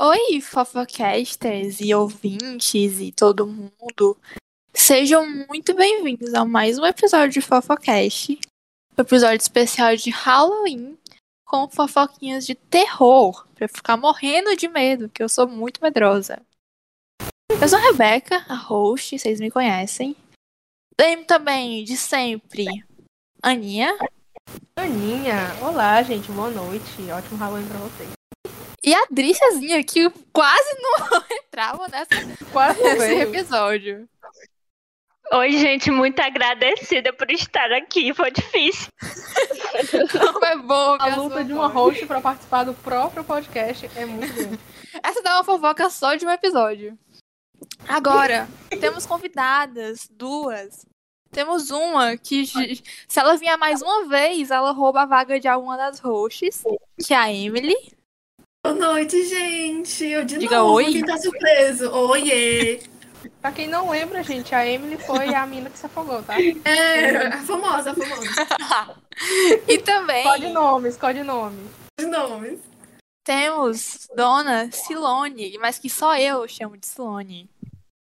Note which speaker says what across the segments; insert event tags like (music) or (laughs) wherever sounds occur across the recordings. Speaker 1: Oi, fofocasters e ouvintes e todo mundo. Sejam muito bem-vindos a mais um episódio de Fofocast, um episódio especial de Halloween com fofoquinhas de terror, pra eu ficar morrendo de medo, que eu sou muito medrosa. Eu sou a Rebeca, a host, vocês me conhecem. Lembro também de sempre, Aninha
Speaker 2: Aninha, olá gente, boa noite, ótimo Halloween pra vocês.
Speaker 1: e a Driciazinha, que quase não (laughs) entravam nessa,
Speaker 2: Quase
Speaker 1: nesse
Speaker 2: veio.
Speaker 1: episódio.
Speaker 3: Oi, gente, muito agradecida por estar aqui. Foi difícil.
Speaker 1: Como é bom ver
Speaker 2: A
Speaker 1: sua
Speaker 2: luta de uma
Speaker 1: voz.
Speaker 2: host pra participar do próprio podcast é muito grande.
Speaker 1: Essa dá uma fofoca só de um episódio. Agora, temos convidadas, duas. Temos uma que, j- se ela vier mais uma vez, ela rouba a vaga de alguma das hosts, que é a
Speaker 2: (laughs)
Speaker 1: Emily.
Speaker 4: Boa noite, gente! Eu de
Speaker 1: Diga
Speaker 4: novo,
Speaker 1: oi.
Speaker 4: quem tá surpreso? Oiê!
Speaker 2: Pra quem não lembra, gente, a Emily foi a mina que se afogou, tá?
Speaker 4: É, a famosa, a famosa.
Speaker 1: e também
Speaker 2: Code nome, escolhe nome.
Speaker 4: Os nomes.
Speaker 1: temos Dona Silone, mas que só eu chamo de Silone.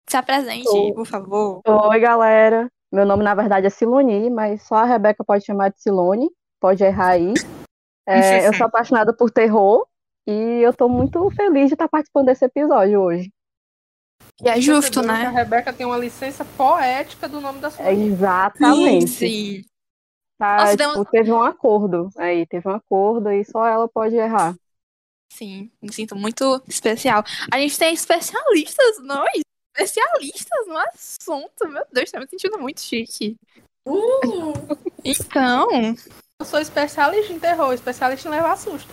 Speaker 1: Se apresente,
Speaker 5: Oi.
Speaker 1: por favor.
Speaker 5: Oi, galera. Meu nome, na verdade, é Siloni, mas só a Rebeca pode chamar de Silone. Pode errar aí. É, eu sou apaixonada por terror e eu tô muito feliz de estar participando desse episódio hoje.
Speaker 1: E é justo, né?
Speaker 2: A Rebeca tem uma licença poética do nome da sua
Speaker 5: É,
Speaker 2: amiga.
Speaker 5: exatamente.
Speaker 1: Sim, sim.
Speaker 5: Tá,
Speaker 1: Nossa,
Speaker 5: tipo,
Speaker 1: demos-
Speaker 5: Teve um acordo aí, teve um acordo e só ela pode errar.
Speaker 1: Sim, me sinto muito especial. A gente tem especialistas, nós, especialistas no assunto. Meu Deus, tá me sentindo muito chique.
Speaker 4: Uh!
Speaker 1: Então, (laughs)
Speaker 2: Eu sou especialista em terror, especialista em levar susto.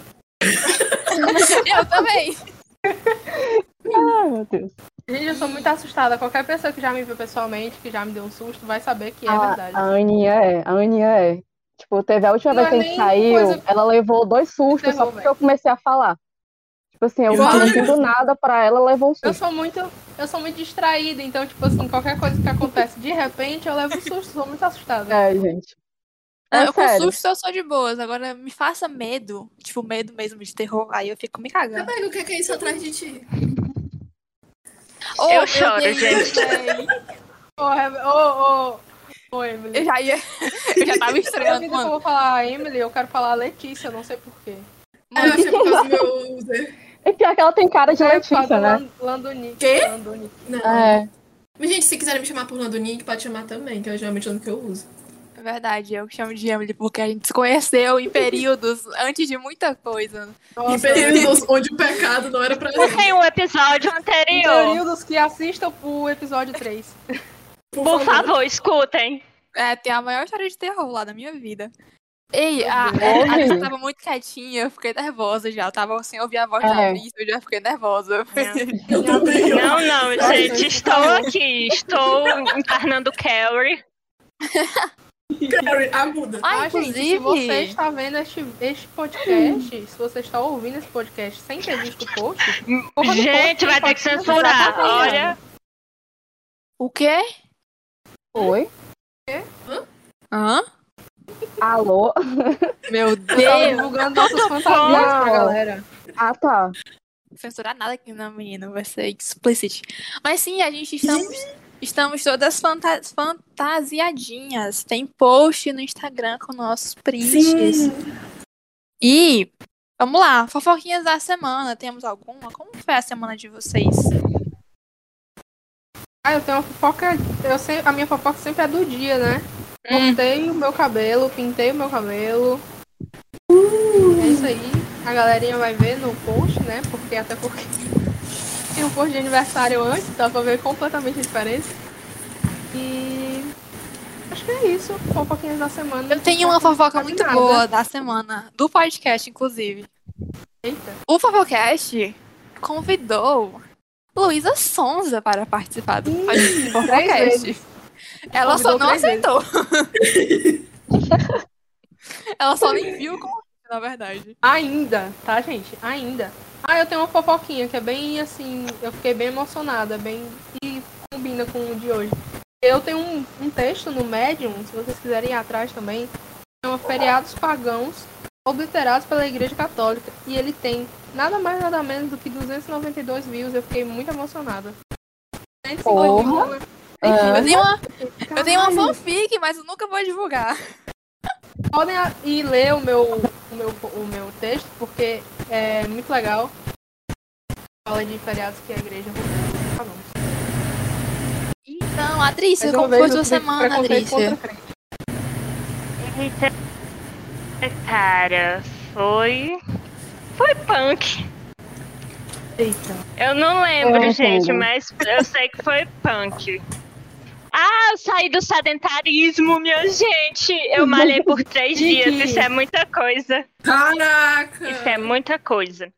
Speaker 1: eu também.
Speaker 5: Ah, meu Deus.
Speaker 2: Gente, eu sou muito assustada. Qualquer pessoa que já me viu pessoalmente, que já me deu um susto, vai saber que é
Speaker 1: Ah,
Speaker 5: a,
Speaker 2: verdade.
Speaker 5: a Aninha é, a Aninha é. Tipo, teve a última
Speaker 2: Não
Speaker 5: vez que
Speaker 2: é
Speaker 5: a gente
Speaker 2: nem
Speaker 5: saiu,
Speaker 2: coisa-
Speaker 5: ela levou dois sustos
Speaker 2: Terror,
Speaker 5: só porque
Speaker 2: velho.
Speaker 5: eu comecei a falar. Tipo assim, eu
Speaker 4: Claro.
Speaker 5: não entendo nada pra ela, ela levou um susto.
Speaker 2: Eu sou muito, eu sou muito distraída, então, tipo assim, qualquer coisa que acontece de repente, eu levo um susto, sou muito assustada.
Speaker 5: É, gente. É
Speaker 1: eu
Speaker 5: sério.
Speaker 1: com susto eu sou de boas. Agora me faça medo, tipo, medo mesmo de terror, aí eu fico me cagando.
Speaker 4: Rebeca, o que é que é isso atrás de ti?
Speaker 1: Oh,
Speaker 3: Eu
Speaker 1: meu
Speaker 3: choro,
Speaker 1: Deus,
Speaker 3: gente.
Speaker 1: velho.
Speaker 2: Ô, Rebe- ô, ô, ô, Emily.
Speaker 1: Eu já ia. Eu já tava
Speaker 2: Toda
Speaker 1: estranhando,
Speaker 2: vida que eu
Speaker 1: mano.
Speaker 2: vou falar a Emily, eu quero falar a Letícia, não sei porquê.
Speaker 4: Ah, eu achei por causa do meu user.
Speaker 5: E pior que ela tem cara
Speaker 2: é
Speaker 5: de Letícia, né?
Speaker 2: Landoni.
Speaker 4: Quê?
Speaker 2: Landoni.
Speaker 4: Não.
Speaker 5: É.
Speaker 4: Mas, gente, se quiserem me chamar por Landonique, pode chamar também, que é geralmente o nome que eu uso.
Speaker 1: É verdade, eu chamo de Emily porque a gente se conheceu em períodos antes de muita coisa.
Speaker 4: Em
Speaker 2: Nossa,
Speaker 4: períodos onde o pecado não era pra mim.
Speaker 3: Tem um episódio
Speaker 2: em
Speaker 3: anterior.
Speaker 2: períodos que assistam o episódio 3.
Speaker 3: Por favor, escutem.
Speaker 1: É, tem a maior história de terror lá da minha vida. Ei, a, a,
Speaker 5: Deus.
Speaker 1: a Alice
Speaker 5: Olha.
Speaker 1: tava muito quietinha, eu fiquei nervosa já. Eu tava sem ouvir a voz da
Speaker 5: É.
Speaker 1: Alice, eu já fiquei nervosa. (laughs)
Speaker 4: Eu também.
Speaker 3: Não, não,
Speaker 2: Nossa,
Speaker 3: gente,
Speaker 2: gente,
Speaker 3: estou aqui. Estou encarnando Carrie.
Speaker 4: Carrie, a muda.
Speaker 1: Ah,
Speaker 2: gente,
Speaker 1: inclusive,
Speaker 2: se você está vendo este, este podcast, se você está ouvindo esse podcast sem ter visto o post, porra do post,
Speaker 3: Gente, vai ter
Speaker 2: pode
Speaker 3: que
Speaker 2: censurar,
Speaker 3: censurar.
Speaker 2: tá vendo?
Speaker 3: Olha,
Speaker 1: o quê?
Speaker 5: Oi?
Speaker 1: Hã?
Speaker 5: Alô?
Speaker 1: Meu
Speaker 2: eu tava
Speaker 1: Deus!
Speaker 2: divulgando nossas fantasias
Speaker 5: Não.
Speaker 2: pra galera.
Speaker 5: Ah, tá.
Speaker 1: censurar nada aqui não, menino, vai ser explicit. Mas sim, a gente estamos, estamos todas fanta- fantasiadinhas. Tem post no Instagram com nossos prints.
Speaker 4: Sim.
Speaker 1: E vamos lá, fofoquinhas da semana. Temos alguma? Como foi a semana de vocês?
Speaker 2: Ah, eu tenho uma fofoca. Eu sei, a minha fofoca sempre é do dia, né?
Speaker 1: Hum,
Speaker 2: Cortei o meu cabelo, pintei o meu cabelo.
Speaker 1: Uh.
Speaker 2: É isso aí. A galerinha vai ver no post, né? Porque até porque (laughs) tem um post de aniversário antes, então vai ver completamente diferente. E acho que é isso. Fofoquinhas da semana.
Speaker 1: eu tenho uma fofoca
Speaker 2: Quase
Speaker 1: muito
Speaker 2: nada.
Speaker 1: boa da semana, do podcast, inclusive.
Speaker 2: Eita.
Speaker 1: O Fofocast convidou Luísa Sonza para participar do podcast. do
Speaker 2: três
Speaker 1: Fofocast. Ela só
Speaker 2: Convidou
Speaker 1: não
Speaker 2: três vezes.
Speaker 1: aceitou.
Speaker 2: (laughs)
Speaker 1: Ela só nem viu o convite, na verdade.
Speaker 2: Ainda, tá, gente? Ainda. Ah, eu tenho uma fofoquinha que é bem assim. Eu fiquei bem emocionada, bem. E combina com o de hoje. Eu tenho um, um texto no Medium, se vocês quiserem ir atrás também. Chama Feriados Pagãos obliterados pela Igreja Católica. E ele tem nada mais nada menos do que 292 views. Eu fiquei muito emocionada.
Speaker 5: Porra!
Speaker 2: Né?
Speaker 6: Eu tenho, uma, eu tenho uma
Speaker 2: Caralho.
Speaker 6: fanfic, mas eu nunca vou divulgar.
Speaker 2: Podem a- ir ler o meu, o meu, o meu texto, porque é muito legal. Fala de feriados que a igreja roubou. Ah, não.
Speaker 6: Então,
Speaker 2: Mas
Speaker 6: Adrícia,
Speaker 2: eu
Speaker 6: como
Speaker 2: vejo
Speaker 6: foi sua
Speaker 2: pre-
Speaker 6: semana,
Speaker 2: preconceito
Speaker 6: Adrícia?
Speaker 2: contra a crente.
Speaker 3: Eita. É, Cara, foi. Foi punk. Eu não lembro,
Speaker 5: Eu entendo.
Speaker 3: gente, mas eu sei que foi punk. Ah, eu saí do sedentarismo, minha gente! Eu malhei por três
Speaker 2: Chique.
Speaker 3: dias, isso é muita coisa.
Speaker 4: Caraca!
Speaker 3: Isso é muita coisa.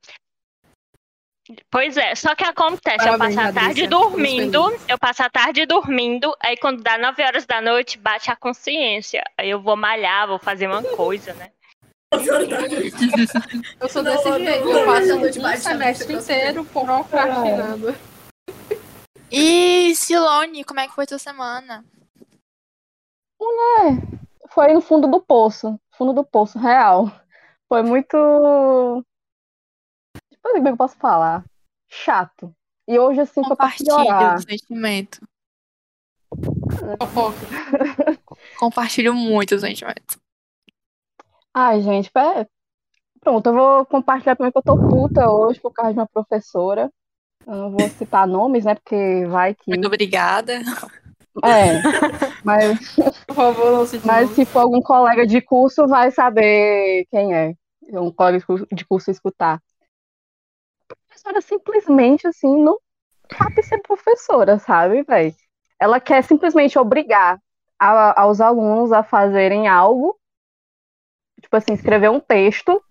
Speaker 3: Pois é, só que acontece,
Speaker 2: Parabéns,
Speaker 3: eu passo a tarde
Speaker 2: Radícia.
Speaker 3: dormindo,
Speaker 2: Feliz.
Speaker 3: eu passo a tarde dormindo, aí quando dá 9 horas da noite, bate a consciência. Aí eu vou malhar, vou fazer uma coisa, né?
Speaker 2: Eu sou
Speaker 4: Não,
Speaker 2: desse
Speaker 4: não,
Speaker 2: jeito.
Speaker 4: não,
Speaker 2: Eu passo
Speaker 4: não, não,
Speaker 2: um
Speaker 4: debaixo da
Speaker 2: semestre
Speaker 4: nossa
Speaker 2: inteiro procrastinando.
Speaker 6: E Silone, como é que foi sua semana?
Speaker 5: Foi no fundo do poço. Fundo do poço, real. Foi muito. Tipo, como é que eu posso falar? Chato. E hoje, assim, foi pra
Speaker 6: Compartilho
Speaker 5: piorar.
Speaker 6: o sentimento.
Speaker 2: Fofoca.
Speaker 6: Compartilho muito o sentimento.
Speaker 5: Ai, gente, pé. Pronto, eu vou compartilhar primeiro que eu tô puta hoje por causa de uma professora. Eu não vou citar nomes, né? Porque vai que.
Speaker 6: Muito obrigada.
Speaker 5: É. Mas,
Speaker 2: Por favor, não se
Speaker 5: mas
Speaker 2: divulgue.
Speaker 5: se for algum colega de curso, vai saber quem é. Um colega de curso- de curso escutar. A professora simplesmente, assim, não sabe ser professora, sabe, velho? Ela quer simplesmente obrigar a- aos alunos a fazerem algo, tipo assim, escrever um texto,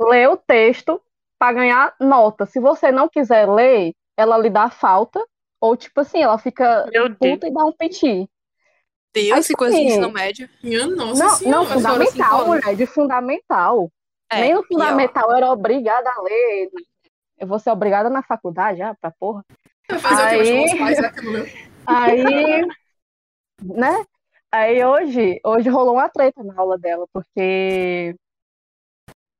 Speaker 5: ler o texto para ganhar nota. Se você não quiser ler, ela lhe dá falta, ou tipo assim, ela fica
Speaker 3: Meu Deus.
Speaker 5: puta e dá um piti. assim,
Speaker 6: Deus, que coisa de
Speaker 5: sim.
Speaker 6: ensino médio.
Speaker 4: Minha nossa
Speaker 5: Não,
Speaker 4: senhora.
Speaker 5: não, fundamental,
Speaker 2: anos.
Speaker 5: mulher, de fundamental.
Speaker 6: É,
Speaker 5: Nem no
Speaker 6: pior.
Speaker 5: fundamental eu era obrigada a ler. Eu vou ser obrigada na faculdade já, pra porra.
Speaker 4: Vai fazer o
Speaker 5: Aí-
Speaker 4: que meus pais já acabou.
Speaker 5: Aí,
Speaker 4: (laughs)
Speaker 5: né? Aí hoje, hoje rolou uma treta na aula dela, porque,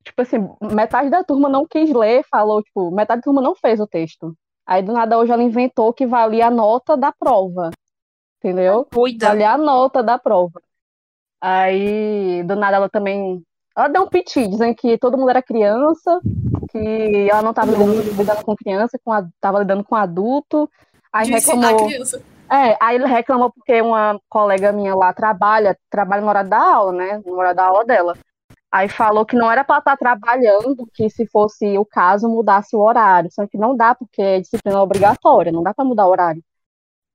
Speaker 5: tipo assim, metade da turma não quis ler, falou, tipo, metade da turma não fez o texto. Aí do nada hoje ela inventou que valia a nota da prova, entendeu?
Speaker 6: Cuida.
Speaker 5: olhar a nota da prova. Aí, do nada, ela também. Ela deu um piti, dizendo que todo mundo era criança, que ela não estava lidando, lidando com criança, com a, tava lidando com adulto. Aí
Speaker 4: Disse a
Speaker 5: reclamou.
Speaker 4: criança.
Speaker 5: É, aí ele reclamou porque uma colega minha lá trabalha, trabalha no horário da aula, né? No horário da aula dela. Aí falou que não era para estar trabalhando, que se fosse o caso, mudasse o horário. Só que não dá, porque é disciplina obrigatória, não dá para mudar o horário.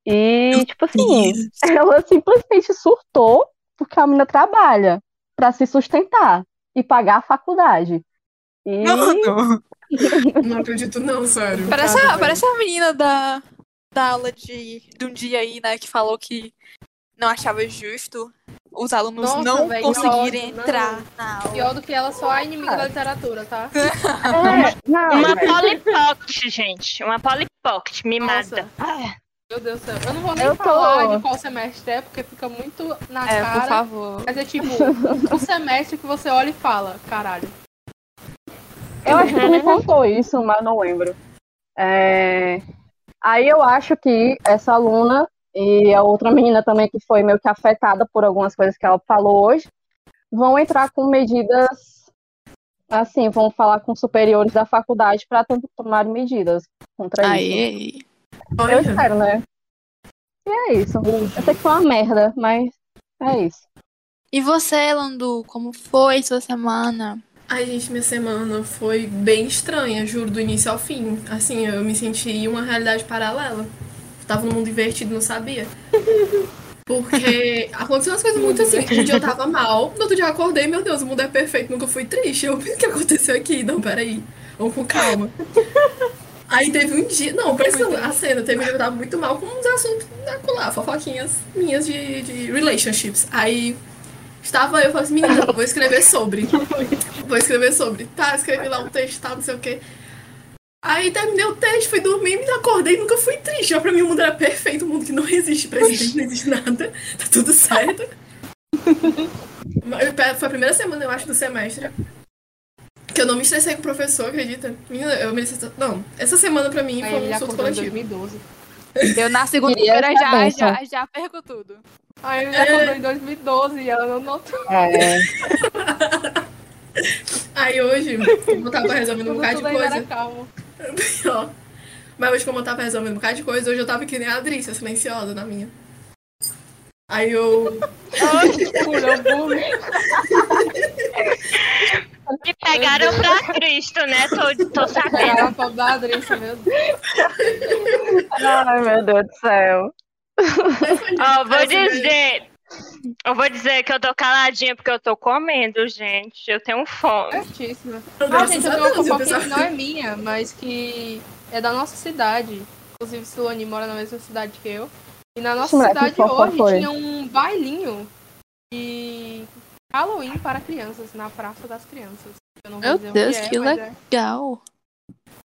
Speaker 5: E, tipo assim, (laughs) ela simplesmente surtou porque a menina trabalha pra se sustentar e pagar a faculdade. E (laughs)
Speaker 4: Não acredito não, sério.
Speaker 6: Parece,
Speaker 4: Cara,
Speaker 6: a,
Speaker 4: velho.
Speaker 6: parece a menina da, da aula de, de um dia aí, né, que falou que não achava justo os alunos
Speaker 2: Nossa,
Speaker 6: não
Speaker 2: véi,
Speaker 6: conseguirem
Speaker 2: nossa,
Speaker 6: entrar na aula.
Speaker 2: Pior do que ela só é inimiga da literatura,
Speaker 4: (laughs)
Speaker 2: tá?
Speaker 5: é, não,
Speaker 3: Uma
Speaker 5: velho.
Speaker 3: polipocket, gente. Uma polipocket, mimada. Ah,
Speaker 2: Meu Deus do céu. Eu não vou nem
Speaker 5: Eu tô-
Speaker 2: falar de qual semestre é, porque fica muito na
Speaker 6: É, por
Speaker 2: cara.
Speaker 6: favor.
Speaker 2: Mas é tipo, um semestre que você olha e fala, caralho.
Speaker 5: eu acho que tu me contou isso, mas não lembro. É, Aí eu acho que essa aluna e a outra menina também que foi meio que afetada por algumas coisas que ela falou hoje, vão entrar com medidas assim, vão falar com superiores da faculdade para tomar medidas contra isso.
Speaker 6: Aí,
Speaker 5: Eu
Speaker 4: Olha,
Speaker 5: espero, né? E é isso. Eu sei que foi uma merda, mas é isso.
Speaker 6: E você, Landu, como foi sua semana?
Speaker 4: Ai, gente, minha semana foi bem estranha, juro, do início ao fim. Assim, eu me senti em uma realidade paralela. Eu tava num mundo invertido, não sabia. Porque aconteceu umas coisas muito assim. Um dia eu tava mal, no outro dia eu acordei, meu Deus, o mundo é perfeito, nunca fui triste. Eu, o que aconteceu aqui? Não, peraí. Vamos com calma. Aí teve um dia. Não, pensa a cena. Teve um dia que eu tava muito mal com uns assuntos da colar, fofoquinhas minhas de, de relationships. Aí estava eu e falei
Speaker 2: (laughs)
Speaker 4: assim, menina, vou escrever sobre. Vou escrever sobre. Tá, escrevi lá um texto, tal, não sei o quê. Aí terminei o texto, fui dormir, me acordei, nunca fui triste. Já pra mim o mundo era perfeito, um mundo que não existe presidente, não existe nada. Tá
Speaker 2: (laughs)
Speaker 4: tudo certo. Mas Foi a primeira semana, eu acho, do semestre. Que eu não me estressei com o professor, acredita? Menina, eu me estressei. Não, essa semana pra mim
Speaker 2: Aí
Speaker 4: foi
Speaker 2: ele
Speaker 4: um
Speaker 2: já
Speaker 4: surto
Speaker 2: acordou em
Speaker 4: coletivo.
Speaker 2: 2012.
Speaker 1: Eu na segunda-feira
Speaker 5: Queria essa
Speaker 1: já,
Speaker 5: benção.
Speaker 1: já, já perco tudo.
Speaker 2: Aí
Speaker 4: É.
Speaker 2: ele já acordou em 2012 e ela não notou.
Speaker 5: É,
Speaker 4: Aí hoje, como eu tava resolvendo um
Speaker 2: Tudo
Speaker 4: bocado de
Speaker 2: tudo ainda era
Speaker 4: coisa.
Speaker 2: calmo.
Speaker 4: ó. Mas hoje, como eu tava resolvendo um bocado de coisa, hoje eu tava que nem a Adrícia, silenciosa na minha. Aí eu.
Speaker 2: Pulou boomer.
Speaker 3: Me pegaram pra Cristo, né? Tô, tô sabendo.
Speaker 2: (laughs) Era a pobre da Adriana, meu Deus.
Speaker 5: (laughs) ai meu Deus do céu.
Speaker 3: Ó, vou dizer. Eu vou dizer que eu tô caladinha porque eu tô comendo, gente. Eu tenho fome.
Speaker 2: Certíssima. Ah,
Speaker 4: Graças
Speaker 2: gente,
Speaker 4: a
Speaker 2: eu tenho uma
Speaker 4: Deus, eu
Speaker 2: fofoquinha
Speaker 4: pensava- assim.
Speaker 2: que não é minha, mas que é da nossa cidade. Inclusive, Silone mora na mesma cidade que eu. E na nossa
Speaker 5: moleque
Speaker 2: cidade
Speaker 5: fofoca
Speaker 2: hoje
Speaker 5: foi.
Speaker 2: tinha um bailinho de Halloween para crianças, na Praça das Crianças. Eu não vou
Speaker 1: Meu
Speaker 2: dizer o
Speaker 1: Deus,
Speaker 2: é,
Speaker 1: que
Speaker 2: mas
Speaker 1: legal.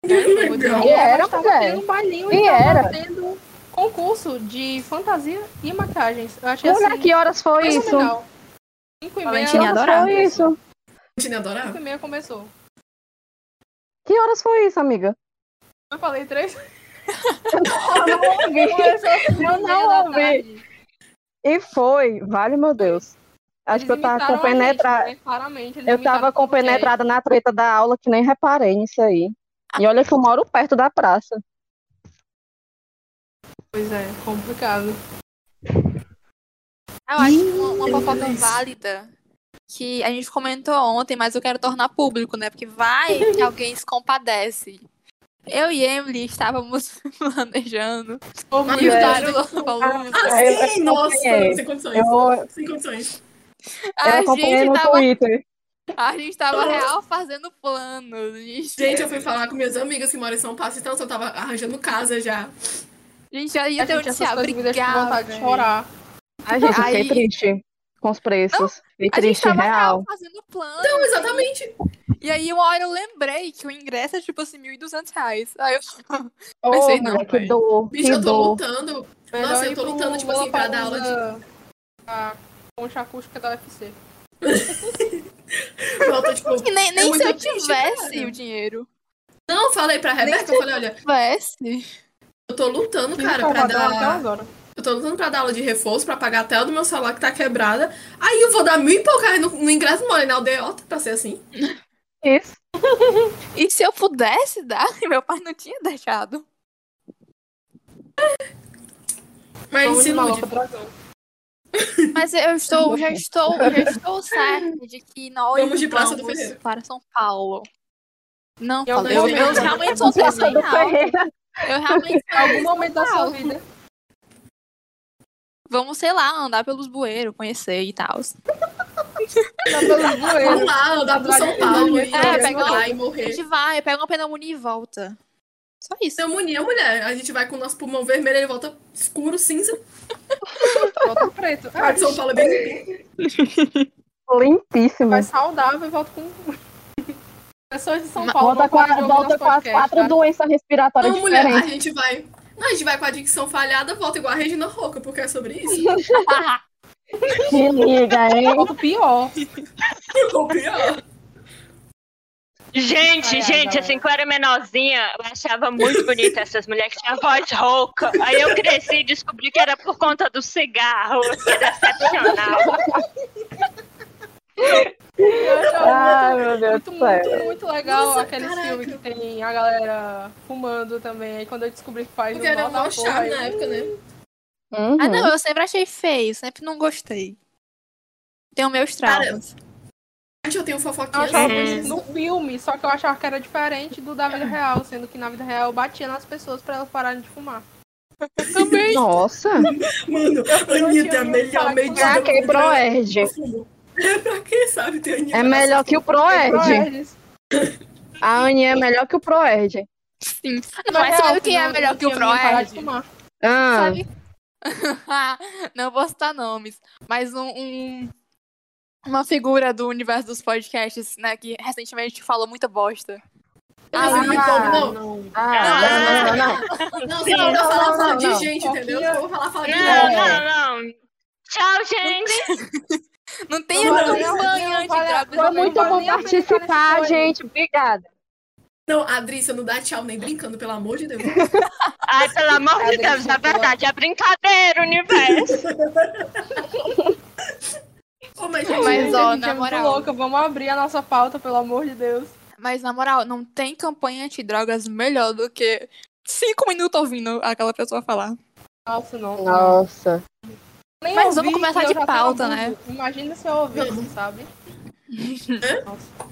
Speaker 2: É, eu vou dizer o que
Speaker 5: legal.
Speaker 2: é,
Speaker 5: E era,
Speaker 2: mas tava
Speaker 5: mulher.
Speaker 2: tendo um bailinho e,
Speaker 5: E
Speaker 2: tava
Speaker 5: era.
Speaker 2: tendo concurso de fantasia e maquiagens. Eu achei
Speaker 5: Mulher,
Speaker 2: assim,
Speaker 5: é que horas foi
Speaker 2: fenomenal.
Speaker 5: isso?
Speaker 2: Cinco e meia,
Speaker 1: Valentina
Speaker 2: ela-
Speaker 1: adorava.
Speaker 5: Foi isso?
Speaker 4: Continua a adorar?
Speaker 2: cinco e meia começou.
Speaker 5: Que horas foi isso, (laughs) amiga?
Speaker 2: Eu falei
Speaker 5: (laughs)
Speaker 2: três
Speaker 5: Eu não ouvi. E foi, vale meu Deus. Acho que eu tava compenetrada.
Speaker 2: né?
Speaker 5: Eu tava compenetrada na treta da aula que nem reparei nisso aí. E olha que eu moro perto da praça.
Speaker 2: Pois é, complicado.
Speaker 1: Ah, eu acho que uma, uma fofoca
Speaker 4: Beleza.
Speaker 1: válida que a gente comentou ontem, mas eu quero tornar público, né? Porque vai que alguém se compadece. Eu e Emily estávamos (laughs) planejando e
Speaker 5: Ah,
Speaker 1: o
Speaker 4: então,
Speaker 2: mulher.
Speaker 1: Dário Lobo.
Speaker 4: Ah,
Speaker 5: Eu- eu
Speaker 4: sim! nossa!
Speaker 5: acompanhei.
Speaker 4: Sem condições.
Speaker 5: Eu-
Speaker 4: Sem condições.
Speaker 5: eu
Speaker 1: A
Speaker 5: acompanhei
Speaker 1: gente
Speaker 5: no
Speaker 1: tava,
Speaker 5: Twitter.
Speaker 1: a gente tava real fazendo planos. Gente,
Speaker 4: Gente, eu fui falar com minhas amigas que moram em São Paulo, então eu tava arranjando casa já.
Speaker 1: a gente já ia
Speaker 2: A
Speaker 4: então,
Speaker 1: ter
Speaker 2: gente,
Speaker 1: onde se
Speaker 2: essas coisas me deixam com
Speaker 1: abrigar.
Speaker 2: vontade de
Speaker 1: velho.
Speaker 2: chorar.
Speaker 5: A gente fiquei
Speaker 1: Aí-
Speaker 5: triste com os preços. Fiquei
Speaker 1: A gente
Speaker 5: triste,
Speaker 1: tava real
Speaker 5: real.
Speaker 1: fazendo planos.
Speaker 4: Então, exatamente.
Speaker 1: E aí, uma hora eu lembrei que o ingresso é tipo assim, 1.200 reais. Aí eu.
Speaker 5: Ô,
Speaker 1: Pensei não,
Speaker 5: mulher, que
Speaker 1: velho.
Speaker 5: dor,
Speaker 4: Bicho,
Speaker 5: que
Speaker 4: eu tô
Speaker 5: dor.
Speaker 4: lutando.
Speaker 2: Melhor
Speaker 4: Nossa, eu
Speaker 2: ir
Speaker 4: tô
Speaker 2: pro
Speaker 4: lutando, tipo assim, pra dar aula de-
Speaker 2: Lollapalooza, A concha acústica da UFC.
Speaker 4: Eu tô, tipo,
Speaker 1: E
Speaker 2: É
Speaker 1: nem, nem se
Speaker 4: muito
Speaker 1: eu
Speaker 4: triste,
Speaker 1: tivesse
Speaker 4: cara.
Speaker 1: o dinheiro.
Speaker 4: não, eu falei pra Rebeca, eu falei, olha,
Speaker 1: Tivesse.
Speaker 4: eu tô lutando,
Speaker 2: Que
Speaker 4: cara,
Speaker 2: me
Speaker 4: pra
Speaker 2: incomodou Até
Speaker 4: dar.
Speaker 2: agora.
Speaker 4: Eu tô lutando pra dar aula de reforço, pra pagar a tela do meu celular que tá quebrada. Aí eu vou dar mil e pouco reais no, no ingresso mole né, na aldeota, pra ser assim.
Speaker 5: Isso.
Speaker 1: E se eu pudesse dar, (laughs) meu pai não tinha deixado.
Speaker 4: Mas
Speaker 2: Vamos
Speaker 4: se
Speaker 2: de
Speaker 4: não.
Speaker 2: maluca pra agora.
Speaker 1: Mas eu estou, já estou, já estou certa de que nós
Speaker 4: Vamos de Praça do Ferreiro.
Speaker 1: para São Paulo. Não,
Speaker 2: Em algum
Speaker 1: falei, eu, eu
Speaker 4: momento.
Speaker 1: realmente sou
Speaker 5: Praça do
Speaker 1: sensacional.
Speaker 5: Ferreira.
Speaker 1: Eu realmente
Speaker 2: Em algum momento da sua vida.
Speaker 1: Vamos, sei lá, andar pelos bueiros, conhecer e tal.
Speaker 2: Tá pelos
Speaker 4: Vamos
Speaker 2: joelhos.
Speaker 4: lá, andar pro São Paulo e
Speaker 1: É, pega
Speaker 4: lá
Speaker 1: uma-
Speaker 4: e
Speaker 1: A
Speaker 4: morrer.
Speaker 1: gente vai, pega uma pneumonia e volta. Só isso.
Speaker 4: Pneumonia, Então, mulher. A gente vai com o nosso pulmão vermelho, ele volta escuro, cinza.
Speaker 2: Volta preto.
Speaker 4: Ah,
Speaker 2: Ah,
Speaker 4: de São Paulo é bem
Speaker 5: Limpíssima.
Speaker 2: Vai saudável e volta com... Pessoas de São
Speaker 1: Mas
Speaker 2: Paulo.
Speaker 5: volta
Speaker 2: não
Speaker 5: com, a-
Speaker 2: podem ouvir
Speaker 5: volta
Speaker 2: nosso
Speaker 5: com as
Speaker 2: podcast,
Speaker 5: quatro
Speaker 2: tá?
Speaker 5: doenças respiratórias
Speaker 4: Não, Então, mulher, a
Speaker 5: diferentes.
Speaker 4: gente vai. Não, a gente vai com a dicção falhada, volta igual a Regina Roca, porque é sobre (laughs) isso.
Speaker 5: Que liga, hein?
Speaker 2: Volta pior.
Speaker 4: Ou pior.
Speaker 3: Gente,
Speaker 2: Ai, ai,
Speaker 3: gente,
Speaker 2: galera.
Speaker 3: assim, quando eu era menorzinha, eu achava muito bonita essas mulheres que tinham voz rouca. Aí eu cresci e descobri que era por conta do cigarro. Eu
Speaker 2: (laughs)
Speaker 3: fiquei decepcionada.
Speaker 2: Eu já-
Speaker 5: Ai, meu Deus
Speaker 2: muito,
Speaker 5: do céu.
Speaker 2: muito, muito legal
Speaker 4: Nossa,
Speaker 2: aqueles
Speaker 4: caraca.
Speaker 2: filmes que tem a galera fumando também. Aí quando eu descobri que faz
Speaker 4: Porque
Speaker 2: no
Speaker 4: era
Speaker 2: mal da
Speaker 4: mó
Speaker 2: porra,
Speaker 4: chave
Speaker 2: eu-
Speaker 4: na época, né?
Speaker 5: Uhum.
Speaker 1: Ah, não, eu sempre achei feio, sempre não gostei. Tenho meus
Speaker 4: Cara,
Speaker 1: traumas.
Speaker 4: Gente, eu tenho
Speaker 2: eu
Speaker 4: fofoquinha. né?
Speaker 2: achava
Speaker 4: sobre
Speaker 2: bonito
Speaker 4: isso.
Speaker 2: no filme, só que eu achava que era diferente do da
Speaker 4: É.
Speaker 2: vida real, sendo que na vida real eu batia nas pessoas pra elas pararem de
Speaker 4: (laughs)
Speaker 2: fumar.
Speaker 1: Também.
Speaker 5: (laughs) Nossa.
Speaker 4: Mano,
Speaker 2: não
Speaker 4: Anitta é
Speaker 2: tinha
Speaker 4: a
Speaker 2: ouvido
Speaker 4: melhor
Speaker 2: falar
Speaker 4: medida.
Speaker 2: disso.
Speaker 5: Pra que é
Speaker 4: (laughs)
Speaker 5: Proerd?
Speaker 4: Fumo. É pra quem sabe ter Anitta.
Speaker 5: É melhor que o Proerd.
Speaker 2: Proerd.
Speaker 5: A Anne é melhor que o Proerd.
Speaker 1: Sim.
Speaker 2: Na
Speaker 1: Mas
Speaker 2: real,
Speaker 1: sabe quem é
Speaker 2: não-
Speaker 1: melhor
Speaker 2: não
Speaker 1: que o
Speaker 2: tinha ninguém parar de
Speaker 1: Proerd?
Speaker 2: fumar.
Speaker 5: Ah,
Speaker 1: Sabe? (laughs) não vou citar nomes, mas um, um- uma figura do universo dos podcasts, né, que recentemente falou muita bosta.
Speaker 4: Ah,
Speaker 5: Ah,
Speaker 4: não, não,
Speaker 5: ah, não, não, não, não.
Speaker 4: não, se não, não, falar,
Speaker 5: não,
Speaker 4: fala
Speaker 5: não,
Speaker 4: de
Speaker 5: não.
Speaker 4: gente, entendeu?
Speaker 2: Fofoquinha.
Speaker 4: Se eu vou falar, fala de
Speaker 3: Não,
Speaker 4: gente.
Speaker 3: não, não. Tchau, gente.
Speaker 1: Não tem
Speaker 4: Não,
Speaker 1: uma
Speaker 4: não,
Speaker 1: campanha
Speaker 2: não, não,
Speaker 1: antidrogas.
Speaker 5: Foi
Speaker 1: no
Speaker 5: muito
Speaker 1: Brasil.
Speaker 5: bom
Speaker 2: valeu a pena falar
Speaker 5: participar,
Speaker 2: nessa história.
Speaker 5: gente. Obrigada.
Speaker 4: Não, Adrícia, não dá tchau nem brincando, pelo amor de Deus.
Speaker 3: Ai, pelo amor de Deus, na verdade, é
Speaker 2: (laughs)
Speaker 3: brincadeira, universo.
Speaker 4: Ô,
Speaker 1: Mas,
Speaker 4: mas, gente,
Speaker 1: ó,
Speaker 2: a gente
Speaker 1: na
Speaker 2: é muito
Speaker 1: moral.
Speaker 2: louca. Vamos abrir a nossa pauta, pelo amor de Deus.
Speaker 1: Mas na moral, não tem campanha antidrogas melhor do que cinco minutos ouvindo aquela pessoa falar.
Speaker 2: Nossa, não.
Speaker 5: Nossa.
Speaker 2: Nem
Speaker 1: Mas vamos
Speaker 2: ouvi,
Speaker 1: começar
Speaker 2: eu
Speaker 1: de
Speaker 2: já tava
Speaker 1: pauta,
Speaker 2: burra.
Speaker 1: né?
Speaker 2: Imagina se eu ouvisse, sabe? Nossa,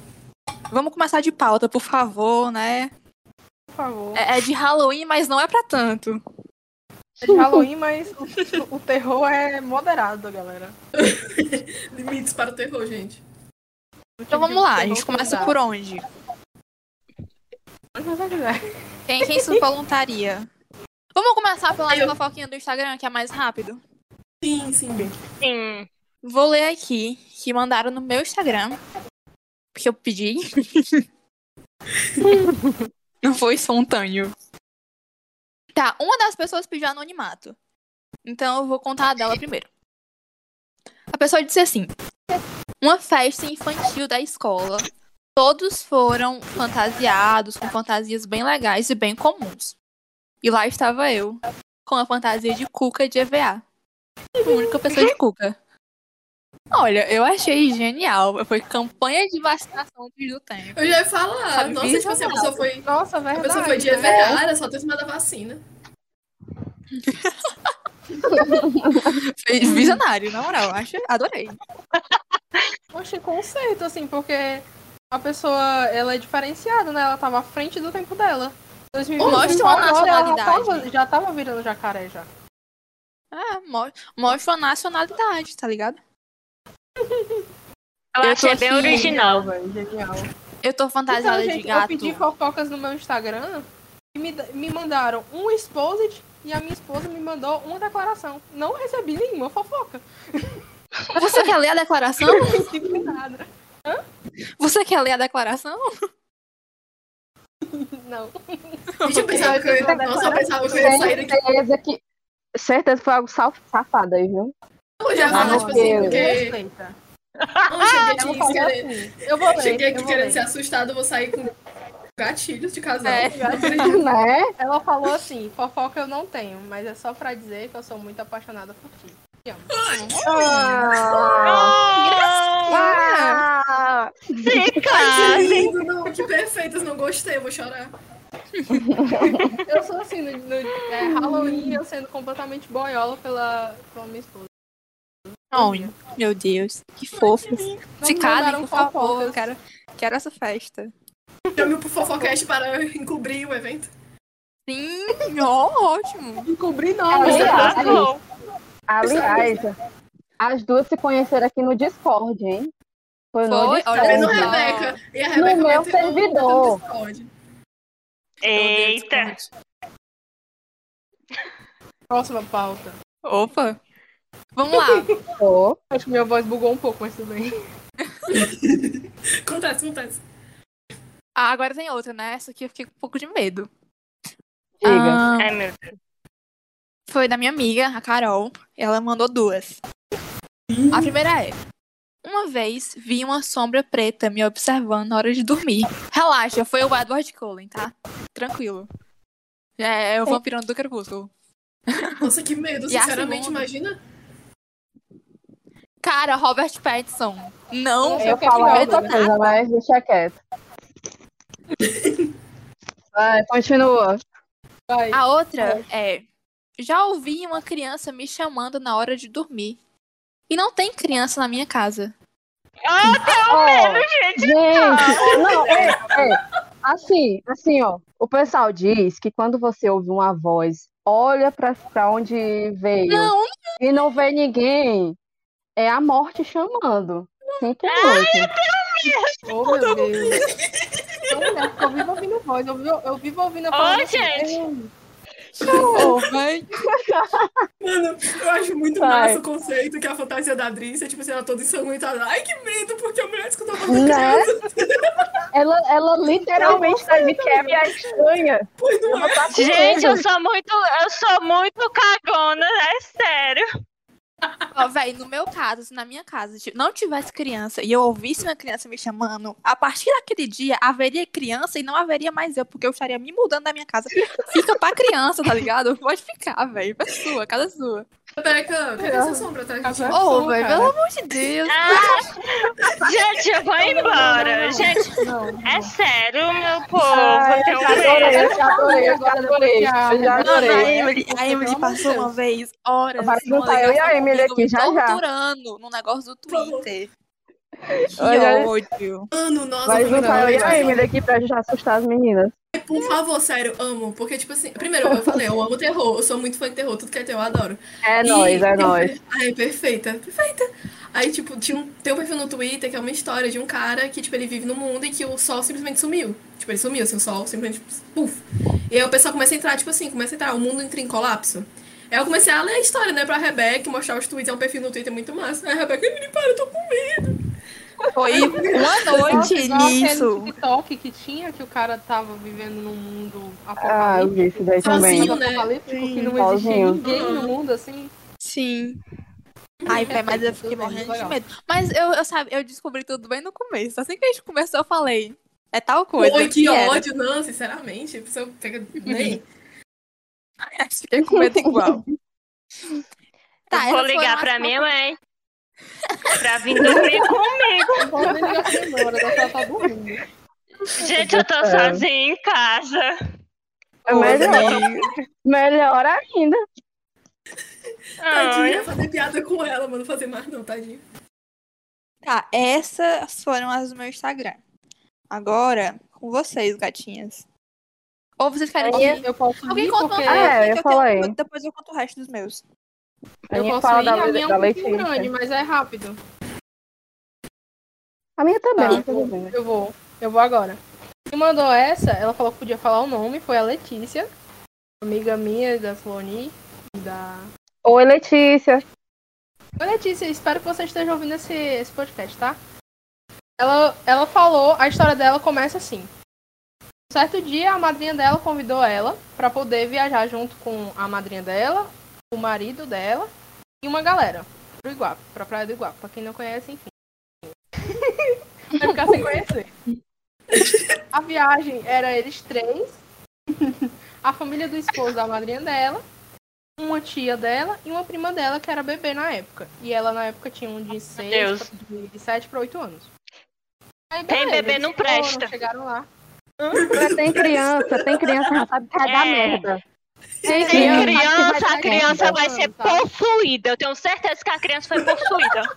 Speaker 1: Vamos começar de pauta, por favor, né?
Speaker 2: por favor.
Speaker 1: É, é de Halloween, mas não é pra tanto.
Speaker 2: É de Halloween, mas o, o terror é moderado, galera.
Speaker 4: limites para o terror, gente.
Speaker 1: Então vamos lá, a gente começa por onde?
Speaker 2: onde você quiser.
Speaker 1: Quem, quem se voluntaria? Vamos começar pela
Speaker 4: Eu.
Speaker 1: fofoquinha do Instagram, que é mais rápido.
Speaker 4: Sim, sim.
Speaker 3: Sim.
Speaker 1: Vou ler aqui, que mandaram no meu Instagram. Porque eu pedi. Não foi espontâneo. Tá, uma das pessoas pediu anonimato. Então eu vou contar a dela primeiro. A pessoa disse assim: Uma festa infantil da escola. Todos foram fantasiados, com fantasias bem legais e bem comuns. E lá estava eu, com a fantasia de Cuca de EVA. A única pessoa de Cuca. Olha, eu achei genial. Foi campanha de vacinação antes do tempo.
Speaker 4: Eu já ia falar.
Speaker 1: Sabe,
Speaker 4: Nossa,
Speaker 1: bicho,
Speaker 4: tipo assim, a pessoa foi.
Speaker 2: Nossa,
Speaker 4: A
Speaker 2: verdade.
Speaker 4: pessoa foi de
Speaker 2: né?
Speaker 4: EVA, era só ter tomado a vacina.
Speaker 1: Foi visionário, na moral. Acho, adorei.
Speaker 2: Poxa, conceito, assim, porque a pessoa, ela é diferenciada, né? Ela tava à frente do tempo dela. 2021
Speaker 1: Mostra uma
Speaker 2: agora, ela
Speaker 1: nacionalidade.
Speaker 2: tava- já tava virando jacaré, já.
Speaker 1: É, mo- mostra a nacionalidade, tá ligado?
Speaker 3: Eu,
Speaker 1: Eu
Speaker 3: achei
Speaker 1: tô
Speaker 3: bem
Speaker 1: aqui.
Speaker 3: original.
Speaker 2: velho, genial.
Speaker 1: Eu tô fantasiada
Speaker 2: Então, gente,
Speaker 1: Tá, de gato.
Speaker 2: eu pedi fofocas no meu Instagram e me, me mandaram um exposit e a minha esposa me mandou uma declaração. Não recebi nenhuma fofoca. (laughs)
Speaker 1: Você quer ler a declaração?
Speaker 2: Não recebi nada.
Speaker 1: Você quer ler a declaração?
Speaker 2: Não.
Speaker 4: Gente, eu pensava que eu ia. Nossa, eu pensava que eu ia sair daqui.
Speaker 5: Certeza que. Certeza foi algo sal- safado aí, viu?
Speaker 4: Eu já ia
Speaker 2: Ah,
Speaker 4: falar, tipo assim,
Speaker 5: Meu
Speaker 4: porque.
Speaker 2: Aceita.
Speaker 4: Não, cheguei
Speaker 2: Eu vou
Speaker 4: aqui
Speaker 2: fazer
Speaker 4: querendo.
Speaker 2: assim. Eu vou ler.
Speaker 4: Cheguei aqui
Speaker 2: eu vou
Speaker 4: querendo
Speaker 2: ler.
Speaker 4: ser assustada, eu vou sair com gatilhos de casal.
Speaker 1: É.
Speaker 2: Ah,
Speaker 4: Não acredito.
Speaker 5: (laughs) Né?
Speaker 2: Ela falou assim, fofoca eu não tenho, mas é só pra dizer que eu sou muito apaixonada por ti. Te amo.
Speaker 3: Ah,
Speaker 4: Ai, que
Speaker 3: Fica!
Speaker 4: lindo, não, que perfeitas, não gostei, eu vou chorar.
Speaker 2: Eu sou assim, no, no- é, Halloween eu sendo completamente boiola pela, pela minha esposa.
Speaker 1: Não, meu Deus, que fofos.
Speaker 2: Não
Speaker 1: Se
Speaker 2: me
Speaker 1: casem,
Speaker 2: mandaram
Speaker 1: por favor.
Speaker 2: fofocas.
Speaker 1: Eu quero, quero essa festa.
Speaker 4: Chame o Fofocast para encobrir o evento.
Speaker 1: Sim, ó, ótimo.
Speaker 2: Descobri não,
Speaker 5: Olha,
Speaker 2: né?
Speaker 3: Arrasou.
Speaker 5: Aliás, as duas se conheceram aqui no Discord, hein? Foi no
Speaker 1: Foi?
Speaker 5: Discord.
Speaker 1: Olha
Speaker 4: Mas
Speaker 1: só.
Speaker 4: não Rebeca. E a Rebeca
Speaker 5: No
Speaker 2: é
Speaker 4: vai
Speaker 5: meu
Speaker 4: ter um-
Speaker 5: servidor.
Speaker 4: um Discord.
Speaker 3: Eita!
Speaker 2: é. Próxima pauta.
Speaker 1: Opa. Vamos
Speaker 2: (laughs)
Speaker 1: lá.
Speaker 5: Foi.
Speaker 2: Acho que minha voz bugou um pouco, mas tudo bem.
Speaker 4: Acontece, acontece.
Speaker 1: Ah, agora tem outra, né? Essa aqui eu fiquei com um pouco de medo.
Speaker 5: Diga.
Speaker 1: Ah,
Speaker 3: Ai, meu Deus.
Speaker 1: Foi da minha amiga, a Carol. Ela mandou duas. A primeira é: Uma vez vi uma sombra preta me observando na hora de dormir. Relaxa, foi o Edward Cullen, tá? Tranquilo. É, é o vampirão do crepúsculo.
Speaker 4: Nossa, que medo,
Speaker 2: assim,
Speaker 1: E a
Speaker 4: sinceramente,
Speaker 1: segunda?
Speaker 4: imagina.
Speaker 1: Cara, Robert Pattinson. Não,
Speaker 2: Eu
Speaker 5: Eu
Speaker 2: quero
Speaker 5: falar
Speaker 2: que
Speaker 5: outra
Speaker 1: eu-
Speaker 5: coisa, mas deixa quieto. Vai, continua.
Speaker 2: Vai.
Speaker 1: A outra é: Já ouvi uma criança me chamando na hora de dormir. E não tem criança na minha casa.
Speaker 3: Ah,
Speaker 5: Ó,
Speaker 3: gente,
Speaker 5: Gente, não, é, é. Assim, assim, ó. O pessoal diz que quando você ouve uma voz, olha pra, pra onde veio
Speaker 1: Não,
Speaker 5: e não vê ninguém, é a morte chamando. é Sinto muito.
Speaker 2: Oh, meu Deus. Então, mulher, porque Eu vivo ouvindo voz, eu vivo, eu vivo ouvindo a palavra assim,
Speaker 3: gente.
Speaker 2: "Ei".
Speaker 1: vai.
Speaker 4: Mano, eu acho muito
Speaker 5: Vai.
Speaker 4: massa o conceito que a fantasia da Driz é tipo assim, ela toda ensanguentada. Ai, que medo, porque a mulher escutou uma voz da
Speaker 5: Né?
Speaker 4: criança.
Speaker 5: Ela, ela literalmente tá de Kevin a estranha.
Speaker 4: Pois não é.
Speaker 5: Ela tá com
Speaker 3: Gente, eu
Speaker 5: medo.
Speaker 3: sou muito, eu sou muito cagona, é sério.
Speaker 1: Ó, véi, no meu caso, se na minha casa ti- não tivesse criança e eu ouvisse uma criança me chamando, a partir daquele dia haveria criança e não haveria mais eu, porque eu estaria me mudando da minha casa. Fica pra criança, tá ligado? Pode ficar, velho. É sua, casa é sua.
Speaker 4: Beca, cadê essa sombra atrás de
Speaker 2: Casa
Speaker 4: ti?
Speaker 2: é
Speaker 1: Ô,
Speaker 2: sua,
Speaker 1: velho,
Speaker 2: cara.
Speaker 1: pelo amor de Deus.
Speaker 2: Ah!
Speaker 3: (laughs) Gente, eu vou embora. Gente,
Speaker 2: Não, não. Ah,
Speaker 3: é sério, meu povo.
Speaker 5: Ai,
Speaker 3: tem um
Speaker 5: adorei, eu já adorei, eu já adorei. Eu já
Speaker 1: Mano,
Speaker 5: adorei.
Speaker 1: a Emily, a
Speaker 2: Pelo
Speaker 1: Emily
Speaker 2: amor
Speaker 1: passou
Speaker 2: de Deus.
Speaker 1: uma vez horas
Speaker 5: Vai
Speaker 1: numa
Speaker 5: juntar eu e a
Speaker 1: ligação
Speaker 5: Emily
Speaker 1: comigo,
Speaker 5: aqui,
Speaker 1: me
Speaker 5: já, já.
Speaker 1: torturando no negócio do Twitter. Que
Speaker 5: Olha-
Speaker 1: ódio.
Speaker 4: Mano, nossa,
Speaker 5: Vai
Speaker 4: foi
Speaker 5: juntar eu
Speaker 4: maravilhoso.
Speaker 5: e a Emily aqui pra gente assustar as meninas.
Speaker 4: Por favor, sério, amo. Porque, tipo assim, primeiro, eu falei, eu amo terror. Eu sou muito fã de terror, tudo que é terror, eu adoro.
Speaker 5: É
Speaker 4: E
Speaker 5: nóis, é
Speaker 4: tem um
Speaker 5: nóis.
Speaker 4: per- Ai, perfeita, perfeita. Aí, tipo, tinha um, tem um perfil no Twitter que é uma história de um cara que, tipo, ele vive no mundo e que o sol simplesmente sumiu. Tipo, ele sumiu, assim, o sol simplesmente, puf. E aí o pessoal começa a entrar, tipo assim, começa a entrar, o mundo entra em colapso. Aí eu comecei a ler a história, né, pra Rebeca, mostrar os tweets, é um perfil no Twitter muito massa. Aí a Rebeca, "Ai, menina, para, eu tô com medo.
Speaker 1: Foi uma noite
Speaker 2: Igual aquele
Speaker 1: nisso.
Speaker 2: TikTok que tinha que o cara tava vivendo num mundo
Speaker 5: Ah, eu
Speaker 2: apocalíptico.
Speaker 5: vi isso daí também.
Speaker 4: Sozinho, né?
Speaker 2: apocalíptico que não
Speaker 5: Sozinho.
Speaker 2: existe ninguém no mundo assim.
Speaker 1: Sim. Ai, pai, mas eu fiquei
Speaker 2: Tudo bem,
Speaker 1: morrendo de
Speaker 2: legal.
Speaker 1: medo. Mas eu, eu, sabe, eu descobri tudo bem no começo. Assim que a gente começou, eu falei. É tal coisa.
Speaker 4: Oi, que
Speaker 1: e era.
Speaker 4: ódio, não, sinceramente. A pessoa pega nem.
Speaker 1: Fiquei com medo (laughs) igual. Tá,
Speaker 3: eu vou
Speaker 1: essas foram
Speaker 3: ligar
Speaker 1: as
Speaker 3: pra minha mãe. Pra vir dormir
Speaker 2: (laughs)
Speaker 3: comigo.
Speaker 2: Não pode nem ligar pra demora, ela tá dormindo.
Speaker 3: Gente, eu
Speaker 2: É.
Speaker 3: tô sozinha em casa.
Speaker 5: É melhor, melhor ainda.
Speaker 4: Tadinha,
Speaker 3: Ai,
Speaker 4: fazer piada com ela, mano, fazer mais não, tadinha.
Speaker 1: Tá, essas foram as do meu Instagram. Agora, com vocês, gatinhas. Ou vocês querem que...
Speaker 2: Eu posso
Speaker 1: Alguém
Speaker 2: ir
Speaker 1: conta
Speaker 2: porque...
Speaker 3: Ah,
Speaker 1: uma
Speaker 5: É,
Speaker 1: que tenho-
Speaker 5: eu falei.
Speaker 1: Depois eu conto o resto dos meus.
Speaker 5: A
Speaker 2: Eu
Speaker 5: gente
Speaker 2: posso
Speaker 5: fala
Speaker 2: ir,
Speaker 5: da,
Speaker 2: a minha é
Speaker 5: da
Speaker 2: um pouquinho
Speaker 5: Letícia.
Speaker 2: grande, mas é rápido.
Speaker 5: A minha também,
Speaker 2: Tá.
Speaker 5: tudo bem.
Speaker 2: Eu vou, eu vou agora. Quem mandou essa, ela falou que podia falar o nome, foi a Letícia, amiga minha da Floni e da
Speaker 5: Oi, Letícia.
Speaker 2: Oi, Letícia, espero que você esteja ouvindo esse, esse podcast, tá? Ela, ela falou, a história dela começa assim. Um certo dia, a madrinha dela convidou ela para poder viajar junto com a madrinha dela, o marido dela e uma galera pro Iguape, pra Praia do Iguape. Pra quem não conhece, enfim. Vai ficar sem conhecer. A viagem era eles três, a família do esposo da madrinha dela uma tia dela e uma prima dela que era bebê na época. E ela na época tinha um de
Speaker 3: Deus.
Speaker 2: 6, de- de 7 para 8 anos. Aí,
Speaker 3: Tem
Speaker 2: beleza,
Speaker 3: bebê não
Speaker 2: é eles foram,
Speaker 3: presta.
Speaker 2: chegaram lá.
Speaker 5: Mas tem criança, tem criança, já sabe que vai dar
Speaker 3: É.
Speaker 5: merda.
Speaker 2: Tem
Speaker 3: Tem
Speaker 5: criança
Speaker 3: criança, a
Speaker 2: dar
Speaker 3: criança
Speaker 2: merda.
Speaker 3: vai ser
Speaker 2: tá.
Speaker 3: possuída. Eu tenho certeza que a criança foi possuída.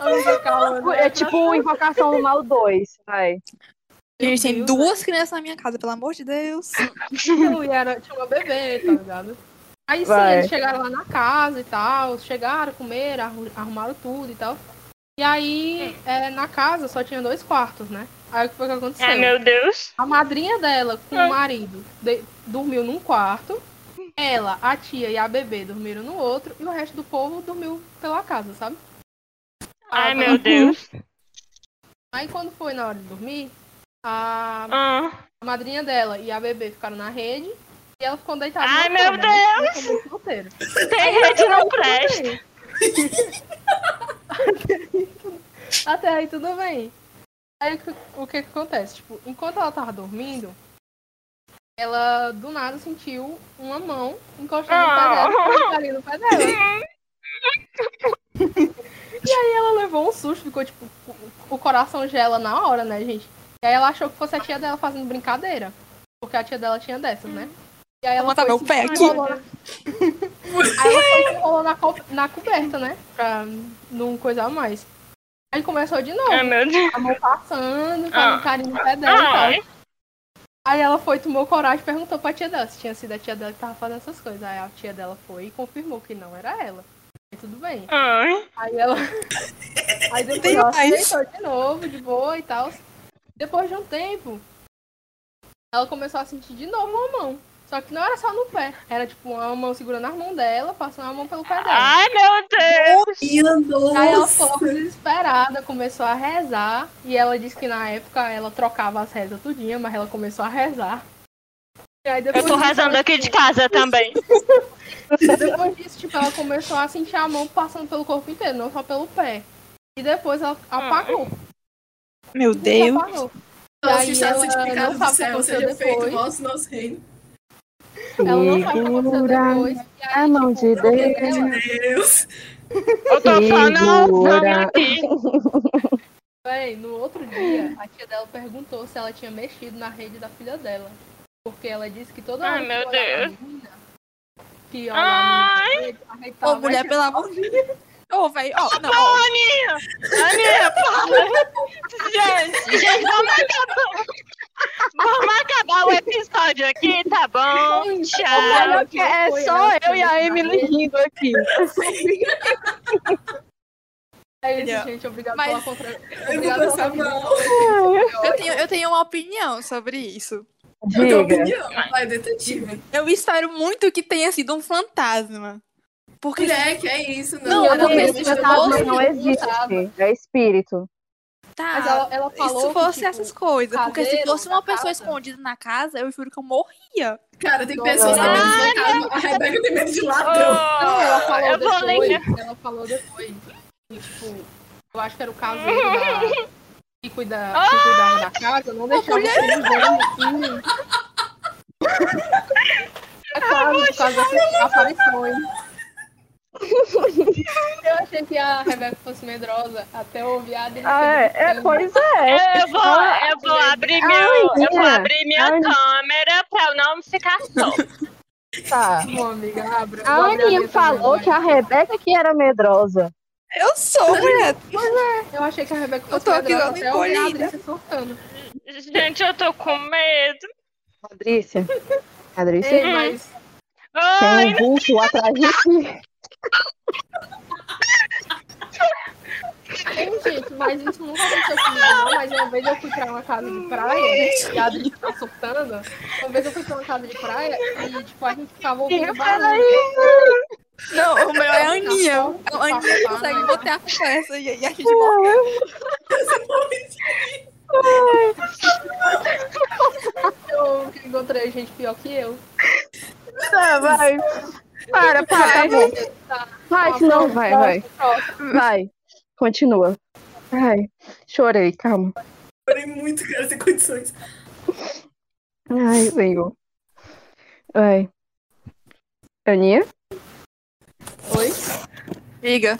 Speaker 2: Vamos ficar olhando.
Speaker 5: É tipo Invocação do Mal 2, vai.
Speaker 1: Gente, tem
Speaker 2: Deus,
Speaker 1: duas crianças na minha casa, pelo amor de Deus.
Speaker 2: Não, e era, tinha uma bebê, tá ligado? Aí sim,
Speaker 5: Vai.
Speaker 2: eles chegaram lá na casa e tal, chegaram, comeram, arru- arrumaram tudo e tal. E aí, é, na casa só tinha dois quartos, né? Aí o que foi que aconteceu?
Speaker 3: (laughs) Ai, É, meu É. Deus.
Speaker 2: A madrinha dela com o marido de- dormiu num quarto. Ela, a tia e a bebê dormiram no outro. E o resto do povo dormiu pela casa, sabe? Ah, tá
Speaker 3: Ai, meu Deus.
Speaker 2: Aí quando foi na hora de dormir, a
Speaker 3: Ah.
Speaker 2: a madrinha dela e a bebê ficaram na rede. E ela ficou deitada.
Speaker 3: Ai,
Speaker 2: na
Speaker 3: meu
Speaker 2: cama, né? Ficou muito solteira.
Speaker 3: Tem rede não presta.
Speaker 2: Até aí tudo bem. Aí o que- o que que acontece? Tipo, enquanto ela tava dormindo, ela do nada sentiu uma mão encostando
Speaker 3: Ah.
Speaker 2: no pé dela, e ali no pé dela. e aí ela levou um susto, ficou tipo, o- o coração gela na hora, né, gente? E aí ela achou que fosse a tia dela fazendo brincadeira. Porque a tia dela tinha dessas, né? E aí ela
Speaker 1: Vou botar
Speaker 2: foi
Speaker 1: meu
Speaker 2: se
Speaker 1: pé aqui.
Speaker 2: enrolou na- (laughs) Aí ela foi se enrolou na, co- na coberta, né? Pra não coisar mais. Aí começou de novo
Speaker 3: Ai, meu Deus.
Speaker 2: a mão passando, fazendo
Speaker 3: Ah.
Speaker 2: carinho Tá no pé dela e
Speaker 3: Ai,
Speaker 2: tal. Aí ela foi, tomou coragem e perguntou pra tia dela se tinha sido a tia dela que tava fazendo essas coisas. Aí a tia dela foi e confirmou que não era ela. E tudo bem. Aí
Speaker 3: ai.
Speaker 1: (laughs)
Speaker 2: ela. Aí depois
Speaker 1: Tem
Speaker 2: ela
Speaker 1: mais.
Speaker 2: aceitou de novo, de boa e tal. Depois de um tempo, ela começou a sentir de novo uma mão. Só que não era só no pé. Era tipo uma mão segurando a mão dela, passando a mão pelo pé dela.
Speaker 3: Ai, meu Deus.
Speaker 2: Aí ela ficou desesperada, começou a rezar. E ela disse que na época ela trocava as rezas tudinha, mas ela começou a rezar. E Aí
Speaker 3: Eu
Speaker 2: depois
Speaker 3: tô
Speaker 2: disso,
Speaker 3: rezando
Speaker 2: ela,
Speaker 3: aqui de
Speaker 2: tipo,
Speaker 3: casa também.
Speaker 2: Depois disso, tipo, ela começou a sentir a mão passando pelo corpo inteiro, não só pelo pé. E depois ela
Speaker 3: Ah,
Speaker 2: apagou.
Speaker 3: é.
Speaker 1: Meu Deus.
Speaker 2: apagou.
Speaker 4: Nossa,
Speaker 2: aí
Speaker 4: isso é
Speaker 2: ela
Speaker 4: santificado
Speaker 2: não
Speaker 4: do
Speaker 2: sabe
Speaker 4: céu,
Speaker 2: o que
Speaker 4: seja
Speaker 2: aconteceu
Speaker 4: feito
Speaker 2: depois.
Speaker 4: vosso nosso reino.
Speaker 2: Ela não sabe o que aconteceu depois.
Speaker 5: Segura
Speaker 2: E aí,
Speaker 5: a mão
Speaker 2: tipo,
Speaker 5: de
Speaker 2: o
Speaker 5: Deus.
Speaker 2: problema dela
Speaker 4: Deus.
Speaker 3: Eu tô falando né, não,
Speaker 5: Segura.
Speaker 2: Tá
Speaker 3: aqui.
Speaker 2: Véi, no outro dia, a tia dela perguntou se ela tinha mexido na rede da filha dela. Porque ela disse que toda
Speaker 3: Ai,
Speaker 2: hora
Speaker 3: meu
Speaker 2: que olhava a
Speaker 3: Deus. Ah!
Speaker 2: menina, que olhava a menina, rede, a rede
Speaker 1: Ô,
Speaker 2: tava
Speaker 1: mulher,
Speaker 2: mexendo.
Speaker 1: pelo amor de Deus. Ô, velho, ó, não, ó.
Speaker 3: Aninha! Aninha, para! Gente, gente, vamos acabar. Vamos acabar o episódio aqui, tá bom? Tchau.
Speaker 2: Porque é só eu e a Emily
Speaker 1: rindo aqui.
Speaker 2: É isso,
Speaker 1: Entendeu?
Speaker 2: gente. Obrigado
Speaker 1: Mas-
Speaker 2: pela contra...
Speaker 4: Eu vou
Speaker 2: Obrigado pela
Speaker 4: passar
Speaker 2: contra-
Speaker 4: mal.
Speaker 1: Eu tenho, eu tenho uma opinião sobre isso.
Speaker 4: Eu tenho
Speaker 5: Diga.
Speaker 4: opinião. Vai, detetive.
Speaker 1: Eu espero muito que tenha sido um fantasma. Porque
Speaker 4: Mulher, que é isso?
Speaker 1: Não,
Speaker 4: eu
Speaker 2: ela
Speaker 5: Porque
Speaker 1: mesmo
Speaker 5: esse
Speaker 1: já
Speaker 5: fantasma
Speaker 1: tava
Speaker 5: não existe. É espírito.
Speaker 1: tá.
Speaker 2: Mas ela, ela falou
Speaker 1: se
Speaker 5: um
Speaker 2: que,
Speaker 1: fosse
Speaker 2: tipo,
Speaker 1: essas coisas, porque se
Speaker 2: caveira
Speaker 1: fosse
Speaker 2: na
Speaker 1: uma pessoa
Speaker 2: casa.
Speaker 1: escondida na casa, eu juro que eu morria.
Speaker 4: Cara, tem
Speaker 2: Não,
Speaker 4: pessoas que
Speaker 3: não. Ah.
Speaker 4: têm medo de fantasma. A Rebeca tem medo de ladrão.
Speaker 2: Não, ela falou
Speaker 3: eu vou
Speaker 2: depois.
Speaker 3: ler.
Speaker 2: Ela falou depois. E, tipo, eu acho que era o
Speaker 5: (laughs)
Speaker 2: caseiro da... que, cuida...
Speaker 5: Ah!
Speaker 2: que cuidava da casa, não deixava os filhos dele
Speaker 5: (laughs)
Speaker 2: assim. É claro, por causa dessas aparições. Eu achei que a Rebeca fosse medrosa até ouvir a dele.
Speaker 5: Ah, é, é, pois é.
Speaker 3: Eu vou, eu vou abrir meu, eu vou
Speaker 5: Aninha,
Speaker 3: abrir minha
Speaker 5: Aninha.
Speaker 3: câmera pra eu não ficar só.
Speaker 5: Tá.
Speaker 2: Uma amiga, abre,
Speaker 5: A Aninha falou que a Rebeca que era medrosa.
Speaker 1: Eu sou, mulher.
Speaker 2: Eu achei que a Rebeca
Speaker 1: Eu
Speaker 2: fosse
Speaker 1: tô aqui
Speaker 2: medrosa
Speaker 1: dando
Speaker 2: até ouvir a
Speaker 1: encolhida.
Speaker 2: Adri se soltando.
Speaker 3: Gente, eu tô com medo.
Speaker 5: Adrícia.
Speaker 1: É,
Speaker 5: Adrícia,
Speaker 2: Ei, mas
Speaker 3: Ai,
Speaker 5: tem um vulto atrás de ti.
Speaker 2: Tem, gente, mas isso nunca aconteceu comigo, não. Mas uma vez eu fui pra uma casa de praia, e a gente tá surtando. Uma vez eu fui pra uma casa de praia e, tipo, a gente ficava ouvindo barulho.
Speaker 1: Não, o meu é a Aninha.
Speaker 2: Tá bom,
Speaker 1: A Aninha
Speaker 2: tá bom.
Speaker 1: consegue botar a conversa e, e a gente morre.
Speaker 2: Eu encontrei gente pior que eu.
Speaker 5: Tá, vai. Para, para, tá bom. Vai,
Speaker 2: Tá,
Speaker 5: senão
Speaker 2: próximo,
Speaker 5: vai, vai.
Speaker 2: próximo, próximo.
Speaker 5: Vai. Continua. Ai, chorei, calma.
Speaker 4: Chorei muito, cara, sem condições.
Speaker 5: Ai, senhor. Ai. Aninha?
Speaker 2: Oi?
Speaker 1: Diga.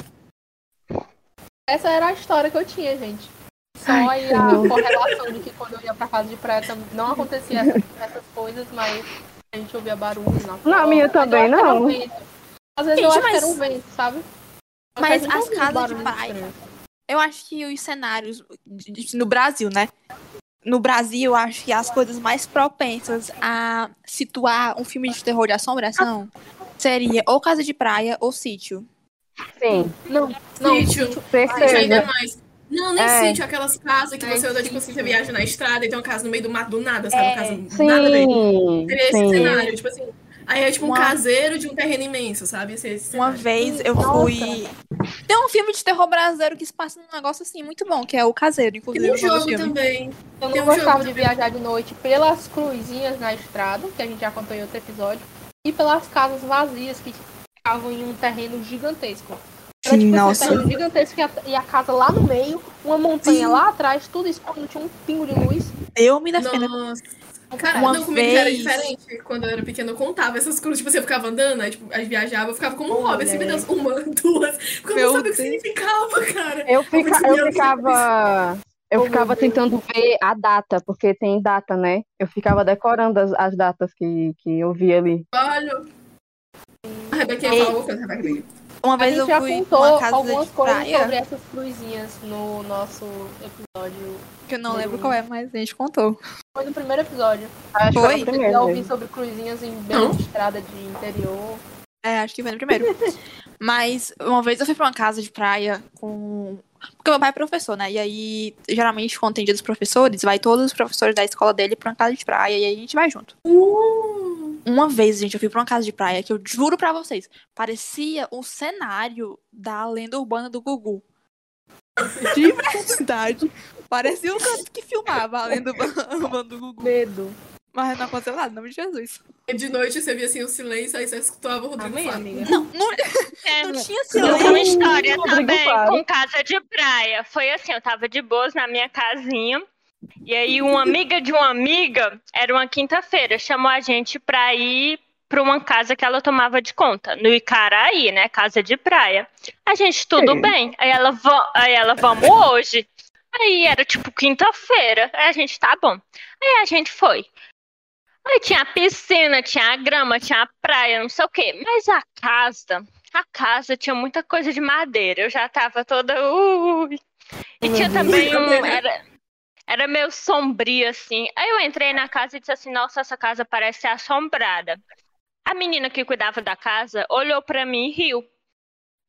Speaker 2: Essa era a história que eu tinha, gente. Só aí a
Speaker 5: não.
Speaker 2: correlação de que quando eu ia pra casa de praia tam- não acontecia essas, essas coisas, mas a gente ouvia barulho na
Speaker 5: Não, a minha
Speaker 2: porta, mas eu
Speaker 5: também
Speaker 2: acho que era um
Speaker 5: não.
Speaker 2: vento. Às vezes eu
Speaker 1: Gente,
Speaker 2: acho que era
Speaker 1: mas-
Speaker 2: um vento, sabe? Eu
Speaker 1: Mas
Speaker 2: quase nunca
Speaker 1: as
Speaker 2: ouvi
Speaker 1: casas de
Speaker 2: barulho
Speaker 1: praia-
Speaker 2: estranho.
Speaker 1: Eu acho que os cenários de- de- no Brasil, né? No Brasil, eu acho que as coisas mais propensas a situar um filme de terror de assombração seria ou casa de praia ou sítio.
Speaker 5: Sim,
Speaker 2: Não,
Speaker 4: Sítio. Sítio ainda
Speaker 5: certeza.
Speaker 4: mais. Não, nem
Speaker 5: É.
Speaker 4: sítio, aquelas casas que
Speaker 2: É,
Speaker 4: você anda, tipo assim,
Speaker 2: sítio.
Speaker 4: você viaja na estrada e tem uma casa no meio do mato do nada, sabe? Uma casa nada dentro.
Speaker 5: Sim,
Speaker 4: Seria esse
Speaker 5: sim.
Speaker 4: cenário, tipo assim. Aí é tipo um
Speaker 1: Uma-
Speaker 4: caseiro de um terreno imenso, sabe? Esse, esse
Speaker 1: Uma
Speaker 4: cenário.
Speaker 1: vez eu fui. Tem um filme de terror brasileiro que se passa num negócio assim muito bom, que é o Caseiro, inclusive.
Speaker 4: Tem um
Speaker 1: o nome do
Speaker 4: jogo
Speaker 1: filme.
Speaker 4: também.
Speaker 2: Eu
Speaker 4: Tem
Speaker 2: não
Speaker 4: um
Speaker 2: gostava
Speaker 4: jogo
Speaker 2: de viajar de noite pelas cruzinhas na estrada, que a gente já contou em outro episódio, e pelas casas vazias que ficavam em um terreno gigantesco. Era tipo
Speaker 1: Nossa.
Speaker 2: um terreno gigantesco e a, e a casa lá no meio, uma montanha
Speaker 4: Sim.
Speaker 2: lá atrás, tudo isso quando tinha um pingo de luz.
Speaker 1: Eu me defendo.
Speaker 4: Nossa. Cara,
Speaker 1: Uma
Speaker 4: não, comigo já era
Speaker 1: vez.
Speaker 4: diferente. Quando eu era pequena, eu contava essas coisas. Tipo, assim, eu ficava andando, aí, tipo, aí viajava, eu ficava como um hobby, assim, meu Deus, uma, (laughs) duas. Porque eu
Speaker 1: Meu
Speaker 4: não sabia o que
Speaker 1: Deus.
Speaker 4: significava, cara.
Speaker 5: Eu, fica- eu ficava. Eu
Speaker 2: Oh,
Speaker 5: ficava
Speaker 2: meu Deus.
Speaker 5: tentando ver a data, porque tem data, né? Eu ficava decorando as, as datas que, que eu vi ali.
Speaker 4: Olha. A Rebequinha
Speaker 1: Ei.
Speaker 4: falou alguma coisa, Rebeca. dele.
Speaker 1: Uma
Speaker 2: A
Speaker 1: vez
Speaker 2: gente
Speaker 1: eu
Speaker 2: já
Speaker 1: fui numa
Speaker 2: contou
Speaker 1: casa
Speaker 2: algumas
Speaker 1: de
Speaker 2: coisas
Speaker 1: praia,
Speaker 2: sobre essas cruzinhas no nosso episódio.
Speaker 1: que eu não lembro qual é, mas a gente contou.
Speaker 2: Foi no primeiro episódio.
Speaker 5: Acho que
Speaker 1: Foi?
Speaker 5: era o
Speaker 2: Se
Speaker 5: primeiro.
Speaker 2: quiser ouvir
Speaker 1: né?
Speaker 5: mesmo.
Speaker 2: sobre cruzinhas em beira
Speaker 4: Não.
Speaker 2: de estrada de interior.
Speaker 1: É, acho que foi no primeiro. mas uma vez eu fui pra uma casa de praia com. Porque meu pai é professor, né? E aí, geralmente, quando tem dia dos professores, vai todos os professores da escola dele pra uma casa de praia e aí a gente vai junto. Uma vez, gente, eu fui pra uma casa de praia que eu juro pra vocês, parecia um cenário da lenda urbana do Gugu. De verdade. Parecia um canto que filmava a lenda urbana do Gugu.
Speaker 2: Medo.
Speaker 6: Mas não aconteceu nada, em nome de Jesus.
Speaker 4: E de noite você via assim o silêncio, aí você escutava o Rodrigo
Speaker 2: Amém,
Speaker 4: falar.
Speaker 2: amiga.
Speaker 6: Não, não,
Speaker 3: É,
Speaker 6: não tinha
Speaker 3: Eu
Speaker 6: silêncio.
Speaker 3: tenho uma história
Speaker 5: Rodrigo
Speaker 3: também
Speaker 5: Faro.
Speaker 3: com casa de praia. Foi assim, eu tava de boas na minha casinha. E aí uma amiga de uma amiga, era uma quinta-feira, chamou a gente pra ir pra uma casa que ela tomava de conta, no Icaraí, né, casa de praia. A gente, tudo
Speaker 5: Sim.
Speaker 3: bem. Aí ela, "Va- aí ela, vamos hoje. Aí era tipo quinta-feira. Aí a gente, tá bom. Aí a gente foi. Aí tinha a piscina, tinha a grama, tinha a praia, não sei o quê. Mas a casa, a casa tinha muita coisa de madeira. Eu já tava toda. Ui. E tinha também um. Era, era meio sombrio, assim. Aí eu entrei na casa e disse assim: Nossa, essa casa parece ser assombrada. A menina que cuidava da casa olhou pra mim e riu.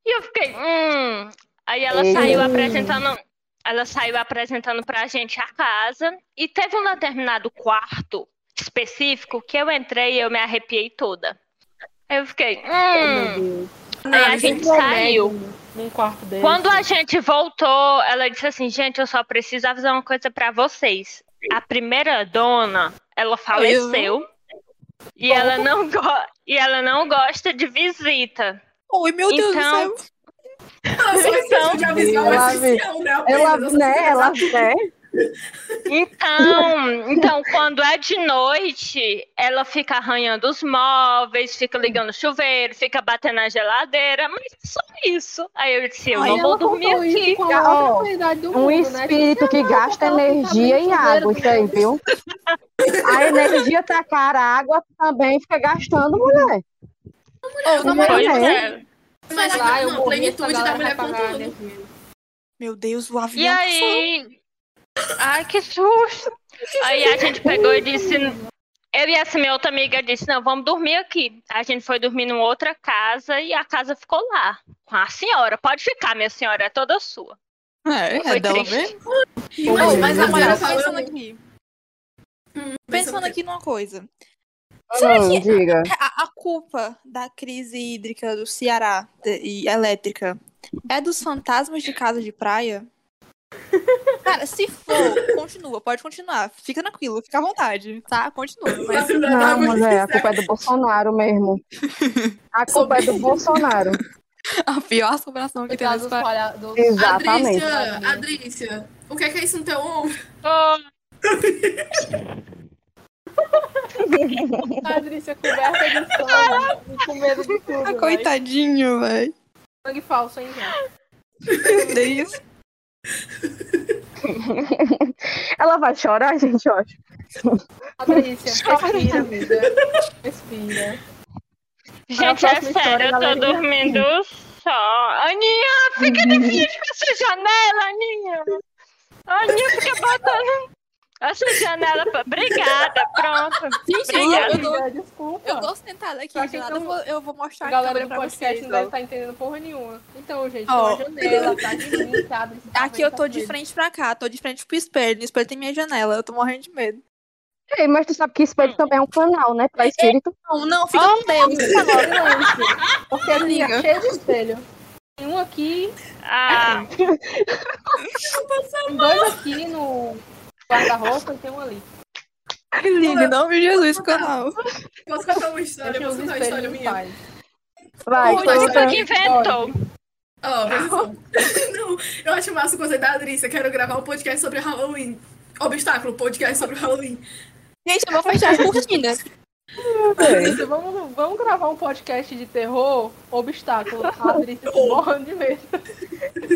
Speaker 3: E eu fiquei. Hum. Aí ela
Speaker 5: Eita.
Speaker 3: saiu apresentando. Ela saiu apresentando pra gente a casa. E teve um determinado quarto específico que eu entrei e eu me arrepiei toda. Eu fiquei. Hum.
Speaker 1: né,
Speaker 3: Aí a
Speaker 4: Análise.
Speaker 3: gente saiu.
Speaker 2: Num quarto dele.
Speaker 3: Quando a gente voltou, ela disse assim: gente, eu só preciso avisar uma coisa pra vocês. A primeira dona, ela faleceu. E ela, não go- e ela não gosta de visita.
Speaker 6: Oi, meu Deus
Speaker 3: Então-
Speaker 6: do céu.
Speaker 4: Ela só
Speaker 1: então
Speaker 4: esqueceu de avisar o
Speaker 5: Ela-
Speaker 4: essencial, né? apenas,
Speaker 5: Ela,
Speaker 4: ela só
Speaker 5: né,
Speaker 4: esqueceu.
Speaker 5: ela, né?
Speaker 3: Então, então, quando é de noite, ela fica arranhando os móveis, fica ligando o chuveiro, fica batendo na geladeira, mas é só isso. Aí eu disse, eu
Speaker 6: Ai,
Speaker 3: não
Speaker 6: ela
Speaker 3: vou dormir
Speaker 2: contou isso
Speaker 3: aqui.
Speaker 2: com a maior
Speaker 5: Ó,
Speaker 2: tranquilidade do
Speaker 5: Um
Speaker 2: mundo, né?
Speaker 5: espírito que gasta energia em água, isso aí, viu? A energia tá cara, a água também fica gastando, mulher.
Speaker 6: Ô, na moral,
Speaker 3: Pois
Speaker 5: né?
Speaker 3: é.
Speaker 4: Mas
Speaker 2: lá, eu
Speaker 4: a
Speaker 2: morri,
Speaker 4: plenitude
Speaker 2: essa
Speaker 4: da
Speaker 2: galera
Speaker 4: mulher
Speaker 2: vai
Speaker 4: com
Speaker 2: pagar,
Speaker 4: tudo.
Speaker 2: né?
Speaker 6: Meu Deus, o avião. tá
Speaker 3: E aí? Ai, que susto! Aí a gente pegou e disse. Eu e essa minha outra amiga disse: não, vamos dormir aqui. A gente foi dormir numa outra casa e a casa ficou lá. Com a senhora. Pode ficar, minha senhora, é toda sua.
Speaker 6: É,
Speaker 3: Foi
Speaker 6: é dela
Speaker 3: triste.
Speaker 6: mesmo.
Speaker 4: Mas, mas
Speaker 6: um
Speaker 4: a
Speaker 5: Meu
Speaker 4: mulher
Speaker 5: Deus.
Speaker 4: falando
Speaker 6: pensando
Speaker 4: aqui.
Speaker 6: aqui, Hum, pensando aqui numa coisa. É,
Speaker 5: Hum, diga.
Speaker 6: A, a culpa da crise hídrica do Ceará de- e elétrica é dos fantasmas de casa de (laughs) praia? Cara, se for, continua, pode continuar. Fica tranquilo, fica à vontade, tá? Continua. Mas (laughs)
Speaker 5: Não, mulher, a culpa é do Bolsonaro mesmo. A culpa é do
Speaker 2: (laughs)
Speaker 5: Bolsonaro.
Speaker 6: a pior assombração que tem
Speaker 2: Coitado
Speaker 6: nesse
Speaker 2: dos
Speaker 6: país.
Speaker 2: palha- dos-
Speaker 5: Exatamente.
Speaker 4: Adrícia, Adrícia, o que é que é isso no teu ombro?
Speaker 3: Oh,
Speaker 2: Patrícia coberta de sono e com medo de tudo.
Speaker 6: Ah,
Speaker 2: né?
Speaker 6: coitadinho, velho.
Speaker 2: Sangue falso, hein, gente?
Speaker 6: Meu Deus.
Speaker 5: Ela vai chorar, (laughs) gente, eu acho.
Speaker 2: Patrícia,
Speaker 6: (laughs)
Speaker 2: respira, amiga. Respira.
Speaker 3: gente,
Speaker 2: a
Speaker 3: é
Speaker 2: próxima história,
Speaker 3: sério, eu tô
Speaker 2: galerinha.
Speaker 3: dormindo só. Aninha, fica de frente com essa janela, Aninha. Aninha, fica botando essa janela. pra- Obrigada, pronto.
Speaker 6: Gente, eu,
Speaker 3: Obrigada.
Speaker 6: eu, dou-
Speaker 2: Amiga, desculpa.
Speaker 6: eu tô sentada aqui,
Speaker 2: Só que
Speaker 6: gelada,
Speaker 2: então,
Speaker 6: eu, vou, eu vou mostrar
Speaker 2: A
Speaker 6: a
Speaker 2: galera
Speaker 6: câmera
Speaker 2: do
Speaker 6: pra
Speaker 2: podcast
Speaker 6: vocês.
Speaker 2: não deve
Speaker 6: ó.
Speaker 2: estar entendendo porra nenhuma. Então, gente,
Speaker 6: Ó.
Speaker 2: tem uma janela tá de mim, sabe? Tá
Speaker 6: Aqui eu
Speaker 2: vendo,
Speaker 6: tô
Speaker 2: tá
Speaker 6: de
Speaker 2: vendo.
Speaker 6: frente pra cá, tô de frente pro espelho, no espelho tem minha janela, eu tô morrendo de medo.
Speaker 5: Ei, mas tu sabe que espelho também é um canal, né? Pra espírito.
Speaker 6: Não, não, fica com Deus.
Speaker 2: Tá bom, silêncio. Porque assim,
Speaker 6: Amiga.
Speaker 2: é cheio de espelho. Tem um aqui,
Speaker 3: Ah,
Speaker 2: tem dois aqui no guarda-roupa e tem um ali.
Speaker 6: Que lindo, em nome de Jesus, canal.
Speaker 4: Posso contar uma história?
Speaker 2: Deixa
Speaker 4: Posso
Speaker 2: os
Speaker 4: contar uma história
Speaker 2: espelhos em
Speaker 4: minha?
Speaker 2: paz.
Speaker 5: Vai,
Speaker 4: Oi,
Speaker 3: onde foi
Speaker 5: conta.
Speaker 3: que inventou?
Speaker 4: Ó, presta atenção. (laughs) Não, eu acho massa o conceito da Adrícia. Quero gravar um podcast sobre Halloween. Obstáculo, podcast sobre Halloween.
Speaker 6: Gente, eu vou fechar as (laughs) cortinas.
Speaker 2: Gente, vamos, vamos gravar um podcast de terror, obstáculo. A Adrícia se morrendo de medo.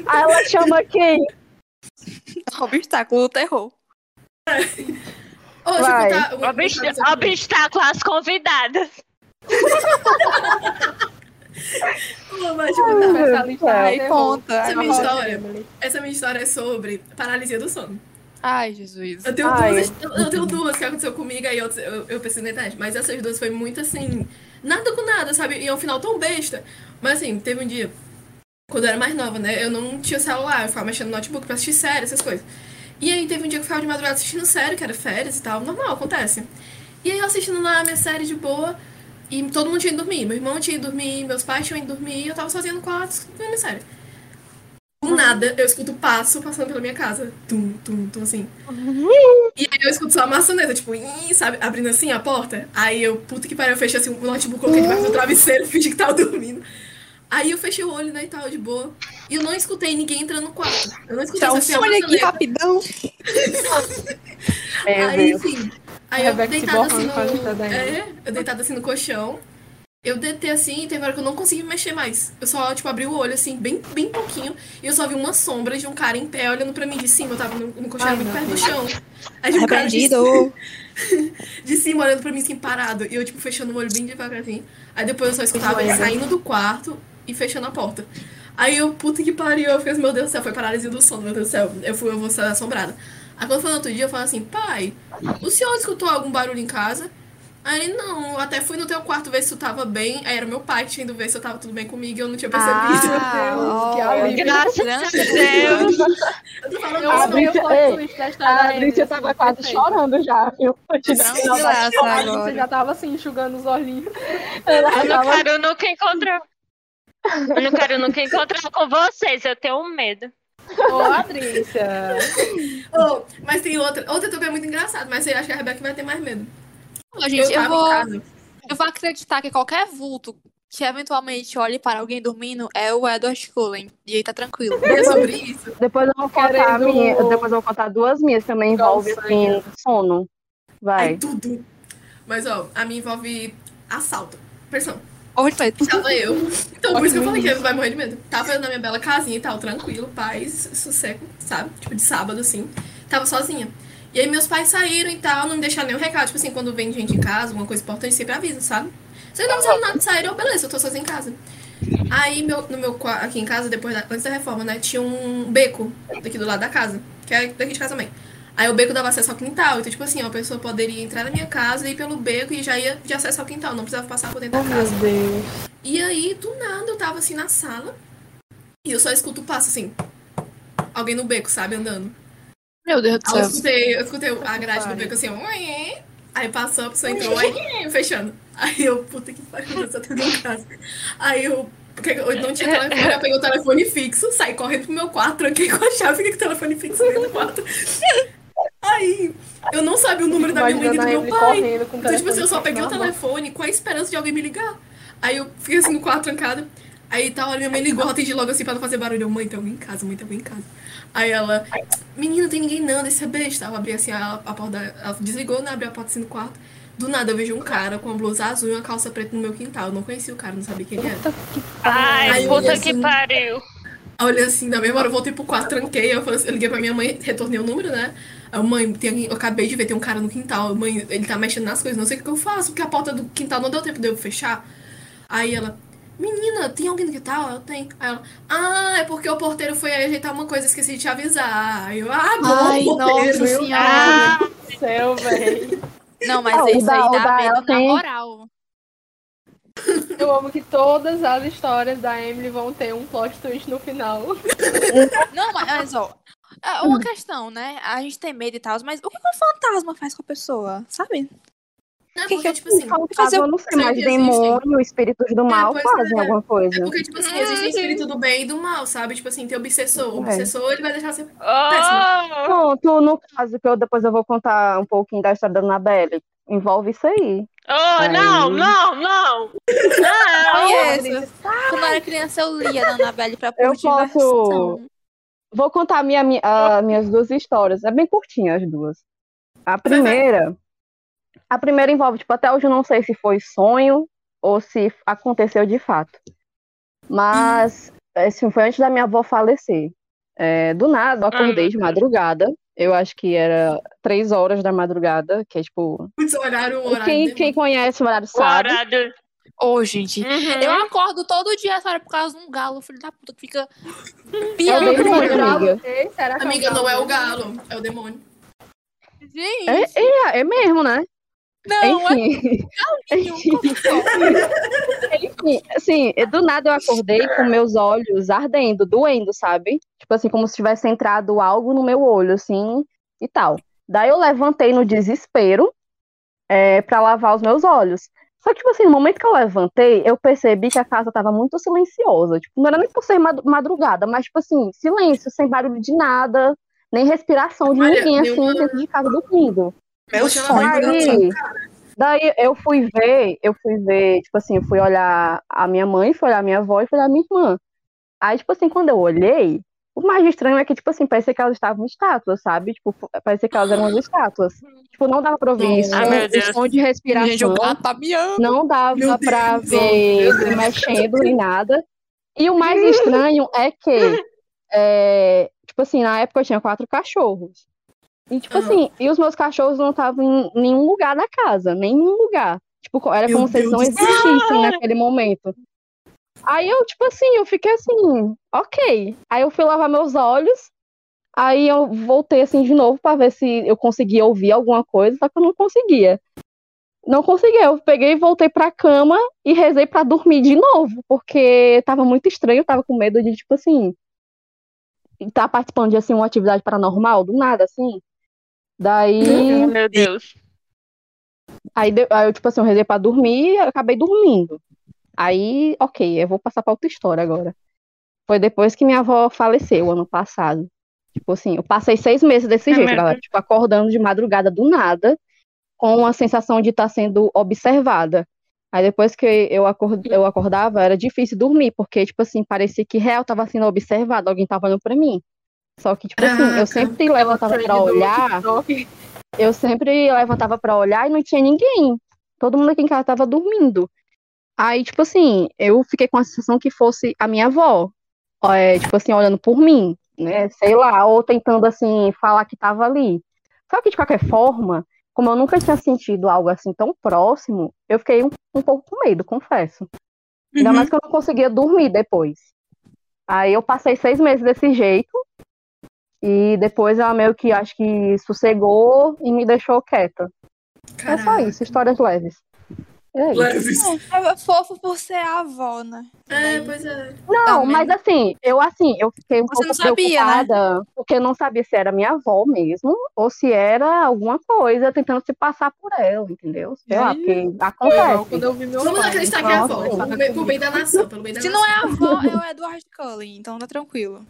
Speaker 5: Aí ela chama quem?
Speaker 6: Obstáculo, terror.
Speaker 4: Ó, deixa eu
Speaker 5: Vai.
Speaker 4: contar uma-
Speaker 3: Obst-
Speaker 4: uma-
Speaker 3: Obstáculo às convidadas.
Speaker 4: uma- uma- deixa eu contar.
Speaker 2: Especialista
Speaker 6: Ai,
Speaker 2: em terror.
Speaker 6: conta.
Speaker 2: Essa
Speaker 6: Ai,
Speaker 2: é a
Speaker 4: minha
Speaker 2: Rosa
Speaker 4: história.
Speaker 2: Emily.
Speaker 4: Essa minha história é sobre paralisia do sono.
Speaker 6: Ai, Jesus.
Speaker 4: Eu tenho,
Speaker 5: Ai.
Speaker 4: duas, eu, eu tenho duas que aconteceu comigo aí eu, eu, eu pensei na internet. Mas essas duas foi muito assim. Nada com nada, sabe? E é um final tão besta. Mas assim, teve um dia. Quando eu era mais nova, né? Eu não tinha celular, eu ficava mexendo no notebook pra assistir série, essas coisas. E aí teve um dia que eu ficava de madrugada assistindo série, que era férias e tal, normal, acontece. E aí eu assistindo lá a minha série de boa, e todo mundo tinha ido dormir. Meu irmão tinha ido dormir, meus pais tinham ido dormir, e eu tava sozinha no quarto, vendo série. Do nada, eu escuto passo passando pela minha casa. Tum, tum, tum, assim. E aí eu escuto só a maçaneta, tipo, "Ih", sabe? Abrindo assim a porta. Aí eu, puta que pariu, eu fechei assim o notebook, coloquei debaixo do travesseiro, (laughs) fingi que tava dormindo. Aí eu fechei o olho, né, e tal, de boa. E eu não escutei ninguém entrando no quarto. Eu não escutei
Speaker 6: Então,
Speaker 4: essa assim, a
Speaker 6: olha aqui
Speaker 4: maçaneta.
Speaker 6: rapidão.
Speaker 5: Meu
Speaker 4: aí,
Speaker 5: Deus.
Speaker 4: enfim. Aí eu
Speaker 2: Rebeca se
Speaker 4: deitada assim
Speaker 2: borrando com a ajuda
Speaker 4: no.
Speaker 2: da
Speaker 4: É, eu deitada assim no colchão. Eu deitei assim e teve hora que eu não consegui me mexer mais. Eu só, tipo, abri o olho, assim, bem, bem pouquinho. E eu só vi uma sombra de um cara em pé olhando pra mim de cima. Eu tava no, no colchão,
Speaker 2: Ai,
Speaker 4: era muito
Speaker 2: meu
Speaker 4: perto do
Speaker 2: Deus.
Speaker 4: chão. Aí de um cara de,
Speaker 6: Arrependido.
Speaker 4: de cima olhando pra mim, assim, parado. E eu, tipo, fechando o olho bem devagar, assim. Aí depois eu só escutava ele saindo do quarto e fechando a porta. Aí eu, puta que pariu, eu fiquei assim, meu Deus do céu, foi paralisia do sono, meu Deus do céu. Eu, fui, eu vou ser assombrada. Aí quando foi no outro dia, eu falei assim, pai, o senhor escutou algum barulho em casa? Aí ele, não, eu até fui no teu quarto ver se tu tava bem. Aí era meu pai que tinha ido ver se eu tava tudo bem comigo e eu não tinha percebido.
Speaker 1: Ah,
Speaker 4: (laughs)
Speaker 2: Deus, que
Speaker 6: ó,
Speaker 2: alívio.
Speaker 6: graças a Deus.
Speaker 4: Eu tô falando
Speaker 2: Eu
Speaker 5: A
Speaker 2: amei o
Speaker 5: Brícia-
Speaker 2: plot
Speaker 5: ei,
Speaker 2: twist da história
Speaker 5: A
Speaker 2: da
Speaker 5: Brícia
Speaker 2: Evelyn,
Speaker 5: tava
Speaker 2: foi
Speaker 5: quase
Speaker 2: perfeito.
Speaker 5: chorando já, viu?
Speaker 6: Tranquilaça
Speaker 2: A Brícia
Speaker 6: agora.
Speaker 2: já tava assim, enxugando os olhinhos.
Speaker 3: Eu não
Speaker 5: Ela tava-
Speaker 3: quero nunca encontrar. Eu não quero nunca encontrar com vocês, eu tenho medo.
Speaker 2: Ô, a Brícia.
Speaker 4: Oh, mas tem outra. Outra também é muito engraçada, mas eu acho que a Rebeca vai ter mais medo.
Speaker 6: Não, gente, eu
Speaker 4: tava em
Speaker 6: vou,
Speaker 4: casa.
Speaker 6: eu vou acreditar que qualquer vulto que eventualmente olhe para alguém dormindo é o Edward Cullen. E aí tá tranquilo.
Speaker 4: É sobre isso.
Speaker 5: Depois eu vou contar a
Speaker 2: Querendo-
Speaker 5: minha, depois eu vou contar duas minhas que também envolve
Speaker 2: Calcinha.
Speaker 5: assim, sono.
Speaker 4: Ai,
Speaker 5: Vai.
Speaker 4: tudo. Mas, ó, a minha envolve assalto. Pressão.
Speaker 6: Ou então,
Speaker 4: Tava eu. Então, por
Speaker 2: Ótimo
Speaker 4: isso que eu falei que vai morrer de medo. Tava eu na minha bela casinha e tal, tranquilo, paz, sossego, sabe? Tipo, de sábado, assim. Tava sozinha. E aí meus pais saíram e tal, não me deixaram nenhum recado. Tipo assim, quando vem gente em casa, alguma coisa importante, sempre avisa, sabe? Se eu não precisava nada de sair, eu, beleza, eu tô sozinha em casa. Aí, meu, no meu, qua- aqui em casa, depois da- antes da reforma, né, tinha um beco daqui do lado da casa, que é daqui de casa também. Aí o beco dava acesso ao quintal, então, tipo assim, ó, a pessoa poderia entrar na minha casa, ir pelo beco e já ia de acesso ao quintal, não precisava passar por dentro da casa.
Speaker 2: Deus.
Speaker 4: E aí, do nada, eu tava assim na sala e eu só escuto o passo assim. Alguém no beco, sabe, andando.
Speaker 6: meu Deus do
Speaker 4: Aí eu
Speaker 6: céu.
Speaker 4: escutei, eu escutei a grade do
Speaker 2: pariu.
Speaker 4: beco assim, ué. Aí passou, a pessoa entrou, ué, fechando. Aí eu, puta que pariu, eu só tô em casa. Aí eu, porque eu não tinha telefone, eu peguei o telefone fixo, saí correndo pro meu quarto, tranquei com a chave, fiquei com o telefone fixo dentro do quarto. Aí, eu não sabia o número da minha mãe e
Speaker 2: Imaginando
Speaker 4: do
Speaker 2: a
Speaker 4: tá meu
Speaker 2: Evelyn
Speaker 4: pai.
Speaker 2: correndo com o
Speaker 4: Então, tipo assim, eu só
Speaker 2: telefone
Speaker 4: peguei o
Speaker 2: na mão.
Speaker 4: telefone com a esperança de alguém me ligar. Aí eu fiquei assim no quarto trancado. Aí tal, hora minha mãe ligou, eu atendi logo assim pra não fazer barulho. Eu, mãe, tem alguém em casa, mãe, tem alguém em casa. Aí ela, menina, tem ninguém não, deixa besta. Eu abri assim a, a porta, ela desligou, né, abriu a porta assim no quarto. Do nada eu vejo um cara com uma blusa azul e uma calça preta no meu quintal. Eu não conhecia o cara, não sabia quem ele era.
Speaker 3: Ai,
Speaker 4: Ai,
Speaker 3: puta
Speaker 4: Deus.
Speaker 3: que pariu.
Speaker 4: Aí eu olhei assim, da mesma hora eu voltei pro quarto, tranquei. Eu, falei assim- eu liguei pra minha mãe, retornei o número, né? Aí, eu, mãe, tem alguém, eu acabei de ver, tem um cara no quintal. Mãe, ele tá mexendo nas coisas, não sei o que que eu faço, porque a porta do quintal não deu tempo de eu fechar. Aí ela, menina, tem alguém no quintal? Eu tenho. Aí ela, ah, é porque o porteiro foi ajeitar uma coisa, esqueci de te avisar. Aí eu, ah, bom,
Speaker 6: Ai,
Speaker 4: porteiro. Né,
Speaker 6: nossa senhora.
Speaker 3: Ah,
Speaker 2: Céu, velho.
Speaker 6: Não, mas
Speaker 5: Ah, o
Speaker 6: isso aí
Speaker 5: da- o
Speaker 6: dá
Speaker 5: da
Speaker 6: medo,
Speaker 5: ela
Speaker 6: na
Speaker 5: tem-
Speaker 6: moral.
Speaker 2: Eu amo que todas as histórias da Emily vão ter um plot twist no final.
Speaker 6: Não, mas, mas ó, é
Speaker 5: Hum.
Speaker 6: uma questão, né? A gente tem medo e tal, mas o que que um fantasma faz com a pessoa, sabe?
Speaker 4: Não,
Speaker 6: que
Speaker 4: porque,
Speaker 6: que
Speaker 4: tipo assim,
Speaker 5: Fantasma, eu não sei,
Speaker 4: Sabe
Speaker 5: mas
Speaker 4: que
Speaker 5: demônio, espíritos do mal
Speaker 4: pois
Speaker 5: fazem
Speaker 4: é.
Speaker 5: alguma coisa.
Speaker 4: porque, tipo assim, existe espírito do bem e do mal, sabe? Tipo assim, tem obsessor. O
Speaker 5: É.
Speaker 4: obsessor, ele vai deixar você (laughs)
Speaker 3: oh,
Speaker 5: Pronto, no caso que eu depois eu vou contar um pouquinho da história da Anabelle. Envolve isso aí.
Speaker 3: oh, não, não, não. Não.
Speaker 6: Conheço. é Quando eu era criança, eu lia na Anabelle pra
Speaker 5: Eu
Speaker 6: pôr diversão.
Speaker 5: posso- Vou contar a minha, mi- a- minhas duas histórias. É bem curtinha as duas. A primeira. A primeira envolve, tipo, até hoje eu não sei se foi sonho ou se aconteceu de fato. Mas assim, foi antes da minha avó falecer. É, do nada, eu acordei de madrugada. Eu acho que era três horas da madrugada, que é tipo.
Speaker 4: Putz, olharam o horário.
Speaker 5: Quem,
Speaker 4: né?
Speaker 5: quem conhece o horário sabe.
Speaker 3: Corado.
Speaker 6: Ô, gente,
Speaker 1: Uhum.
Speaker 6: eu acordo todo dia essa hora por causa de um galo, filho da puta, que fica
Speaker 5: É o
Speaker 6: piando com
Speaker 5: demônio,
Speaker 6: o galo.
Speaker 5: amiga.
Speaker 2: Ei, Será que
Speaker 4: Amiga, não é o galo, é o demônio.
Speaker 6: Gente,
Speaker 5: É, é, é mesmo, né?
Speaker 6: não, é
Speaker 5: (laughs) Enfim.
Speaker 6: nenhum.
Speaker 5: Enfim, assim, do nada eu acordei com meus olhos ardendo, doendo, sabe? Tipo assim, como se tivesse entrado algo no meu olho, assim, e tal. Daí eu levantei no desespero é, para lavar os meus olhos. Só que, tipo assim, no momento que eu levantei, eu percebi que a casa tava muito silenciosa. Tipo, não era nem por ser madu- madrugada, mas, tipo assim, silêncio, sem barulho de nada, nem respiração de
Speaker 4: Olha,
Speaker 5: ninguém,
Speaker 4: eu
Speaker 5: assim,
Speaker 4: não-
Speaker 5: dentro de casa dormindo.
Speaker 1: Meu
Speaker 4: Ela
Speaker 1: sonho.
Speaker 4: vai
Speaker 2: É
Speaker 5: Aí-
Speaker 4: dançar.
Speaker 5: Daí eu fui ver, eu fui ver, tipo assim, eu fui olhar a minha mãe, fui olhar a minha avó e fui olhar a minha irmã. Aí, tipo assim, quando eu olhei, o mais estranho é que, tipo assim, parecia que elas estavam estátuas, sabe? Tipo, parecia que elas eram
Speaker 4: (gasps)
Speaker 5: as estátuas. Tipo, não dava pra ouvir
Speaker 4: Ah,
Speaker 5: som-
Speaker 3: meu Deus.
Speaker 5: som de
Speaker 1: Gente,
Speaker 5: respiração,
Speaker 1: o gato tá miando.
Speaker 5: não dava
Speaker 4: Meu
Speaker 5: pra
Speaker 4: Deus,
Speaker 5: ver
Speaker 4: meu Deus.
Speaker 5: mexendo nem nada. E o mais estranho é que, é, tipo assim, na época eu tinha quatro cachorros. E, tipo
Speaker 4: Ah.
Speaker 5: assim, e os meus cachorros não estavam em nenhum lugar da casa, nenhum lugar. Tipo, co- era
Speaker 4: Meu
Speaker 5: como se eles
Speaker 4: Deus
Speaker 5: não
Speaker 4: do céu.
Speaker 5: existissem naquele momento. Aí eu, tipo assim, eu fiquei assim, ok. Aí eu fui lavar meus olhos, aí eu voltei assim de novo pra ver se eu conseguia ouvir alguma coisa, só que eu não conseguia. Não conseguia, eu peguei e voltei pra cama e rezei pra dormir de novo, porque tava muito estranho, eu tava com medo de, tipo assim, estar participando de assim, uma atividade paranormal, do nada, assim. Daí.
Speaker 3: Meu Deus.
Speaker 5: Aí, de- aí eu, tipo assim, eu rezei pra dormir e eu acabei dormindo. Aí, ok, eu vou passar pra outra história agora. Foi depois que minha avó faleceu, ano passado. Tipo assim, eu passei seis meses desse
Speaker 3: É
Speaker 5: jeito,
Speaker 3: mesmo?
Speaker 5: galera. Tipo, acordando de madrugada do nada, com a sensação de estar sendo observada. Aí depois que eu, acor- eu acordava, era difícil dormir, porque, tipo assim, parecia que real tava sendo observado, alguém tava olhando pra mim. Só que, tipo assim,
Speaker 4: Caraca,
Speaker 5: eu sempre levantava pra
Speaker 2: Traindo o
Speaker 5: olhar.
Speaker 2: TikTok.
Speaker 5: Eu sempre levantava pra olhar e não tinha ninguém. Todo mundo aqui em casa tava dormindo. Aí, tipo assim, eu fiquei com a sensação que fosse a minha avó, ó, é, tipo assim, olhando por mim, né? Sei lá, ou tentando, assim, falar que tava ali. Só que, de qualquer forma, como eu nunca tinha sentido algo assim tão próximo, eu fiquei um, um pouco com medo, confesso. Ainda mais que eu não conseguia dormir depois. Aí eu passei seis meses desse jeito. E depois ela meio que acho que sossegou e me deixou quieta. É só
Speaker 4: Caraca.
Speaker 5: isso, histórias leves. É isso.
Speaker 4: Leves.
Speaker 1: É fofo por ser a avó, né?
Speaker 4: É, pois é.
Speaker 5: Não,
Speaker 1: Também.
Speaker 5: mas assim, eu assim, eu fiquei um
Speaker 1: Você
Speaker 5: pouco
Speaker 1: não sabia, né?
Speaker 5: preocupada, porque eu não sabia se era minha avó mesmo, ou se era alguma coisa tentando se passar por ela, entendeu? Sei lá,
Speaker 2: Ih,
Speaker 5: porque
Speaker 2: Não,
Speaker 5: acontece.
Speaker 2: quando eu vi meu
Speaker 4: Vamos
Speaker 2: pai,
Speaker 4: acreditar que é a avó.
Speaker 5: nossa.
Speaker 4: Pelo bem- pelo bem da nação, pelo bem da
Speaker 1: Se
Speaker 4: nação.
Speaker 1: não é a avó, é o Edward Cullen, então tá tranquilo.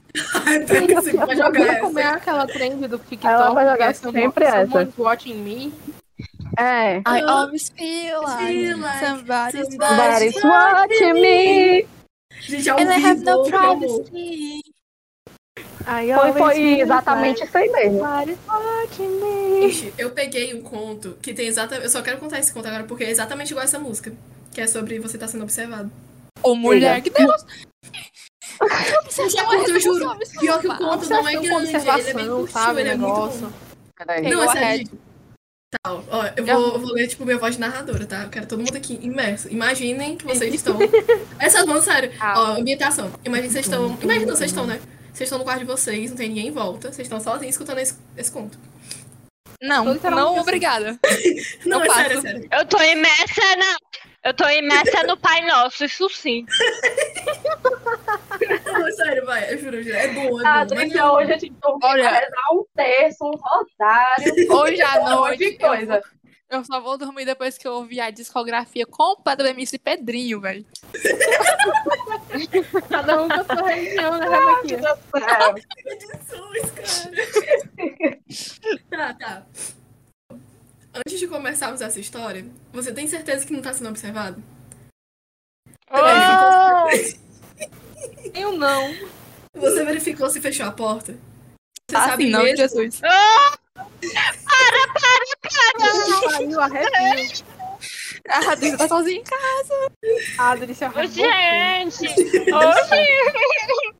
Speaker 4: Pega assim, pode jogar
Speaker 2: Sabe como é
Speaker 4: essa.
Speaker 2: aquela trend do
Speaker 5: Ela
Speaker 2: TikTok?
Speaker 5: vai jogar
Speaker 2: que é someone-
Speaker 5: sempre essa.
Speaker 2: Someone's watching me.
Speaker 5: É.
Speaker 1: I
Speaker 4: Ah.
Speaker 1: always feel like
Speaker 4: Feel like
Speaker 1: somebody's
Speaker 4: somebody-
Speaker 5: But it's watching me.
Speaker 4: Gente, ao
Speaker 1: And I have
Speaker 4: vivo,
Speaker 1: no
Speaker 4: meu amor.
Speaker 1: privacy.
Speaker 5: Foi, foi exatamente isso aí mesmo.
Speaker 4: Gente, eu peguei um conto que tem exatamente. Eu só quero contar esse conto agora porque é exatamente igual essa música. Que é sobre você estar sendo observado.
Speaker 1: Ô, mulher, que tá- negócio.
Speaker 4: Gente, é um conto, eu juro. Pior que o conto não é
Speaker 2: Obsessão com
Speaker 4: grande, ele é
Speaker 2: observação,
Speaker 4: bem curtinho,
Speaker 2: sabe,
Speaker 4: ele é muito
Speaker 2: negócio.
Speaker 4: bom.
Speaker 5: Peraí.
Speaker 2: Pegou
Speaker 4: Não, é
Speaker 2: a
Speaker 4: sério.
Speaker 2: rede.
Speaker 4: gente. Tá, ó, eu vou, eu vou ler, tipo, minha voz de narradora, tá? Eu quero todo mundo aqui imerso. Imaginem que
Speaker 1: (laughs)
Speaker 4: vocês estão. Essa mão, sério.
Speaker 1: Ah.
Speaker 4: Ó, ambientação. Imagina que vocês
Speaker 1: Uhum.
Speaker 4: estão. Imagina que vocês estão, né? Vocês estão no quarto de vocês, não tem ninguém em volta, vocês estão sozinhos escutando esse, esse conto.
Speaker 1: Não,
Speaker 2: Tô literalmente
Speaker 1: não,
Speaker 2: assim.
Speaker 1: obrigada.
Speaker 4: Não,
Speaker 1: Eu
Speaker 4: é sério,
Speaker 1: passo.
Speaker 4: é sério.
Speaker 3: Eu tô imersa na. Eu tô imersa no Pai Nosso, isso sim.
Speaker 4: Não, é sério, vai, eu juro, é bom, é
Speaker 5: Ah,
Speaker 4: bom. Mas
Speaker 5: gente,
Speaker 4: não,
Speaker 5: hoje a gente dormiu
Speaker 1: Olha.
Speaker 5: pra rezar um terço, um
Speaker 1: (laughs)
Speaker 5: rosário,
Speaker 1: Hoje à
Speaker 5: um monte
Speaker 1: noite.
Speaker 5: de coisa.
Speaker 1: Eu, eu só vou dormir depois que eu ouvir a discografia completa do MC Pedrinho, velho.
Speaker 2: Cada um com a sua religião, né? Rebequinha?
Speaker 4: Jesus, cara. tá, tá. Antes de começarmos essa história, você tem certeza que não tá sendo observado?
Speaker 3: Oh!
Speaker 2: Eu não.
Speaker 4: Você verificou se fechou a porta? Você
Speaker 5: Tá
Speaker 1: Ah,
Speaker 5: assim
Speaker 4: sabe
Speaker 1: sim, não,
Speaker 5: (laughs)
Speaker 4: mesmo?
Speaker 1: Jesus.
Speaker 2: Saiu arrepio.
Speaker 1: A Radinha tá sozinha em casa.
Speaker 2: Adri se
Speaker 3: Ô,
Speaker 2: arrependeu.
Speaker 3: Oh, Gente! Hoje!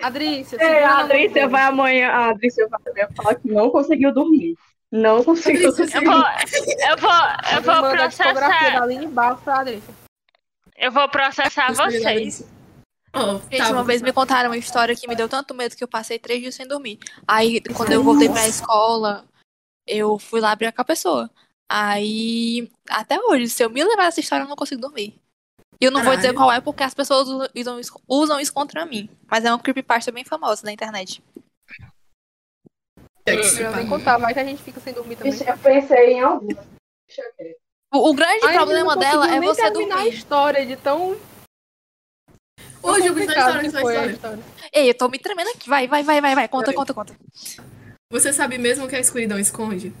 Speaker 2: Adri, você
Speaker 5: É,
Speaker 2: segura
Speaker 5: a
Speaker 2: na
Speaker 5: Adrícia
Speaker 2: mão.
Speaker 5: vai amanhã. A Adrícia vai amanhã falar que não conseguiu dormir. Não conseguiu dormir.
Speaker 3: Eu vou. Eu vou. Eu
Speaker 2: Adri
Speaker 3: vou
Speaker 2: manda a discografia da
Speaker 3: processar.
Speaker 2: Aline Barros pra Adri.
Speaker 3: Eu vou processar vocês.
Speaker 4: Ó,
Speaker 1: Gente,
Speaker 4: tá,
Speaker 1: uma vez me contaram uma história que me deu tanto medo que eu passei três dias sem dormir. Aí, quando eu voltei pra escola, eu fui lá brincar com a pessoa. Aí, até hoje, se eu me lembrar dessa história, eu não consigo dormir. E eu não vou dizer
Speaker 4: Caralho.
Speaker 1: qual é, porque as pessoas usam- usam isso, usam isso contra mim. Mas é uma creepypasta bem famosa na internet.
Speaker 4: Jack,
Speaker 2: Eu nem
Speaker 4: pá.
Speaker 2: contar, vai que a gente fica sem dormir também.
Speaker 5: Eu pensei em alguma. Deixa eu ver.
Speaker 1: O, o grande
Speaker 2: Ai,
Speaker 1: problema
Speaker 2: eu não
Speaker 1: dela
Speaker 2: consegui
Speaker 1: é
Speaker 2: nem
Speaker 1: você
Speaker 2: terminar a
Speaker 1: dormir.
Speaker 2: história de tão
Speaker 4: Ô, Ju, conta a
Speaker 2: complicado
Speaker 4: história,
Speaker 2: que
Speaker 4: conta a
Speaker 2: foi a
Speaker 4: história.
Speaker 2: história.
Speaker 1: Ei, eu tô me tremendo aqui. Vai, vai, vai, vai, vai. Conta,
Speaker 4: Peraí.
Speaker 1: conta, conta.
Speaker 4: Você sabe mesmo o que a escuridão esconde?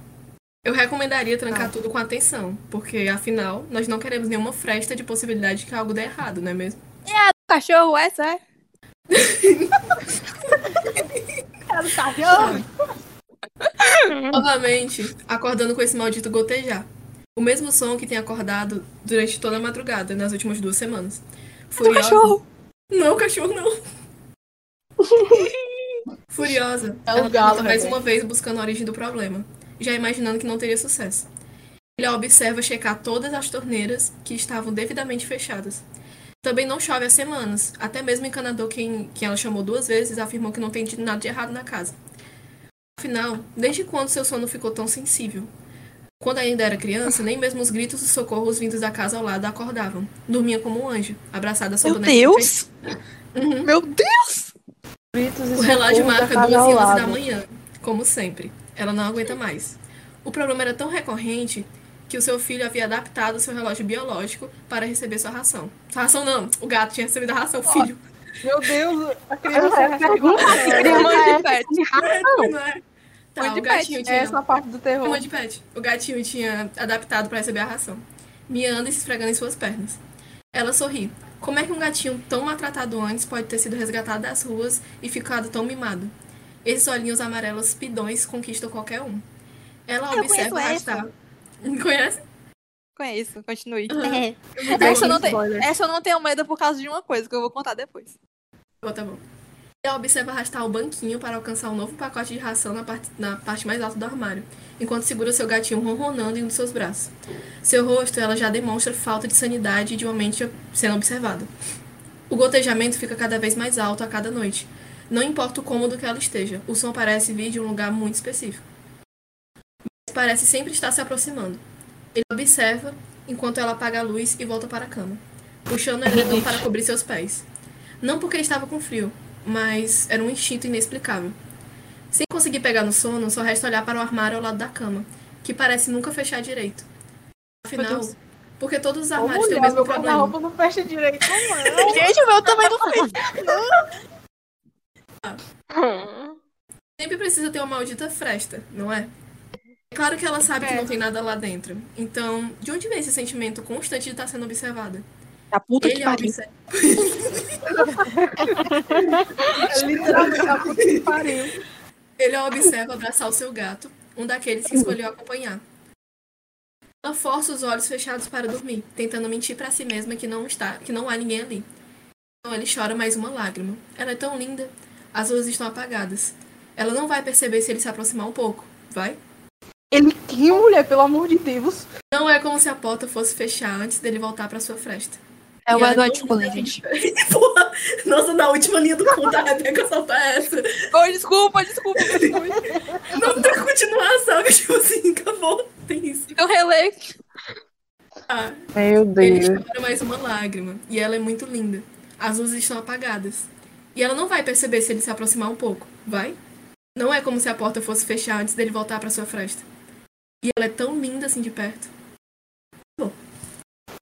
Speaker 4: Eu recomendaria
Speaker 2: Ah.
Speaker 4: trancar tudo com atenção, porque afinal, nós não queremos nenhuma fresta de possibilidade de que algo dê errado, não é mesmo?
Speaker 1: Cachorro, essa é?
Speaker 2: Uhum.
Speaker 4: Novamente, acordando com esse maldito gotejar. O mesmo som que tem acordado durante toda a madrugada, nas últimas duas
Speaker 2: É
Speaker 4: semanas. Furiosa.
Speaker 1: Cachorro.
Speaker 4: Não,
Speaker 2: (laughs)
Speaker 4: cachorro não. Furiosa,
Speaker 2: É o
Speaker 4: ela
Speaker 2: galo,
Speaker 4: tenta mais
Speaker 2: Rebeca.
Speaker 4: uma vez buscando a origem do problema, já imaginando que não teria sucesso. Ele a observa checar todas as torneiras que estavam devidamente fechadas. Também não chove há semanas, até mesmo o encanador, quem, quem ela chamou duas vezes, afirmou que não tem tido nada de errado na casa. Afinal, desde quando seu sono ficou tão sensível? Quando ainda era criança, nem mesmo os gritos dos socorros vindos da casa ao lado a acordavam. Dormia como um anjo, abraçada é à sua
Speaker 1: Meu
Speaker 4: boneca de
Speaker 1: Deus.
Speaker 4: Uhum.
Speaker 1: Meu Deus.
Speaker 2: Gritos e
Speaker 4: O relógio
Speaker 2: socorro da
Speaker 4: marca
Speaker 2: casa
Speaker 4: 12
Speaker 2: ao
Speaker 4: horas da
Speaker 2: tá lado.
Speaker 4: manhã, como sempre. Ela não aguenta mais. O problema era tão recorrente que o seu filho havia adaptado seu relógio biológico para receber sua ração. Sua ração não, o gato tinha recebido a ração, o filho.
Speaker 2: Meu Deus, a (laughs)
Speaker 5: Eu
Speaker 2: criança
Speaker 5: quero perguntar se
Speaker 2: é
Speaker 5: criança
Speaker 1: Mãe de
Speaker 5: é
Speaker 1: pet.
Speaker 5: essa de ração.
Speaker 4: Não é? Tá,
Speaker 1: Mãe de né?
Speaker 4: o gatinho
Speaker 2: É
Speaker 4: tinha.
Speaker 2: essa parte do
Speaker 4: É
Speaker 2: terror.
Speaker 4: mãe de pet. O gatinho tinha adaptado para receber a ração. Miando e se esfregando em suas pernas. Ela sorri. Como é que um gatinho tão maltratado antes pode ter sido resgatado das ruas e ficado tão mimado? Esses olhinhos amarelos pidões conquistam qualquer um. Ela
Speaker 1: Eu
Speaker 4: observa
Speaker 1: conheço
Speaker 4: mais tarde. Conhece?
Speaker 1: Conheço, continue.
Speaker 4: Uhum.
Speaker 1: Essa eu não,
Speaker 4: tem.
Speaker 1: tenho- essa eu não tenho medo por causa de uma coisa que eu vou contar depois.
Speaker 4: Bom, tá bom. Ela observa arrastar o banquinho para alcançar um novo pacote de ração na parte, na parte mais alta do armário, enquanto segura seu gatinho ronronando em um dos seus braços. Seu rosto, ela já demonstra falta de sanidade e de uma mente sendo observada. O gotejamento fica cada vez mais alto a cada noite. Não importa o cômodo que ela esteja, o som parece vir de um lugar muito específico. Mas parece sempre estar se aproximando. Ele observa enquanto ela apaga a luz e volta para a cama, puxando o edredom para cobrir seus pés. Não porque estava com frio, mas era um instinto inexplicável. Sem conseguir pegar no sono, só resta olhar para o armário ao lado da cama, que parece nunca fechar direito. Afinal, porque todos os
Speaker 2: Ô,
Speaker 4: armários têm é o
Speaker 2: mulher,
Speaker 4: mesmo
Speaker 2: meu
Speaker 4: problema.
Speaker 2: guarda-roupa não fecha direito, é? não.
Speaker 1: Gente, o meu tá também não fez.
Speaker 3: Hum.
Speaker 4: Sempre precisa ter uma maldita fresta, não é? É claro que ela sabe que não tem nada lá dentro. Então, de onde vem esse sentimento constante de estar sendo observada?
Speaker 1: A puta que
Speaker 4: Ele a
Speaker 1: pariu.
Speaker 4: observa.
Speaker 2: É literalmente a puta que pariu.
Speaker 4: Ele a observa abraçar o seu gato, um daqueles que escolheu acompanhar. Ela força os olhos fechados para dormir, tentando mentir para si mesma que não está, que não há ninguém ali. Então ele chora mais uma lágrima. Ela é tão linda. As luzes estão apagadas. Ela não vai perceber se ele se aproximar um pouco, vai?
Speaker 2: Ele que mulher, pelo amor de Deus.
Speaker 4: Não é como se a porta fosse fechar antes dele voltar para sua fresta.
Speaker 1: É o
Speaker 4: E ela
Speaker 1: Eduardo
Speaker 4: dorme.
Speaker 1: Cullen, gente.
Speaker 4: (laughs) Porra, nossa, na última linha do conto a Rebeca solta essa.
Speaker 1: Oi, desculpa, desculpa.
Speaker 4: Não tem continuação, que (laughs) tipo assim, acabou. Tem isso.
Speaker 1: Eu relei.
Speaker 4: Ah,
Speaker 5: Meu
Speaker 4: ele
Speaker 5: Deus.
Speaker 4: chora mais uma lágrima. E ela é muito linda. As luzes estão apagadas. E ela não vai perceber se ele se aproximar um pouco, vai? Não é como se a porta fosse fechar antes dele voltar para sua fresta. E ela é tão linda assim de perto.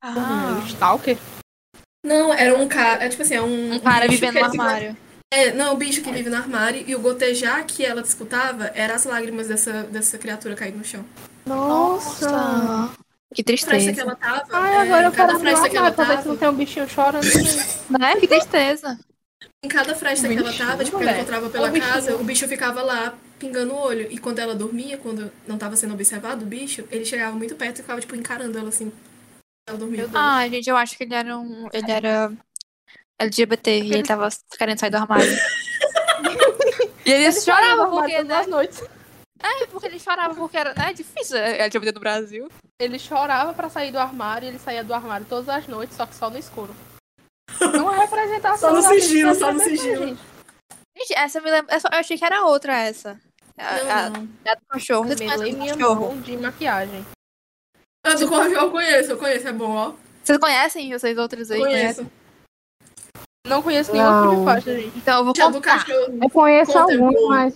Speaker 2: Ah. Stalker.
Speaker 4: Não, era um cara. É tipo assim, é um.
Speaker 1: Um cara
Speaker 4: bicho
Speaker 1: vivendo
Speaker 4: que
Speaker 1: no
Speaker 4: ele-
Speaker 1: armário.
Speaker 4: É, não, o bicho que vive no armário e o gotejar que ela escutava era as lágrimas dessa, dessa criatura caindo no chão.
Speaker 2: Nossa.
Speaker 1: Que
Speaker 4: A fresta que
Speaker 1: tristeza.
Speaker 4: ela tava,
Speaker 2: Ai,
Speaker 4: é,
Speaker 2: agora eu quero
Speaker 4: cada
Speaker 2: abrir o
Speaker 4: fresta que ela
Speaker 2: armário pra ver se
Speaker 4: tava,
Speaker 2: não tem um bichinho
Speaker 4: (laughs)
Speaker 2: chorando.
Speaker 1: Né? Que tristeza.
Speaker 4: em cada fresta que ela
Speaker 2: Bichinho,
Speaker 4: tava, tipo, que
Speaker 2: velho.
Speaker 4: ela encontrava pela
Speaker 2: Ô, bichinho.
Speaker 4: casa, o bicho ficava lá pingando o olho. E quando ela dormia, quando não tava sendo observado o bicho, ele chegava muito perto e ficava, tipo, encarando ela assim. Ela dormia.
Speaker 1: Ah, gente, eu acho que ele era um. Ele era LGBT e ele tava querendo sair do armário. E ele, chorava porque,
Speaker 2: todas as
Speaker 1: né?
Speaker 2: noites.
Speaker 1: É, porque ele chorava porque era, né? Difícil LGBT no Brasil.
Speaker 2: Ele chorava pra sair do armário, ele saía do armário todas as noites, só que só no
Speaker 4: (laughs)
Speaker 2: escuro. Não é representação.
Speaker 4: Só no
Speaker 2: da vida
Speaker 4: sigilo,
Speaker 2: LGBT,
Speaker 4: só no sigilo.
Speaker 2: gente.
Speaker 1: Gente, essa me lembra. essa- Eu achei que era outra essa. A, a,
Speaker 4: Não, não.
Speaker 1: a do cachorro. Vocês
Speaker 2: Me
Speaker 1: conhecem
Speaker 2: lei
Speaker 1: a do
Speaker 2: minha
Speaker 1: cachorro?
Speaker 2: mão um de maquiagem.
Speaker 4: Ah, do Corvo eu conheço, eu conheço, é bom, ó.
Speaker 1: Vocês conhecem vocês outros aí? né? Conhecem?
Speaker 4: Conheço.
Speaker 2: Não conheço nenhuma
Speaker 5: Não.
Speaker 2: purifasta, gente.
Speaker 1: Então eu vou
Speaker 4: Tinha do
Speaker 1: contar.
Speaker 4: cachorro.
Speaker 5: Eu conheço
Speaker 4: Conta,
Speaker 5: alguns,
Speaker 4: boa.
Speaker 5: mas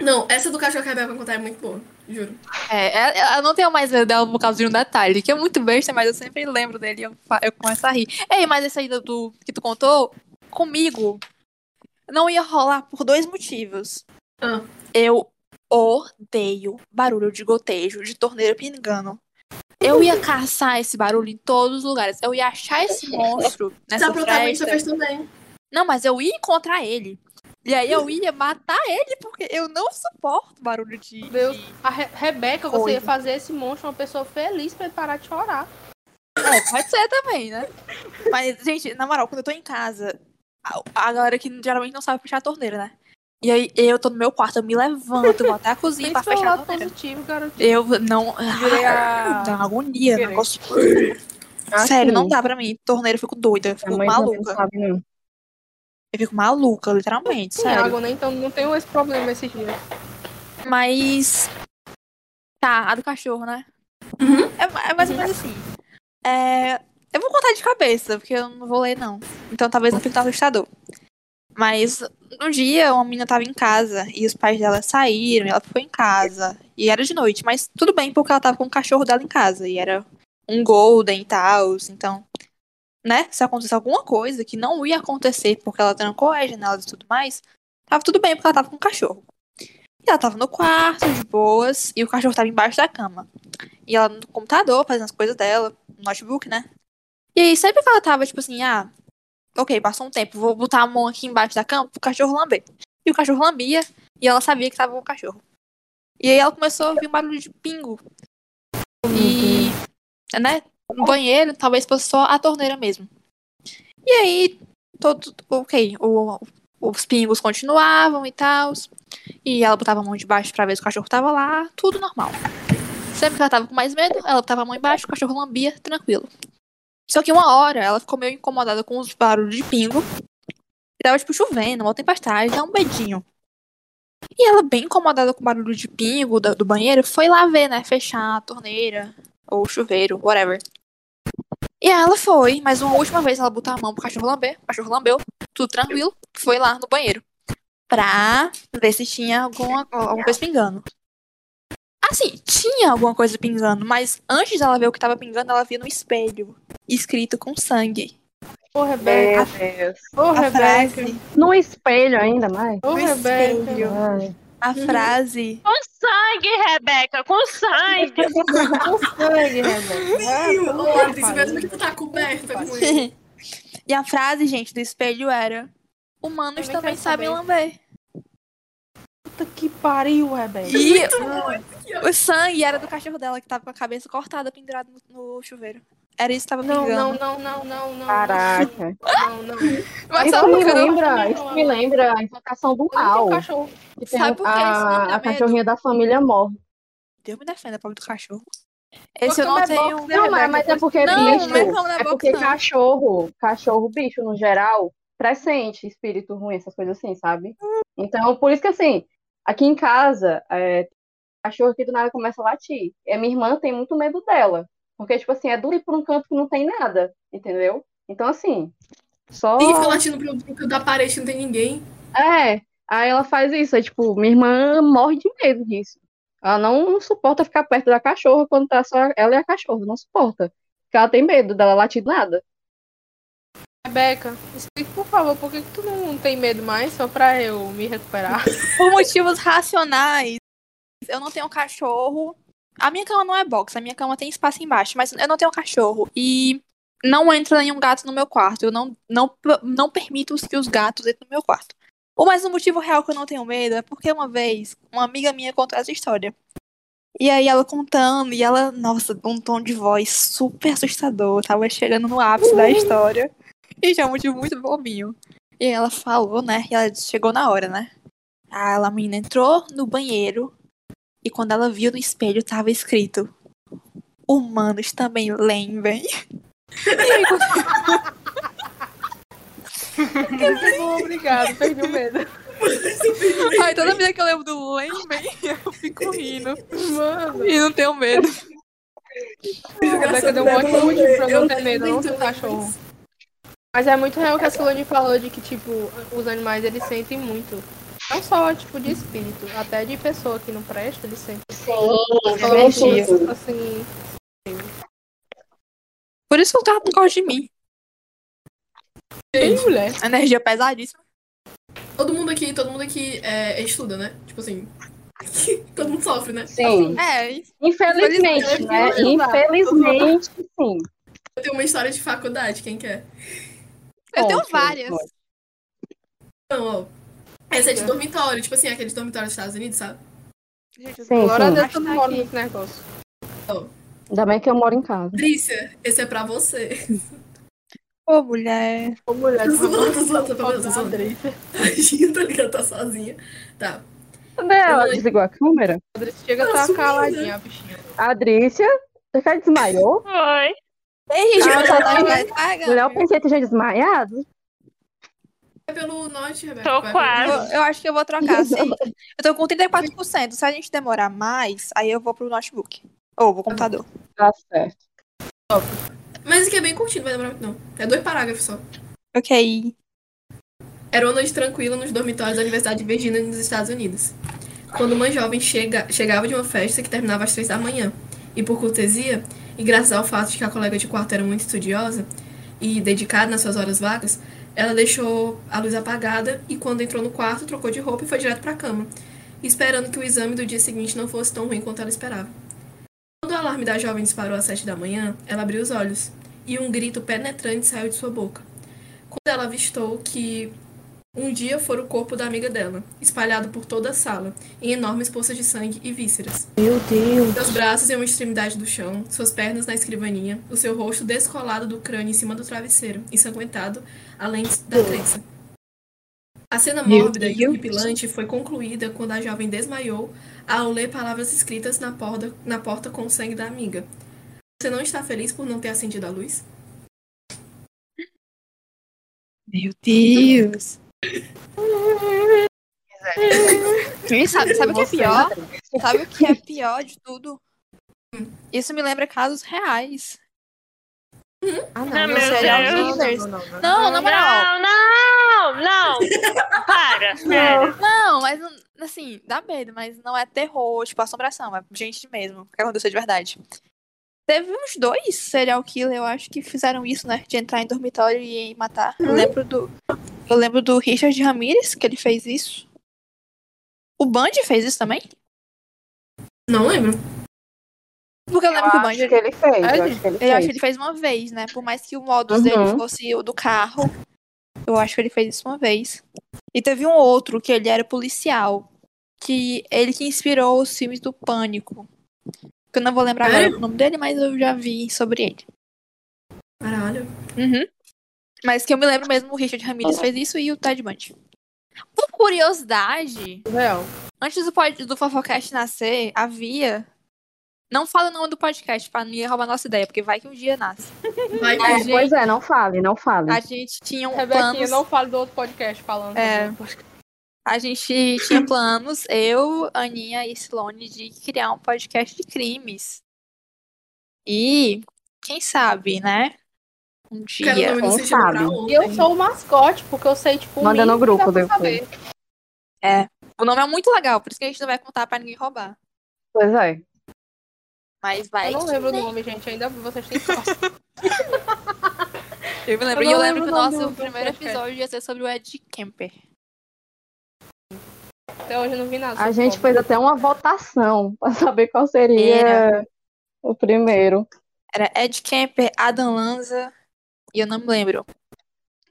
Speaker 4: Não, essa do cachorro que a Rebeca vai contar é muito boa. Juro.
Speaker 1: É, é- é- eu não tenho mais medo dela por causa de um detalhe, que é muito besta, mas eu sempre lembro dele e eu, fa- eu começo a rir. Ei, mas esse aí do, do- que tu contou, comigo, não ia rolar por dois motivos.
Speaker 4: Ah.
Speaker 1: Eu odeio barulho de gotejo, de torneira pingando. Eu ia caçar esse barulho em todos os lugares. Eu ia achar esse monstro
Speaker 4: Mas a
Speaker 1: nessa
Speaker 4: protagonista
Speaker 1: floresta.
Speaker 4: fez também.
Speaker 1: Não, mas eu ia encontrar ele. E aí eu ia matar ele, porque eu não suporto barulho de...
Speaker 2: Deus. A Re- Rebeca, você
Speaker 1: Coisa.
Speaker 2: ia fazer esse monstro uma pessoa feliz pra ele parar de chorar.
Speaker 1: É, pode ser também, né? Mas, gente, na moral, quando eu tô em casa, a, a galera que geralmente não sabe fechar a torneira, né? E aí eu tô no meu quarto, eu me levanto, vou até a cozinha pra
Speaker 2: Pense pelo
Speaker 1: fechar a
Speaker 2: lado
Speaker 1: torneira.
Speaker 2: positivo, garotinho.
Speaker 1: Eu não.
Speaker 2: tá Virei a-
Speaker 1: Dá uma agonia,
Speaker 2: Virei.
Speaker 1: negócio.
Speaker 5: Assim,
Speaker 1: Sério, não dá pra mim. Torneira, eu fico doida, eu fico
Speaker 5: minha mãe também não
Speaker 1: maluca.
Speaker 5: sabe, não.
Speaker 1: Eu fico maluca, literalmente, sério.
Speaker 2: Água, né? Então não tenho esse problema esses dias.
Speaker 1: Mas. Tá, a do cachorro, né?
Speaker 4: Uhum.
Speaker 1: É, é mais ou menos assim. É, eu vou contar de cabeça, porque eu não vou ler, não. Então talvez não fique tão assustador. Mas um dia uma menina tava em casa e os pais dela saíram e ela ficou em casa. E era de noite, mas tudo bem, porque ela tava com o cachorro dela em casa. E era um Golden e tal. Então, né? Se acontecesse alguma coisa que não ia acontecer porque ela trancou as janelas e tudo mais, tava tudo bem porque ela tava com o cachorro. E ela tava no quarto, de boas, e o cachorro tava embaixo da cama. E ela no computador, fazendo as coisas dela, no notebook, né? E aí, sempre que ela tava, tipo assim, ah, ok, passou um tempo, vou botar a mão aqui embaixo da cama pro cachorro lamber. E o cachorro lambia, e ela sabia que tava com o cachorro. E aí ela começou a ouvir um barulho de pingo. E, né, no banheiro, talvez fosse só a torneira mesmo. E aí, todo, ok, o- os pingos continuavam e tal. E ela botava a mão debaixo pra ver se o cachorro tava lá, tudo normal. Sempre que ela tava com mais medo, ela botava a mão embaixo, o cachorro lambia, tranquilo. Só que uma hora ela ficou meio incomodada com os barulhos de pingo. E tava, tipo, chovendo, uma tempestade, dá um medinho. E ela, bem incomodada com o barulho de pingo da- do, banheiro, foi lá ver, né? Fechar a torneira, ou o chuveiro, whatever. E aí ela foi, mas uma última vez ela botou a mão pro cachorro lamber, o cachorro lambeu, tudo tranquilo, foi lá no banheiro. Pra ver se tinha alguma, alguma coisa pingando. Assim, tinha alguma coisa pingando, mas antes dela ver o que tava pingando, ela via no espelho, escrito com sangue.
Speaker 2: Ô, Rebeca. Ô,
Speaker 1: A
Speaker 2: Rebeca.
Speaker 1: frase,
Speaker 5: No espelho ainda mais.
Speaker 2: Ô,
Speaker 1: no
Speaker 2: Rebeca.
Speaker 1: espelho,
Speaker 5: Ai,
Speaker 1: a
Speaker 2: Uhum. (laughs)
Speaker 1: frase
Speaker 3: Com sangue, Rebeca, com sangue.
Speaker 2: Com sangue, Rebeca. Ah,
Speaker 4: Sim,
Speaker 2: puta
Speaker 4: ô, Andres,
Speaker 2: pariu.
Speaker 4: mesmo que tu tá coberta com ele.
Speaker 1: e a frase, gente, do espelho era: Humanos
Speaker 2: Também
Speaker 1: também
Speaker 2: quero
Speaker 1: sabem
Speaker 2: saber." (laughs)
Speaker 1: lamber.
Speaker 2: Puta que pariu, Rebeca.
Speaker 1: E o sangue era do cachorro dela que tava com a cabeça cortada, pendurada no, no chuveiro. Era isso que tava
Speaker 2: Não,
Speaker 1: pingando.
Speaker 2: não, não, não, não, não.
Speaker 5: caraca.
Speaker 2: Não, não. não.
Speaker 1: Mas
Speaker 5: isso
Speaker 1: sabe
Speaker 5: me
Speaker 1: por que eu não-
Speaker 5: lembra,
Speaker 2: não,
Speaker 5: isso
Speaker 2: não.
Speaker 1: né?
Speaker 5: me lembra a invocação do
Speaker 2: Não
Speaker 5: mal.
Speaker 2: tem cachorro.
Speaker 5: Que tem
Speaker 1: Sabe por que isso me dá
Speaker 5: a, a
Speaker 1: medo?
Speaker 5: cachorrinha da família morre.
Speaker 1: Deus me defenda, pobre do cachorro. Esse eu
Speaker 2: Como
Speaker 1: não
Speaker 2: é bom
Speaker 1: tenho. né,
Speaker 2: que Não,
Speaker 5: Não, mas, mas é porque
Speaker 1: Não,
Speaker 5: bicho.
Speaker 1: não é como na
Speaker 5: é
Speaker 1: box,
Speaker 5: porque
Speaker 1: não.
Speaker 5: cachorro, cachorro, bicho, no geral, pressente espírito ruim, essas coisas assim, sabe? Então, por isso que assim, aqui em casa, é, cachorro que do nada começa a latir. E a minha irmã tem muito medo dela. Porque, tipo assim, é duro ir por um canto que não tem nada, entendeu? Então, assim, só.
Speaker 4: E fica latindo assim pro bico da parede, não tem ninguém.
Speaker 5: É, aí ela faz isso. Aí, tipo, minha irmã morre de medo disso. Ela não suporta ficar perto da cachorra quando tá só ela e a cachorra. Não suporta. Porque ela tem medo dela latir do nada.
Speaker 2: Rebeca, explica por favor por que, que tu não tem medo mais, só pra eu
Speaker 1: (laughs)
Speaker 2: me recuperar.
Speaker 1: por motivos racionais, eu não tenho cachorro. A minha cama não é box, a minha cama tem espaço embaixo, mas eu não tenho cachorro. E não entra nenhum gato no meu quarto. Eu não, não, não permito que os gatos entrem no meu quarto. Ou mais um motivo real que eu não tenho medo é porque uma vez uma amiga minha contou essa história. E aí ela contando, e ela, nossa, um tom de voz super assustador. Tava chegando no ápice da história. E já é um motivo muito bobinho. E aí ela falou, né? E ela disse, chegou na hora, né? Ah, ela, a menina entrou no banheiro e quando ela viu no espelho tava escrito Humanos também lembrem.
Speaker 2: Bom, Obrigado, perdi o medo.
Speaker 1: (laughs) Ai, toda vez que eu lembro do lembrem, (laughs) eu fico rindo.
Speaker 2: Mano,
Speaker 1: E não tenho medo.
Speaker 2: Rebeca deu um ótimo motivo pra não ter medo, não ter cachorro. Mas é muito real o que a Solane falou de que, tipo, os animais eles sentem muito. Não só, tipo, de espírito, até de pessoa que não presta, ele sempre
Speaker 5: É
Speaker 7: Sim,
Speaker 2: Falou
Speaker 7: divertido.
Speaker 2: coisas, assim.
Speaker 1: Por isso que o cara não gosta de mim.
Speaker 2: Ei, mulher.
Speaker 1: Energia pesadíssima.
Speaker 4: Todo mundo aqui, todo mundo aqui é, estuda, né? Tipo assim. (laughs) todo mundo sofre, né?
Speaker 7: Sim.
Speaker 1: É,
Speaker 7: Infelizmente, né? Infelizmente, sim.
Speaker 4: Eu tenho uma história de faculdade, quem quer?
Speaker 1: eu tenho
Speaker 7: Conte,
Speaker 1: várias.
Speaker 7: conte.
Speaker 4: Não, ó. Essa é de dormitório, tipo assim, aquele dormitório dos Estados Unidos, sabe?
Speaker 7: Sim,
Speaker 2: Glória a
Speaker 7: sim.
Speaker 2: Deus que eu não moro nesse negócio.
Speaker 5: Ainda bem que eu moro em casa.
Speaker 4: Patrícia, esse é pra você.
Speaker 1: Ô, mulher.
Speaker 2: Ô,
Speaker 4: (laughs)
Speaker 2: mulher, tá
Speaker 5: (laughs)
Speaker 4: Zoando,
Speaker 2: desculpa,
Speaker 5: tá
Speaker 4: zoando,
Speaker 2: eu tô
Speaker 4: zoando,
Speaker 2: falando
Speaker 4: zoando.
Speaker 2: Adri.
Speaker 4: Tadinha, tá ligado? Tá sozinha. Tá.
Speaker 5: Cadê ela? Desligou a câmera.
Speaker 2: Adri, chega a
Speaker 4: Tá
Speaker 2: tá
Speaker 4: sumindo.
Speaker 2: caladinha, a bichinha.
Speaker 5: A Adrícia, você já desmaiou?
Speaker 3: Oi.
Speaker 1: Ei, gente,
Speaker 5: Ah,
Speaker 1: eu
Speaker 5: tá.
Speaker 1: tô
Speaker 5: Mulher, eu pensei que tinha desmaiado.
Speaker 4: É pelo norte, Rebeca.
Speaker 3: Tô
Speaker 4: vai.
Speaker 3: quase.
Speaker 1: eu, eu acho que eu vou trocar. Se, eu tô com 34%. Se a gente demorar mais, aí eu vou pro notebook. Ou pro computador.
Speaker 5: Tá certo.
Speaker 4: Mas isso aqui é bem curtido, não vai demorar muito não. É dois parágrafos só.
Speaker 1: Ok.
Speaker 4: Era uma noite tranquila nos dormitórios da Universidade de Virgínia, nos Estados Unidos. Quando uma jovem chega- chegava de uma festa que terminava às três da manhã. E por cortesia, e graças ao fato de que a colega de quarto era muito estudiosa e dedicada nas suas horas vagas, ela deixou a luz apagada e quando entrou no quarto, trocou de roupa e foi direto para a cama, esperando que o exame do dia seguinte não fosse tão ruim quanto ela esperava. Quando o alarme da jovem disparou às sete da manhã, ela abriu os olhos e um grito penetrante saiu de sua boca. Quando ela avistou que um dia fora o corpo da amiga dela, espalhado por toda a sala, em enormes poças de sangue e vísceras.
Speaker 2: Meu Deus.
Speaker 4: Seus braços em uma extremidade do chão, suas pernas na escrivaninha, o seu rosto descolado do crânio em cima do travesseiro, ensanguentado, além da crença. A cena
Speaker 1: Meu
Speaker 4: mórbida e
Speaker 1: Deus.
Speaker 4: horripilante foi concluída quando a jovem desmaiou ao ler palavras escritas na porta, na porta com o sangue da amiga. Você não está feliz por não ter acendido a luz?
Speaker 1: Meu Deus. Quem sabe? Sabe o que é pior? Sabe o que é pior de tudo? Isso me lembra casos reais.
Speaker 2: Ah,
Speaker 3: Ah, meu
Speaker 2: não, não,
Speaker 1: Deus.
Speaker 2: não, não, não.
Speaker 1: Não, na moral.
Speaker 3: Não, não, não. Para, sério.
Speaker 1: Não, mas não- assim, dá medo, mas não é terror, tipo, assombração, é gente mesmo, o que aconteceu de verdade. Teve uns dois serial killer, eu acho, que fizeram isso, né? De entrar em dormitório e matar. Eu lembro do. Eu lembro do Richard Ramirez, que ele fez isso. O Bundy fez isso também?
Speaker 4: Não lembro.
Speaker 1: Porque eu lembro que o Bundy.
Speaker 5: Acho que ele fez. eu acho que
Speaker 1: Eu
Speaker 5: ele
Speaker 1: acho
Speaker 5: fez.
Speaker 1: que ele fez uma vez, né? Por mais que o modus
Speaker 5: Uhum.
Speaker 1: dele fosse o do carro, eu acho que ele fez isso uma vez. E teve um outro que ele era policial, que ele que inspirou os filmes do Pânico. Que eu não vou lembrar agora o nome dele, mas eu já vi sobre ele.
Speaker 4: Caralho.
Speaker 1: Uhum. Mas que eu me lembro mesmo, o Richard Ramirez fez isso e o Ted Bundy. Por curiosidade,
Speaker 2: Real.
Speaker 1: antes do, pod- do Fofocast nascer, havia... Não fala o nome do podcast pra não ir roubar nossa ideia, porque vai que um dia nasce.
Speaker 4: Vai
Speaker 5: É,
Speaker 4: que
Speaker 5: pois é, não fale, não fale.
Speaker 1: A gente tinha um
Speaker 2: Rebequinha,
Speaker 1: plano.
Speaker 2: não fale do outro podcast falando.
Speaker 1: É. A gente tinha planos, eu, Aninha e Silone, de criar um podcast de crimes. E, quem sabe, né? Um
Speaker 4: Quero o
Speaker 1: dia.
Speaker 4: nome do
Speaker 5: Quem
Speaker 4: sigilo pra
Speaker 1: um.
Speaker 5: sabe?
Speaker 2: E eu
Speaker 4: ontem.
Speaker 2: sou o mascote, porque eu sei, tipo, o
Speaker 5: Manda no
Speaker 2: mínimo que dá
Speaker 5: grupo
Speaker 2: pra
Speaker 5: depois.
Speaker 2: saber.
Speaker 1: O nome é muito legal, por isso que a gente não vai contar pra ninguém roubar.
Speaker 5: Pois é.
Speaker 1: Mas vai.
Speaker 2: Eu não
Speaker 1: que-
Speaker 2: lembro do nome, gente. Ainda vocês têm sorte.
Speaker 1: Eu me lembro,
Speaker 2: eu
Speaker 1: e eu
Speaker 2: não
Speaker 1: lembro que
Speaker 2: lembro
Speaker 1: o
Speaker 2: o nome
Speaker 1: nosso
Speaker 2: do- do
Speaker 1: primeiro
Speaker 2: podcast.
Speaker 1: episódio ia ser sobre o Ed Kemper.
Speaker 2: Até hoje eu não vi nada.
Speaker 5: A
Speaker 2: sobre
Speaker 5: gente
Speaker 2: como.
Speaker 5: fez até uma votação (laughs) pra saber qual seria
Speaker 1: Era.
Speaker 5: o primeiro.
Speaker 1: Era Ed Kemper, Adam Lanza, e eu não me lembro.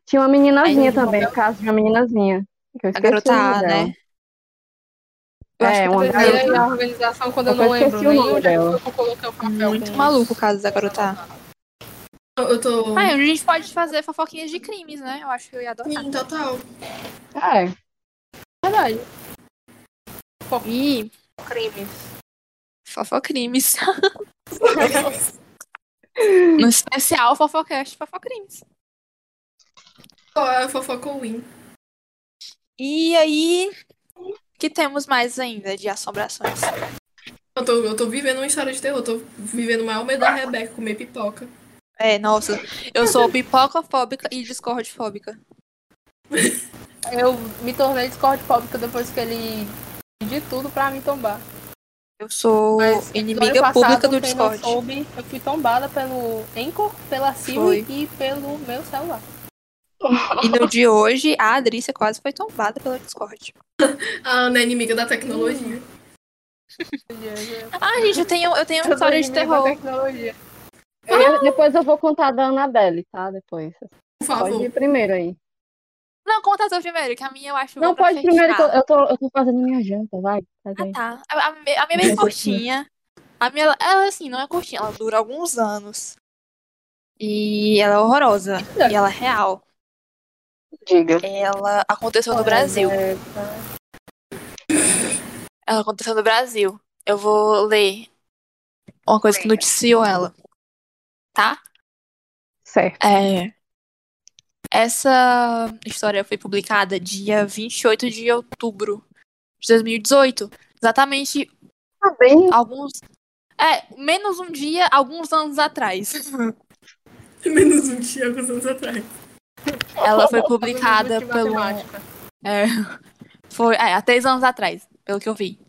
Speaker 5: Tinha uma
Speaker 1: Aí
Speaker 5: meninazinha
Speaker 1: ele
Speaker 5: também, o caso de uma meninazinha. Que eu
Speaker 1: A
Speaker 5: esqueci
Speaker 1: garota
Speaker 5: o nome
Speaker 1: A,
Speaker 5: dela.
Speaker 1: né? Eu acho
Speaker 5: É,
Speaker 1: que
Speaker 5: uma
Speaker 1: eu
Speaker 2: Vocês
Speaker 1: tô
Speaker 5: garota.
Speaker 2: viram aí na organização quando eu
Speaker 5: Depois
Speaker 2: não lembro
Speaker 5: esqueci o
Speaker 2: nem
Speaker 5: nome
Speaker 2: onde é que
Speaker 5: dela.
Speaker 2: eu coloquei o papel. um
Speaker 1: muito
Speaker 2: com-
Speaker 1: maluco o caso da garota A.
Speaker 4: Eu- Eu tô.
Speaker 1: Ah, a gente pode fazer fofoquinhas de crimes, né? Eu acho que eu ia adorar.
Speaker 4: Sim, total.
Speaker 5: É,
Speaker 2: Verdade.
Speaker 1: Ih,
Speaker 2: Crimes.
Speaker 1: fofocrimes. (laughs) no especial fofocast, fofocrimes.
Speaker 4: Qual é a fofoca win?
Speaker 1: E aí, que temos mais ainda de assombrações?
Speaker 4: Eu tô, eu tô vivendo uma história de terror, eu tô vivendo o maior medo da Rebeca, comer pipoca.
Speaker 1: É, nossa, eu sou pipocafóbica e discordfóbica.
Speaker 2: Eu me tornei discordfóbica depois que ele de tudo pra me tombar.
Speaker 1: Eu sou
Speaker 2: Mas
Speaker 1: inimiga
Speaker 2: no ano
Speaker 1: pública
Speaker 2: passado,
Speaker 1: do
Speaker 2: quem
Speaker 1: Discord.
Speaker 2: Não soube, eu fui tombada pelo Anchor, pela Siri
Speaker 1: Foi.
Speaker 2: e pelo meu celular.
Speaker 1: E no de hoje, a Adrícia quase foi tombada pelo Discord.
Speaker 4: A Ana é inimiga da tecnologia.
Speaker 1: Ah, gente, eu tenho, eu tenho uma história de terror.
Speaker 2: Tecnologia.
Speaker 5: Eu- depois eu vou contar da Annabelle, tá? Depois.
Speaker 4: Por
Speaker 5: Pode
Speaker 4: favor.
Speaker 5: ir primeiro aí.
Speaker 1: Não, conta a tua primeiro, que a minha eu acho
Speaker 5: Não,
Speaker 1: boa pra
Speaker 5: pode
Speaker 1: fechar.
Speaker 5: primeiro que eu, eu tô, eu tô fazendo minha janta, vai. faz
Speaker 1: Ah,
Speaker 5: aí.
Speaker 1: tá. A, a me- a minha é bem
Speaker 5: Essa
Speaker 1: curtinha. A minha, ela- ela, assim, não é curtinha, ela dura alguns anos. E ela é horrorosa. E ela é real.
Speaker 7: Diga.
Speaker 1: Ela aconteceu no Brasil.
Speaker 5: É
Speaker 1: Ela aconteceu no Brasil. Eu vou ler uma coisa que noticiou ela. Tá?
Speaker 5: Certo.
Speaker 1: É. Essa história foi publicada dia 28 de outubro de 2018. Exatamente
Speaker 5: Tá bem.
Speaker 1: alguns. É, menos um dia, alguns anos atrás.
Speaker 4: (laughs) Menos um dia, alguns anos atrás.
Speaker 1: Ela foi publicada
Speaker 2: Fazendo
Speaker 1: pelo.
Speaker 2: matemática.
Speaker 1: É, foi, é, há três anos atrás, pelo que eu vi.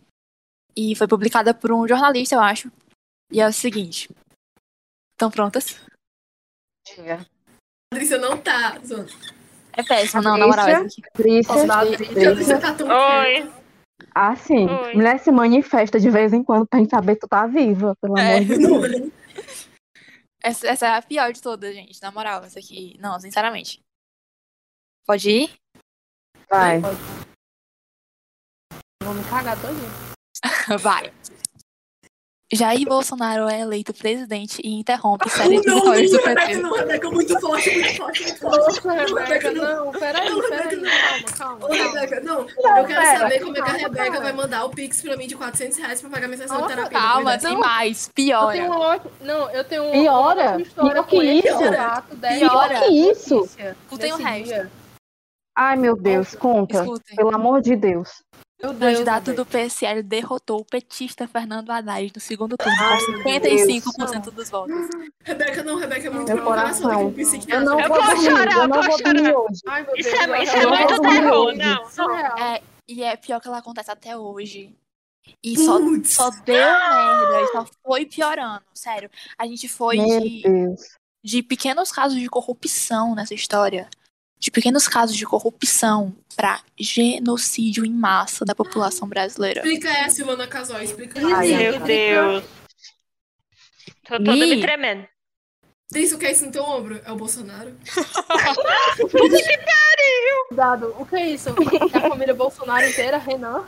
Speaker 1: E foi publicada por um jornalista, eu acho. E é o seguinte. Estão prontas?
Speaker 7: Diga.
Speaker 4: A Patrícia não tá. zoando.
Speaker 1: É péssimo, não, na moral. essa aqui.
Speaker 5: Patrícia.
Speaker 4: Patrícia tá tão quieta. (laughs)
Speaker 3: Oi.
Speaker 5: Ah, sim.
Speaker 3: Oi.
Speaker 5: Mulher se manifesta de vez em quando pra gente saber que tu tá viva, pelo
Speaker 1: É.
Speaker 5: amor de Deus.
Speaker 1: Essa, essa é a pior de todas, gente, na moral. Essa aqui, não, sinceramente. Pode ir?
Speaker 5: Vai.
Speaker 2: Vou me cagar todinho.
Speaker 1: (laughs) Vai. Jair Bolsonaro é eleito presidente e interrompe série
Speaker 4: Não,
Speaker 1: de vitórias do
Speaker 4: não,
Speaker 1: PT.
Speaker 4: Rebeca, não, Rebeca, muito forte, muito forte, muito forte.
Speaker 2: Nossa, Rebeca,
Speaker 4: Rebeca,
Speaker 2: não, peraí,
Speaker 4: Não,
Speaker 2: peraí,
Speaker 4: Rebeca,
Speaker 2: calma, calma.
Speaker 4: Ô, Rebeca, não, eu quero saber como é que a Rebeca vai mandar o Pix pra mim de 400 reais pra pagar minha sessão de
Speaker 2: Nossa,
Speaker 4: terapia.
Speaker 1: Calma,
Speaker 4: depois dessa.
Speaker 1: tem mais.
Speaker 2: Eu tenho
Speaker 1: Piora.
Speaker 2: uma ótima. Não, eu tenho uma
Speaker 5: Piora?
Speaker 2: ótima história
Speaker 5: Pior que
Speaker 2: com é esse
Speaker 5: isso?
Speaker 2: relato dessa
Speaker 1: Pior
Speaker 5: que isso?
Speaker 2: notícia,
Speaker 1: Tu tem o
Speaker 2: desse
Speaker 1: resto.
Speaker 2: dia.
Speaker 5: Ai, meu Deus, conta.
Speaker 1: um Escutem.
Speaker 5: Pelo amor de Deus.
Speaker 2: Meu Deus.
Speaker 1: O candidato
Speaker 2: Rebeca.
Speaker 1: do PSL derrotou o petista Fernando Haddad no segundo turno com 55% dos votos.
Speaker 4: Rebeca, não, Rebeca, é muito
Speaker 5: Meu
Speaker 4: provocação,
Speaker 5: coração.
Speaker 4: tem que ir pro
Speaker 5: Eu
Speaker 4: psiquiatra.
Speaker 5: não
Speaker 3: Eu
Speaker 5: vou
Speaker 3: vou
Speaker 4: (laughs)
Speaker 5: dormir,
Speaker 3: chorar,
Speaker 5: eu não
Speaker 3: eu vou
Speaker 5: vou dormir
Speaker 3: chorar.
Speaker 5: hoje.
Speaker 2: Ai, meu Deus.
Speaker 3: Isso é, isso é
Speaker 5: Eu
Speaker 3: muito
Speaker 5: vou
Speaker 3: terror,
Speaker 5: dormir.
Speaker 3: não.
Speaker 2: Surreal.
Speaker 1: É, e é pior que ela acontece até hoje. E só,
Speaker 4: Putz.
Speaker 1: só deu merda, e só foi piorando, sério. A gente foi
Speaker 5: Meu
Speaker 1: de,
Speaker 5: Deus.
Speaker 1: de pequenos casos de corrupção nessa história. De pequenos casos de corrupção pra genocídio em massa da população brasileira.
Speaker 4: Explica essa, Ilana Casol, explica
Speaker 5: Ai,
Speaker 4: isso.
Speaker 3: Meu Deus. Tô toda
Speaker 1: Ih.
Speaker 3: me tremendo.
Speaker 4: Patrícia, o que é isso no teu ombro? É o Bolsonaro.
Speaker 2: Cuidado. O que é isso? A família Bolsonaro inteira, Renan?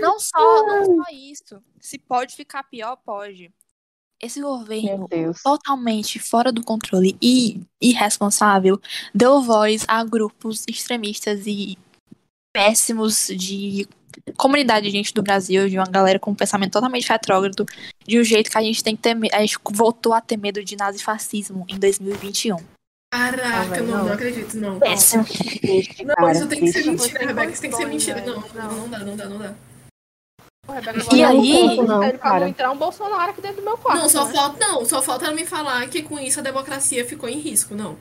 Speaker 1: Não só, não só isso. Se pode ficar pior, pode. Esse
Speaker 5: Meu
Speaker 1: governo
Speaker 5: Deus.
Speaker 1: totalmente fora do controle e irresponsável deu voz a grupos extremistas e péssimos de comunidade de gente do Brasil, de uma galera com um pensamento totalmente retrógrado, de um jeito que a gente tem que ter, me- a gente voltou a ter medo de nazifascismo em 2021.
Speaker 4: Caraca,
Speaker 5: Ah, velho,
Speaker 4: não,
Speaker 5: não.
Speaker 4: não acredito, não.
Speaker 1: Péssimo.
Speaker 5: Triste,
Speaker 4: Não,
Speaker 5: cara,
Speaker 4: isso tem que ser
Speaker 5: triste.
Speaker 4: mentira,
Speaker 2: Foi
Speaker 4: Rebeca, isso tem que ser
Speaker 2: vergonha,
Speaker 4: mentira.
Speaker 2: velho.
Speaker 4: Não, não dá, não dá, não dá.
Speaker 2: Ô, Rebeca,
Speaker 1: E
Speaker 2: eu vou
Speaker 1: aí?
Speaker 2: dar um conselho
Speaker 5: Não,
Speaker 2: pra
Speaker 5: cara.
Speaker 2: não entrar um Bolsonaro aqui dentro do meu quarto.
Speaker 4: Não, só
Speaker 2: né?
Speaker 4: falta, não, só falta ela me falar que com isso a democracia ficou em risco, não.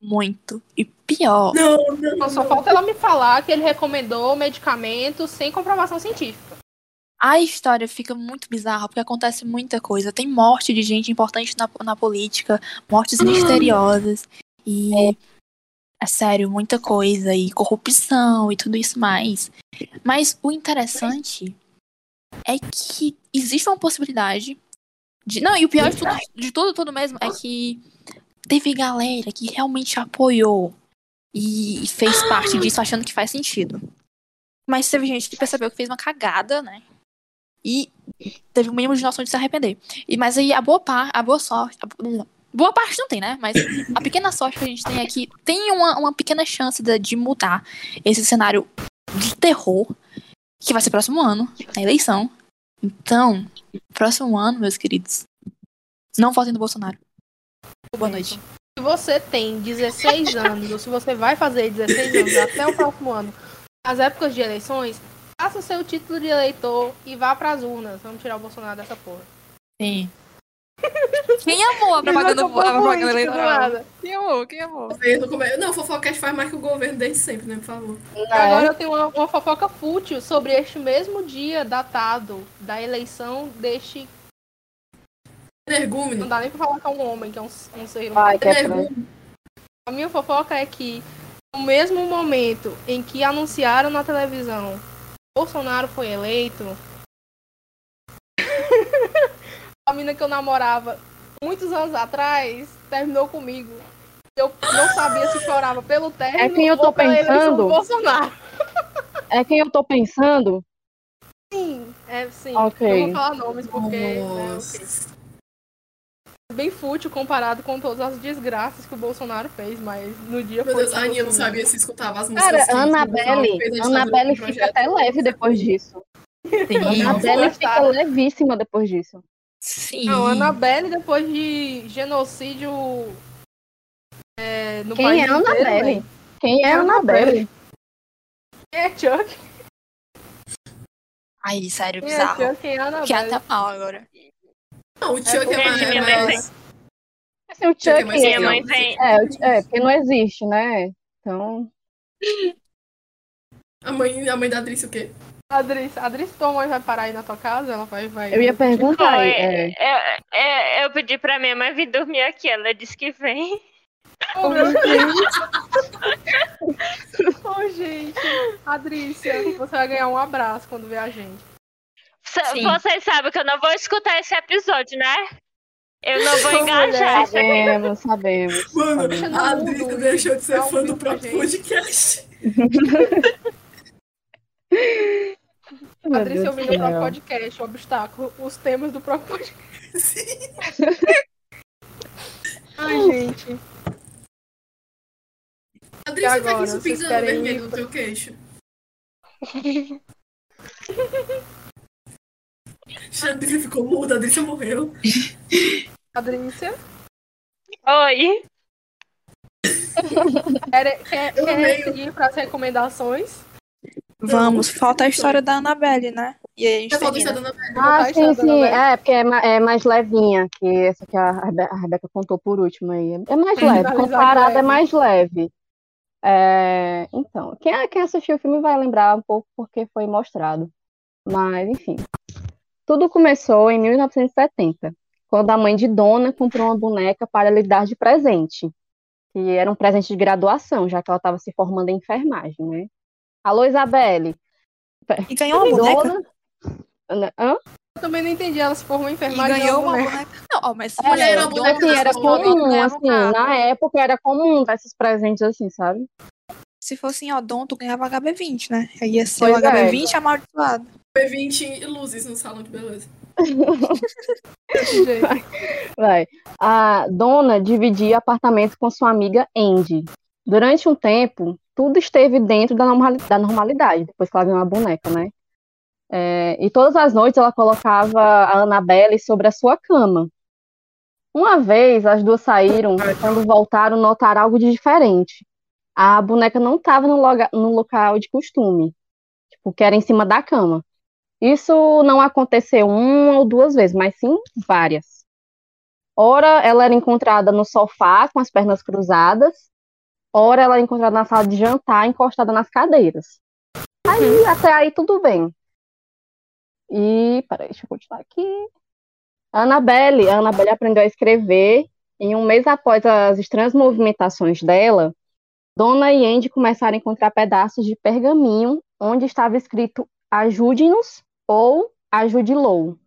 Speaker 1: Muito. E pior.
Speaker 4: Não, não.
Speaker 2: Não, só falta ela me falar que ele recomendou medicamentos sem comprovação científica.
Speaker 1: A história fica muito bizarra porque acontece muita coisa. Tem morte de gente importante na, na política, mortes misteriosas e é sério, muita coisa e corrupção e tudo isso mais. Mas o interessante é que existe uma possibilidade de não, e o pior de tudo, de tudo, tudo mesmo é que teve galera que realmente apoiou e fez parte disso achando que faz sentido. Mas teve gente que percebeu que fez uma cagada, né? E teve o mínimo de noção de se arrepender. E, mas aí a boa parte, a boa sorte. a bo- boa parte não tem, né? Mas a pequena sorte que a gente tem é que tem uma, uma pequena chance de, de mudar esse cenário de terror que vai ser próximo ano, na eleição. Então, próximo ano, meus queridos, não votem no Bolsonaro. Boa noite.
Speaker 2: Se você tem 16 anos, ou se você vai fazer 16 anos até o próximo ano, as épocas de eleições, faça o seu título de eleitor e vá pras urnas. Vamos tirar o Bolsonaro dessa porra.
Speaker 1: Sim. Quem amou a propaganda, a propaganda eleitoral?
Speaker 6: Quem amou? Quem amou?
Speaker 4: Governo come- Não, fofocast faz mais que o governo desde sempre, né? Por favor.
Speaker 5: Ah, é?
Speaker 2: Agora eu tenho uma, uma fofoca fútil sobre este mesmo dia datado da eleição deste.
Speaker 4: Energúmeno.
Speaker 2: Não dá nem pra falar que é um homem, que é um, um ser humano.
Speaker 7: Vai, que é pra...
Speaker 4: Energúmeno.
Speaker 2: A minha fofoca é que, no mesmo momento em que anunciaram na televisão Bolsonaro foi eleito, (laughs) a mina que eu namorava muitos anos atrás terminou comigo. Eu não sabia se chorava pelo término
Speaker 5: É quem eu tô
Speaker 2: ou pela eleição
Speaker 5: pensando?
Speaker 2: do Bolsonaro.
Speaker 5: É quem eu tô pensando?
Speaker 2: Sim, é sim.
Speaker 5: Ok.
Speaker 2: Não vou falar nomes porque né, ok.
Speaker 4: Nossa.
Speaker 2: é bem fútil comparado com todas as desgraças que o Bolsonaro fez, mas no dia
Speaker 4: Meu
Speaker 2: foi
Speaker 4: Deus, a
Speaker 2: tipo
Speaker 4: Aninha não
Speaker 2: assim,
Speaker 4: sabia se escutava as músicas.
Speaker 5: Cara,
Speaker 4: que-
Speaker 5: Annabelle,
Speaker 4: que o pessoal fez antes de
Speaker 5: Annabelle
Speaker 4: fazer o
Speaker 5: fica
Speaker 4: projeto.
Speaker 5: até leve depois disso.
Speaker 1: assim?
Speaker 4: Não,
Speaker 5: A
Speaker 4: não
Speaker 5: Belle fica
Speaker 2: gostaram.
Speaker 5: levíssima depois disso.
Speaker 1: Sim.
Speaker 2: Não, a Anabelle, depois de genocídio é, no
Speaker 5: Quem
Speaker 2: país
Speaker 5: é
Speaker 2: inteiro,
Speaker 5: Annabelle?
Speaker 2: velho.
Speaker 5: Quem é Annabelle?
Speaker 2: Quem é Chuck?
Speaker 1: Aí, sério,
Speaker 2: Quem é
Speaker 1: bizarro.
Speaker 2: Chuck? Quem é Anabelle?
Speaker 1: Que até mal agora.
Speaker 4: Não, o Chuck é,
Speaker 2: porque
Speaker 4: mais.
Speaker 3: minha
Speaker 4: é
Speaker 3: mãe
Speaker 4: mais-
Speaker 5: Assim, o
Speaker 4: Chuck é
Speaker 5: Chuck.
Speaker 4: mais
Speaker 3: Minha
Speaker 4: legal.
Speaker 3: mãe vem.
Speaker 5: É, o- é, porque não existe, né? Então.
Speaker 4: A mãe, a mãe da Adrice o quê?
Speaker 2: A Adrice, a Adrice, tua mãe vai parar aí na tua casa? Ela vai... vai...
Speaker 5: Eu ia perguntar.
Speaker 3: Oi,
Speaker 5: é,
Speaker 3: é- é- eu pedi pra minha mãe vir dormir aqui, ela disse que vem.
Speaker 2: Oh, meu Deus! (laughs) oh, gente. Adrice, você vai ganhar um abraço quando ver a gente.
Speaker 3: Sa-
Speaker 1: Sim.
Speaker 3: Vocês sabem que eu não vou escutar esse episódio, né? Eu não vou engajar.
Speaker 5: né? sabemos, sabemos.
Speaker 4: Mano,
Speaker 5: sabemos.
Speaker 4: a Adrice
Speaker 2: mundo,
Speaker 4: deixou de ser
Speaker 2: dá um
Speaker 4: fã do
Speaker 2: bico pra
Speaker 4: próprio podcast.
Speaker 5: Meu
Speaker 2: Adrice, eu
Speaker 5: Deus
Speaker 2: vi
Speaker 5: do
Speaker 2: no próprio
Speaker 5: céu.
Speaker 2: podcast, o obstáculo, os temas do próprio podcast.
Speaker 4: Sim.
Speaker 2: (laughs) Ai, gente.
Speaker 4: Adrice, você tá
Speaker 2: agora,
Speaker 4: aqui isso
Speaker 2: vocês
Speaker 4: pisando
Speaker 2: querem
Speaker 4: vermelho
Speaker 2: ir
Speaker 4: no teu queixo. A Adrice ficou muda, a Adrice morreu.
Speaker 2: Adrice,
Speaker 3: Oi.
Speaker 2: quer, quer,
Speaker 4: Eu amei
Speaker 2: quer
Speaker 4: o-
Speaker 2: seguir para as recomendações?
Speaker 6: Vamos, falta a história da Annabelle, né? E aí a gente
Speaker 4: Já falou do
Speaker 6: termina.
Speaker 4: Estado da
Speaker 5: Ah,
Speaker 2: Vai,
Speaker 5: sim,
Speaker 2: Xandana,
Speaker 5: sim.
Speaker 2: vai.
Speaker 5: É, porque é, ma- é mais levinha, que essa que a, Rebe- a Rebeca contou por último aí. É mais leve,
Speaker 2: finalizar
Speaker 5: comparada é
Speaker 2: leve.
Speaker 5: mais leve. É, então, quem, quem assistiu o filme vai lembrar um pouco porque foi mostrado. Mas, enfim. Tudo começou em 1970, quando a mãe de Dona comprou uma boneca para lhe dar de presente. Que era um presente de graduação, já que ela estava se formando em enfermagem, né? Alô, Isabelle.
Speaker 6: E ganhou É uma boneca.
Speaker 5: Dona... Hã?
Speaker 2: Eu também não entendi, ela se formou em
Speaker 1: E
Speaker 2: enfermagem.
Speaker 1: ganhou
Speaker 2: não,
Speaker 1: uma
Speaker 2: né?
Speaker 1: boneca. Não, ó, mas
Speaker 5: Olha,
Speaker 4: Mulher,
Speaker 5: era,
Speaker 4: a
Speaker 5: então,
Speaker 4: boneca
Speaker 5: assim, era
Speaker 4: das escolas,
Speaker 5: comum,
Speaker 1: ganhava
Speaker 5: assim,
Speaker 1: carro.
Speaker 5: na época era comum dar esses presentes assim, sabe?
Speaker 6: Se fosse em Odonto, ganhava HB20, né? Aí ia ser o
Speaker 5: Pois é.
Speaker 6: HB20 amaldiçoado.
Speaker 4: P20 e luzes no salão de beleza.
Speaker 2: Gente,
Speaker 5: Vai. A dona dividia apartamento com sua amiga Andy. Durante um tempo, tudo esteve dentro da, normali- da normalidade, depois que ela ganhou a boneca, né? É, e todas as noites ela colocava a Annabelle sobre a sua cama. Uma vez as duas saíram, e quando voltaram, notaram algo de diferente. A boneca não estava no, loga- no local de costume, tipo, que era em cima da cama. Isso não aconteceu uma ou duas vezes, mas sim várias. Ora, ela era encontrada no sofá com as pernas cruzadas. Ora, ela era encontrada na sala de jantar, encostada nas cadeiras. Aí, até aí, tudo bem. E, peraí, deixa eu continuar aqui. A Annabelle, a Annabelle aprendeu a escrever. E um mês após as estranhas movimentações dela, Dona e Andy começaram a encontrar pedaços de pergaminho onde estava escrito Ajude-nos ou Ajude Lou.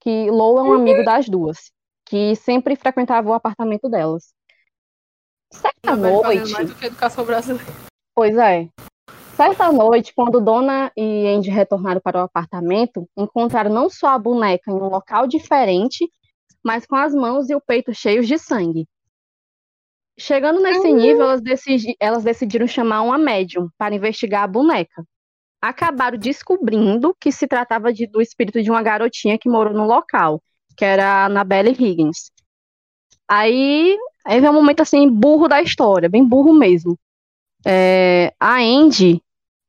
Speaker 5: Que Lou é um amigo das duas que sempre frequentava o apartamento delas. Certa
Speaker 2: não vai fazer
Speaker 5: noite,
Speaker 2: mais do que educação brasileira.
Speaker 5: pois é. Certa noite, quando Dona e Andy retornaram para o apartamento, encontraram não só a boneca em um local diferente, mas com as mãos e o peito cheios de sangue. Chegando nesse nível, elas, decidi- elas decidiram chamar uma médium para investigar a boneca. Acabaram descobrindo que se tratava de- do espírito de uma garotinha que morou no local, que era a Annabelle Higgins. Aí, aí vem um momento assim, burro da história, bem burro mesmo. É, a Andy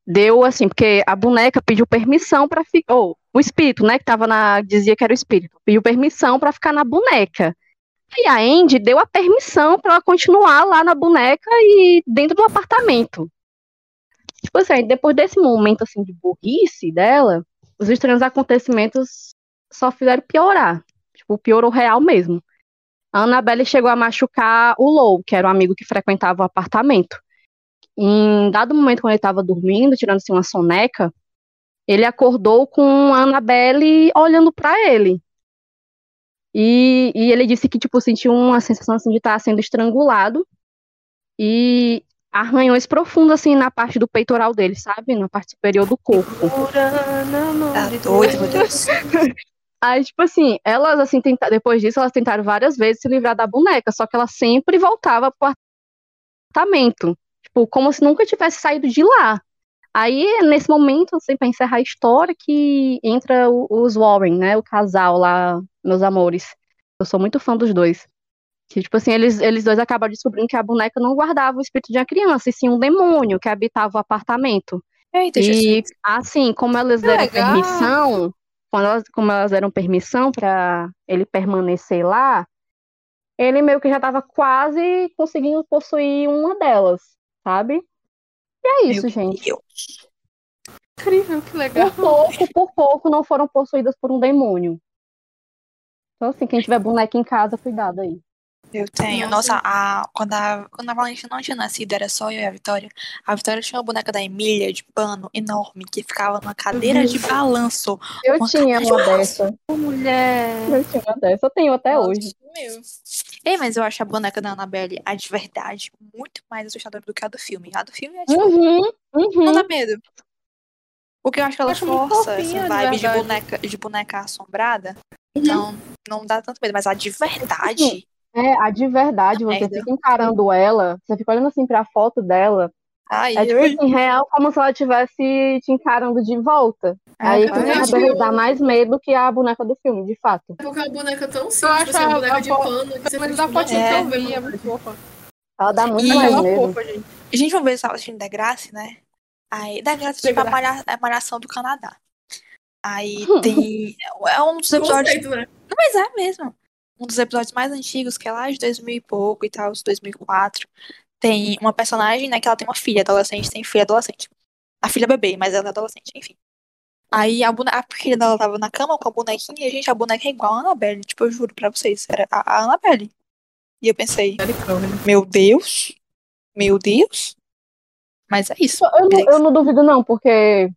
Speaker 5: deu assim, porque a boneca pediu permissão para ficar, ou o espírito, né, que tava na, dizia que era o espírito, pediu permissão para ficar na boneca. E a Andy deu a permissão para ela continuar lá na boneca e dentro do apartamento. Tipo assim, depois desse momento assim de burrice dela, os estranhos acontecimentos só fizeram piorar. Tipo, piorou real mesmo. A Annabelle chegou a machucar o Lou, que era um amigo que frequentava o apartamento em dado momento, quando ele estava dormindo, tirando assim, uma soneca, ele acordou com a Annabelle olhando para ele. E, e, ele disse que, tipo, sentiu uma sensação assim, de estar sendo estrangulado e arranhões profundos, assim, na parte do peitoral dele, sabe? Na parte superior do corpo.
Speaker 1: Tá doido, meu Deus.
Speaker 5: Aí, tipo assim, elas, assim, tenta... depois disso, elas tentaram várias vezes se livrar da boneca, só que ela sempre voltava pro apartamento Tipo, como se nunca tivesse saído de lá. Aí, nesse momento, assim, para encerrar a história, que entra o, os Warren, né? O casal lá, meus amores. Eu sou muito fã dos dois. Que, tipo assim, eles, eles dois acabaram descobrindo que a boneca não guardava o espírito de uma criança, e sim um demônio que habitava o apartamento.
Speaker 1: Eita,
Speaker 5: e,
Speaker 1: Jesus.
Speaker 5: assim, como elas
Speaker 2: Que
Speaker 5: deram
Speaker 2: legal.
Speaker 5: permissão, quando elas, como elas deram permissão para ele permanecer lá, ele meio que já tava quase conseguindo possuir uma delas, sabe? E é isso,
Speaker 1: Meu
Speaker 5: gente.
Speaker 1: Deus.
Speaker 2: Incrível, que legal.
Speaker 5: Por pouco, por pouco, não foram possuídas por um demônio. Então, assim, quem tiver boneca em casa, cuidado aí.
Speaker 1: Eu tenho.
Speaker 4: Nossa.
Speaker 1: Nossa, a- quando, a, quando a Valentina não tinha nascido, era só eu e a Vitória. A Vitória tinha uma boneca da Emília de pano enorme que ficava numa
Speaker 5: Uhum.
Speaker 1: cadeira de balanço.
Speaker 5: Eu
Speaker 1: Uma
Speaker 5: tinha uma
Speaker 1: cachorra.
Speaker 5: dessa.
Speaker 2: Mulher.
Speaker 5: Eu tinha uma dessa. Eu tenho até hoje.
Speaker 1: Meu. Ei, mas eu acho a boneca da Annabelle, a de verdade, muito mais assustadora do que a do filme. A do filme é tipo,
Speaker 5: Uhum,
Speaker 1: não
Speaker 5: uhum.
Speaker 1: dá medo. O que eu acho que ela
Speaker 2: Eu acho muito
Speaker 1: força
Speaker 2: fofinha,
Speaker 1: essa
Speaker 2: de
Speaker 1: vibe de
Speaker 2: verdade. Uhum.
Speaker 1: boneca, de boneca assombrada. Então, não dá tanto medo. Mas a de
Speaker 2: tipo,
Speaker 1: verdade.
Speaker 5: É, a de verdade,
Speaker 1: Uma
Speaker 5: você
Speaker 1: merda.
Speaker 5: fica encarando ela, você fica olhando assim pra foto dela.
Speaker 1: Ai,
Speaker 5: É tipo
Speaker 1: eu-
Speaker 5: assim, real, como se ela estivesse te encarando de volta.
Speaker 1: Ai,
Speaker 5: Aí
Speaker 1: É, eu
Speaker 5: que
Speaker 4: acho
Speaker 5: dá-
Speaker 4: que eu-
Speaker 5: dá mais medo que a boneca do filme, de fato.
Speaker 4: Porque é uma boneca tão simples, tipo
Speaker 2: acho
Speaker 4: assim, uma
Speaker 2: a-
Speaker 4: boneca
Speaker 2: a
Speaker 4: de
Speaker 2: fo-
Speaker 4: pano. que você
Speaker 2: Mas
Speaker 4: fica,
Speaker 2: da
Speaker 4: tipo,
Speaker 2: fotinha
Speaker 4: "Nossa,
Speaker 2: que
Speaker 1: É.
Speaker 2: eu vi é muito fofa.
Speaker 5: Ela dá muito
Speaker 1: E
Speaker 5: mais
Speaker 2: Ela é
Speaker 5: medo.
Speaker 2: fofa, gente.
Speaker 1: Gente, vamos ver essa aula de Degrassi, né? Aí, Degrassi tipo, é a malha- a malhação do Canadá.
Speaker 2: (laughs)
Speaker 1: Aí tem. É um dos episódios.
Speaker 4: Conceito, né?
Speaker 1: Não, mas é mesmo. Um dos episódios mais antigos, que é lá de 2000 e pouco e tal, os 2004. Tem uma personagem, né, que ela tem uma filha adolescente, tem filha adolescente. A filha é bebê, mas ela é adolescente, enfim. Aí a, bone... a filha dela tava na cama com a bonequinha e, gente, a boneca é igual a Annabelle. Tipo, eu juro pra vocês, era a, a Annabelle. E eu pensei, meu Deus, meu Deus. Mas é isso.
Speaker 5: Eu não,
Speaker 1: É isso.
Speaker 5: eu não duvido, não, porque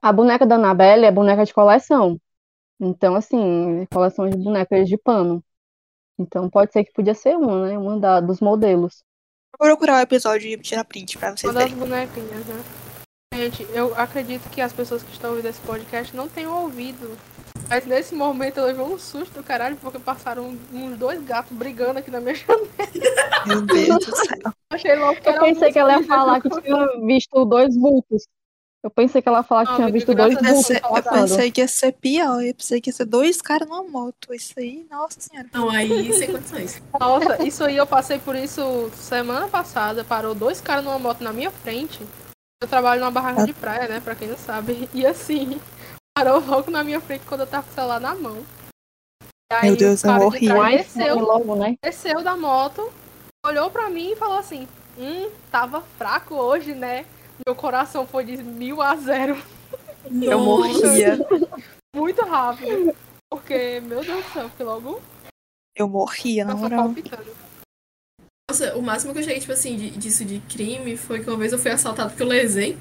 Speaker 5: a boneca da Annabelle é boneca de coleção. Então, assim, é coleção de bonecas de pano. Então, pode ser que podia ser uma, né? Uma da- dos modelos.
Speaker 1: Vou procurar o episódio e tirar print pra vocês
Speaker 2: Uma das
Speaker 1: verem.
Speaker 2: bonequinhas, né? Gente, eu acredito que as pessoas que estão ouvindo esse podcast não tenham ouvido. Mas nesse momento eu levei um susto do caralho porque passaram um- uns dois gatos brigando aqui na minha (laughs) janela.
Speaker 1: Meu Deus do céu.
Speaker 2: Achei logo que
Speaker 5: Eu
Speaker 2: era
Speaker 5: pensei que ela ia
Speaker 2: música.
Speaker 5: falar
Speaker 2: (laughs)
Speaker 5: que tinha visto dois vultos. Eu pensei que ela ia falar que
Speaker 2: Ah,
Speaker 5: tinha
Speaker 2: amiga,
Speaker 5: visto dois
Speaker 2: graças a Deus,
Speaker 5: vultos
Speaker 1: Essa- eu
Speaker 5: passando.
Speaker 1: pensei que ia ser pior, eu pensei que ia ser dois caras numa moto. Isso aí, nossa senhora.
Speaker 4: Não, aí sem condições.
Speaker 2: Nossa, isso aí eu passei por isso semana passada. Parou dois caras numa moto na minha frente. Eu trabalho numa barraca de praia, né? Pra quem não sabe. E assim, (laughs) parou logo na minha frente quando eu tava com o celular na mão. E aí,
Speaker 1: Meu Deus,
Speaker 2: o cara
Speaker 1: é
Speaker 2: de
Speaker 1: horrível.
Speaker 2: trás
Speaker 5: Mas
Speaker 2: desceu,
Speaker 5: logo, né?
Speaker 2: desceu da moto, olhou pra mim e falou assim: Hum, tava fraco hoje, né? Meu coração foi de mil a zero. (laughs)
Speaker 4: Eu
Speaker 1: morria.
Speaker 2: Muito rápido. Porque, meu Deus do céu, que logo
Speaker 1: Eu morria, na
Speaker 2: eu tô
Speaker 1: moral.
Speaker 2: palpitando.
Speaker 4: Nossa, o máximo que eu cheguei, tipo assim, de- disso de crime foi que uma vez eu fui assaltado porque eu lesei.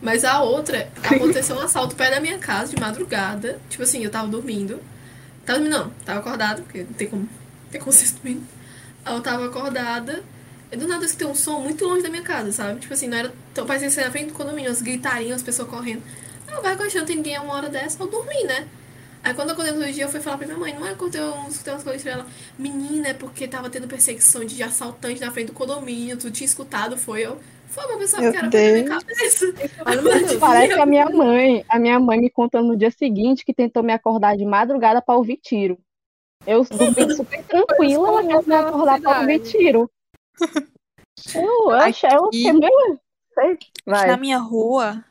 Speaker 4: Mas a outra, aconteceu um assalto perto da minha casa de madrugada. Tipo assim, eu tava dormindo. Tava dormindo, não, tava acordada, porque não tem como (laughs) ter consciência dormindo. Aí eu tava acordada. E do nada eu escutei um som muito longe da minha casa, sabe? Tipo assim, não era. Então, parecia ser na frente do condomínio, uns gritarinhos, as pessoas correndo. Ah, vai acordar, não tem ninguém a uma hora dessa, eu dormi, né? Aí quando acordei no outro dia, eu fui falar pra minha mãe, não é quando eu escutei umas coisas dela. Menina, é porque tava tendo perseguição de assaltante na frente do condomínio, tu tinha escutado, foi eu. Foi uma pessoa
Speaker 1: Meu
Speaker 4: que era pra minha
Speaker 1: Deus.
Speaker 4: cabeça.
Speaker 2: um
Speaker 5: Parece é a minha mãe. A minha mãe me contando no dia seguinte que tentou me acordar de madrugada pra ouvir tiro. Eu dormi super tranquila, ela
Speaker 2: Coisas
Speaker 5: tentou
Speaker 2: comuns
Speaker 5: me
Speaker 2: da
Speaker 5: acordar pra ouvir
Speaker 2: cidade. (laughs)
Speaker 5: tiro. Eu, eu,
Speaker 1: Ai,
Speaker 5: achei- eu
Speaker 1: que-
Speaker 5: fiquei, meu, Sei. Vai.
Speaker 1: Na minha rua,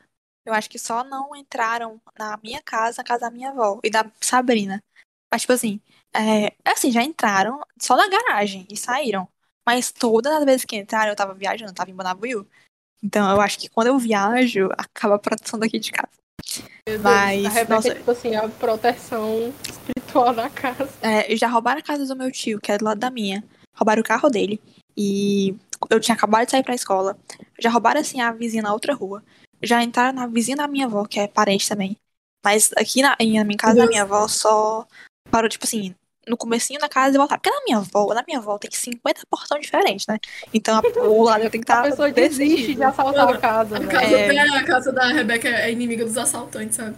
Speaker 1: eu acho que só não entraram na minha casa, na casa da minha avó e da Sabrina. Mas, tipo assim, é, assim, já entraram só na garagem e saíram. Mas todas as vezes que entraram, eu tava viajando, eu tava em Bonabuiú. Então, eu acho que quando eu viajo, (laughs) acaba a proteção daqui de casa.
Speaker 2: Meu Deus,
Speaker 1: Mas,
Speaker 2: a Rebeca,
Speaker 1: nossa-
Speaker 2: tipo assim, a proteção espiritual da casa.
Speaker 1: É, já roubaram a casa do meu tio, que é do lado da minha. Roubaram o carro dele. E eu tinha acabado de sair pra escola. Já roubaram, assim, a vizinha na outra rua. Já entraram na vizinha da minha avó, que é parente também. Mas aqui na, em- na minha casa da minha avó só parou, tipo assim, no comecinho da casa e voltaram. Porque na minha avó, na minha avó tem 50 portão diferentes, né? Então a- o lado eu tenho que
Speaker 2: A
Speaker 1: estar
Speaker 2: pessoa desiste de assaltar a casa,
Speaker 4: é A
Speaker 2: né?
Speaker 4: casa,
Speaker 1: É.
Speaker 4: da- a casa da Rebeca é inimiga dos assaltantes, sabe?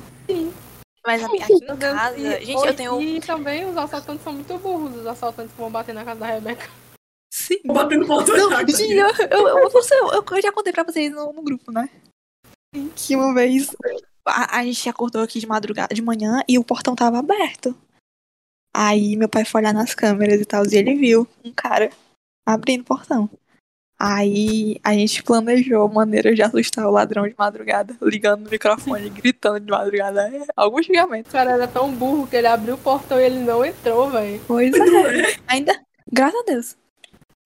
Speaker 1: Mas a minha- aqui
Speaker 2: Meu
Speaker 1: em
Speaker 2: Deus,
Speaker 1: casa,
Speaker 2: e-
Speaker 1: gente,
Speaker 2: oi,
Speaker 1: eu tenho... um
Speaker 2: E também os assaltantes são muito burros, os assaltantes que vão bater na casa da Rebeca. (laughs)
Speaker 1: Sim.
Speaker 4: Batendo ponto
Speaker 1: Não,
Speaker 4: errado.
Speaker 1: gente, eu, eu, eu, você- eu- eu já contei pra vocês no, no grupo, né? Que uma vez a, a gente acordou aqui de madrugada, de manhã, e o portão tava aberto. Aí meu pai foi olhar nas câmeras e tal, e ele viu um cara abrindo o portão. Aí a gente planejou maneira de assustar o ladrão de madrugada, ligando no microfone, gritando de madrugada. É, algum xingamento.
Speaker 2: O cara era tão burro que ele abriu o portão e ele não entrou, velho.
Speaker 1: Pois é. Ainda, graças a Deus.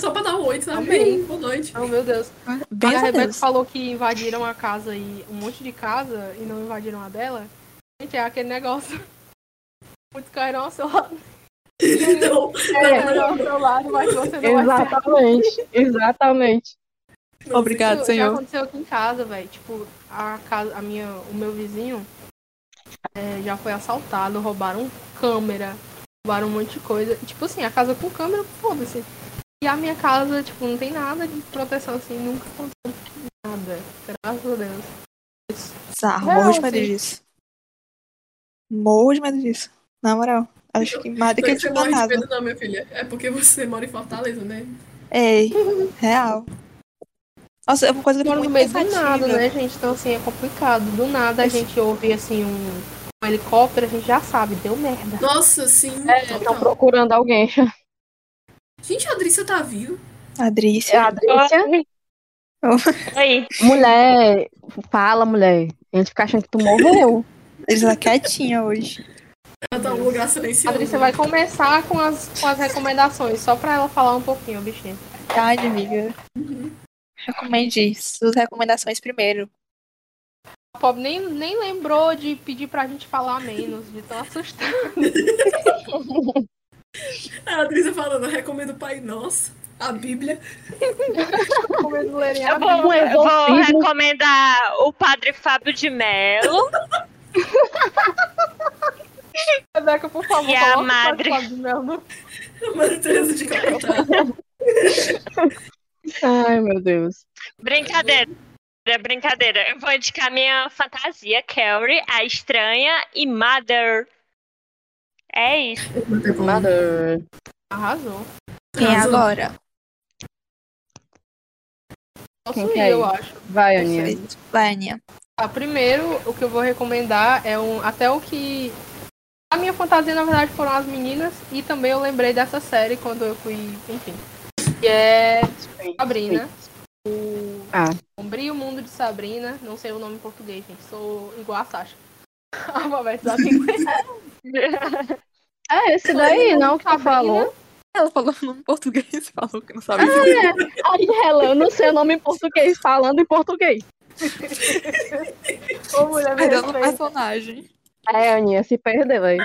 Speaker 4: Só pra dar um oi, sabe?
Speaker 2: Amém.
Speaker 4: Boa noite.
Speaker 2: Oh, meu Deus. a
Speaker 1: Graças a
Speaker 2: Rebeca
Speaker 1: Deus.
Speaker 2: falou que invadiram a casa e um monte de casa e não invadiram a dela. Gente, é aquele negócio. (laughs) Muitos cairão ao seu lado.
Speaker 4: Não,
Speaker 2: Cairão ao seu lado, mas você não vai ser.
Speaker 5: Exatamente, exatamente.
Speaker 1: Obrigado,
Speaker 2: Isso Já
Speaker 1: senhor.
Speaker 2: aconteceu aqui em casa, velho. Tipo, a casa, a minha, o meu vizinho é, já foi assaltado, roubaram câmera, roubaram um monte de coisa. Tipo assim, a casa com câmera, foda-se. E a minha casa, tipo, não tem nada de proteção assim, nunca aconteceu nada. Graças a Deus.
Speaker 1: Bizarro,
Speaker 2: Não,
Speaker 1: morro de medo
Speaker 2: gente.
Speaker 1: disso. Morro de medo disso. Na moral. Acho que mais do que
Speaker 4: você
Speaker 1: eles
Speaker 4: morre de
Speaker 1: matavam.
Speaker 4: medo, não, minha filha. É porque você mora em Fortaleza, né?
Speaker 1: É, real. Nossa, é uma coisa que eu
Speaker 2: Moro
Speaker 1: fico
Speaker 2: no
Speaker 1: muito
Speaker 2: meio do
Speaker 1: pensativa.
Speaker 2: nada, né, gente? Então, assim, é complicado. Do nada a gente ouve, assim, um, um helicóptero, a gente já sabe, deu merda.
Speaker 4: Nossa, sim.
Speaker 2: É.
Speaker 5: Estão
Speaker 4: total.
Speaker 5: procurando alguém.
Speaker 4: Gente, a Adrícia tá viva.
Speaker 5: É
Speaker 1: Adrícia.
Speaker 5: a Adrícia.
Speaker 3: Aí,
Speaker 5: Mulher, fala, mulher. A gente fica achando que tu morreu.
Speaker 1: Eles tá quietinha hoje.
Speaker 4: Ela tá em um lugar
Speaker 2: A
Speaker 4: silencioso.
Speaker 2: Adrícia vai começar com as, com as recomendações, só pra ela falar um pouquinho, bichinha.
Speaker 1: Verdade, amiga. Recomende suas recomendações primeiro.
Speaker 2: A pobre nem, nem lembrou de pedir pra gente falar menos, de tão (laughs) assustada.
Speaker 4: A Adrícia falando, eu recomendo o Pai Nosso, a Bíblia.
Speaker 2: como eles lerem a
Speaker 3: eu vou,
Speaker 5: um
Speaker 3: eu vou
Speaker 5: exorcismo.
Speaker 3: recomendar o Padre Fábio de Mello.
Speaker 2: Rebeca, por favor.
Speaker 3: E a
Speaker 2: coloca o
Speaker 3: madre.
Speaker 2: Padre Fábio Melo.
Speaker 4: A Madre Teresa de Calcutá.
Speaker 5: Ai, meu Deus.
Speaker 3: Brincadeira. Brincadeira. Eu vou indicar minha fantasia, Carrie, a estranha e Mother. É isso.
Speaker 5: Mother.
Speaker 2: Arrasou.
Speaker 1: Quem é
Speaker 4: Arrasou.
Speaker 1: agora?
Speaker 2: Posso
Speaker 5: Quem
Speaker 2: ir,
Speaker 5: que é
Speaker 2: eu
Speaker 5: isso?
Speaker 2: acho.
Speaker 5: Vai, Aninha.
Speaker 1: Vânia.
Speaker 2: Tá, primeiro, o que eu vou recomendar é um. Até o que. A minha fantasia, na verdade, foram as meninas. E também eu lembrei dessa série quando eu fui. Enfim. Que é
Speaker 5: né?
Speaker 2: Sabrina. O.
Speaker 5: Ah.
Speaker 2: Sombrio Mundo de Sabrina. Não sei o nome em português, gente. Sou igual a Sasha. (laughs) Alfabetizada em inglês.
Speaker 5: É esse daí, não que tu falou.
Speaker 1: Ela falou no nome português, (laughs) falou que não sabe.
Speaker 5: Aí ela, eu não sei o nome em português, falando em português.
Speaker 2: Ô, mulher, me
Speaker 1: Perdeu no
Speaker 2: respeita.
Speaker 1: personagem.
Speaker 5: É, Aninha, se perdeu aí.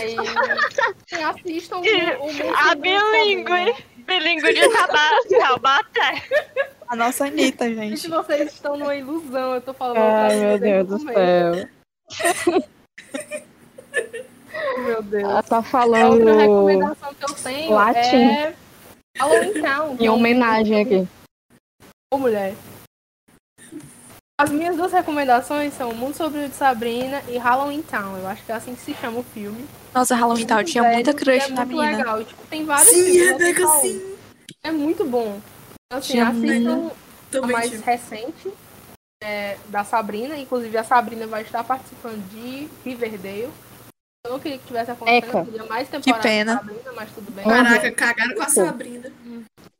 Speaker 2: Aí, assim, assistam o, o Mundo
Speaker 3: A
Speaker 2: Sombrio de Sabrina.
Speaker 3: Ah, bilíngue. Bilíngue de Tauba- Taubaté.
Speaker 1: A nossa Anitta, gente.
Speaker 2: Se vocês estão numa ilusão, eu tô falando. pra
Speaker 5: Ai,
Speaker 2: vocês
Speaker 5: meu
Speaker 2: desde
Speaker 5: Deus
Speaker 2: o
Speaker 5: do
Speaker 2: começo.
Speaker 5: céu.
Speaker 2: Meu Deus.
Speaker 5: Ela tá
Speaker 2: A É outra
Speaker 5: falando
Speaker 2: recomendação que eu tenho
Speaker 5: Latim.
Speaker 2: é Halloween Town. que
Speaker 5: em
Speaker 2: é um-
Speaker 5: homenagem aqui.
Speaker 2: Ô, mulher. As minhas duas recomendações são O Mundo Sombrio de Sabrina e Halloween Town. Eu acho que é assim que se chama o filme.
Speaker 1: Nossa, Halloween Town Ah, tinha
Speaker 2: Velho,
Speaker 1: muita
Speaker 2: e
Speaker 1: crush
Speaker 2: é
Speaker 1: na
Speaker 2: muito
Speaker 1: menina.
Speaker 2: legal. Tipo, tem vários
Speaker 4: Sim,
Speaker 2: filmes,
Speaker 4: Rebeca,
Speaker 2: assim,
Speaker 4: sim.
Speaker 2: É muito bom. Então, assim,
Speaker 1: Tinha
Speaker 2: assistam a
Speaker 4: Também,
Speaker 2: mais
Speaker 4: tipo,
Speaker 2: recente é, da Sabrina. Inclusive, a Sabrina vai estar participando de Riverdale. Eu não queria que tivesse acontecendo,
Speaker 5: Eca.
Speaker 2: eu queria mais temporada
Speaker 1: Que pena.
Speaker 2: de Sabrina, mas tudo bem.
Speaker 4: Caraca, cagaram com a Sabrina.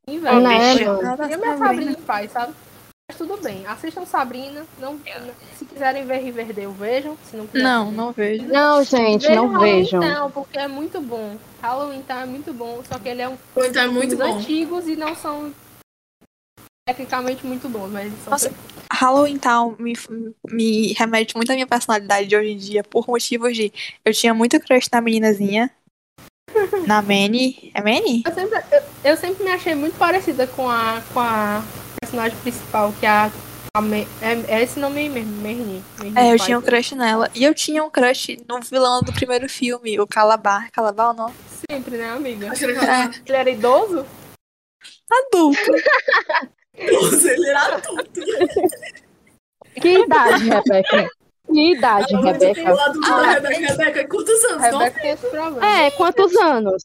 Speaker 2: Sim, velho. Né?
Speaker 5: Não,
Speaker 2: Eu
Speaker 5: não.
Speaker 1: Tá
Speaker 2: queria minha Sabrina em paz, sabe? Mas tudo bem. Assistam Sabrina. Não, se quiserem ver Riverdale, vejam. Se não quiserem,
Speaker 1: Não, não vejo.
Speaker 5: Não, gente, não
Speaker 2: Halloween
Speaker 5: vejam.
Speaker 2: Town, porque é muito bom. Halloween Town é muito bom, só que ele é um
Speaker 4: Então é muito
Speaker 2: filmes
Speaker 4: bom.
Speaker 2: antigos e não são tecnicamente muito bons, mas eles são
Speaker 1: Nossa, Halloween Town me, me remete muito à minha personalidade de hoje em dia, por motivos de. Eu tinha muito crush na meninazinha. Na Manny. É Manny?
Speaker 2: Eu sempre, eu, eu sempre me achei muito parecida com a, com a personagem principal, que é a. a Me- é, é esse nome aí mesmo, Merni. Merni
Speaker 1: É, eu
Speaker 2: Pfeiffer.
Speaker 1: tinha um crush nela. E eu tinha um crush no vilão do primeiro filme, o Calabar. Calabar é ou não?
Speaker 2: Sempre, né, amiga?
Speaker 4: Acho que ele era
Speaker 2: Ele era idoso?
Speaker 1: Adulto.
Speaker 4: idoso, ele era adulto.
Speaker 5: Que idade, Rebeca? Que idade,
Speaker 4: Ela muito
Speaker 5: Rebeca?
Speaker 4: do lado da Rebeca. Rebeca, quantos anos? Não,
Speaker 2: Ah, Rebeca tem esse problema.
Speaker 5: É, quantos anos?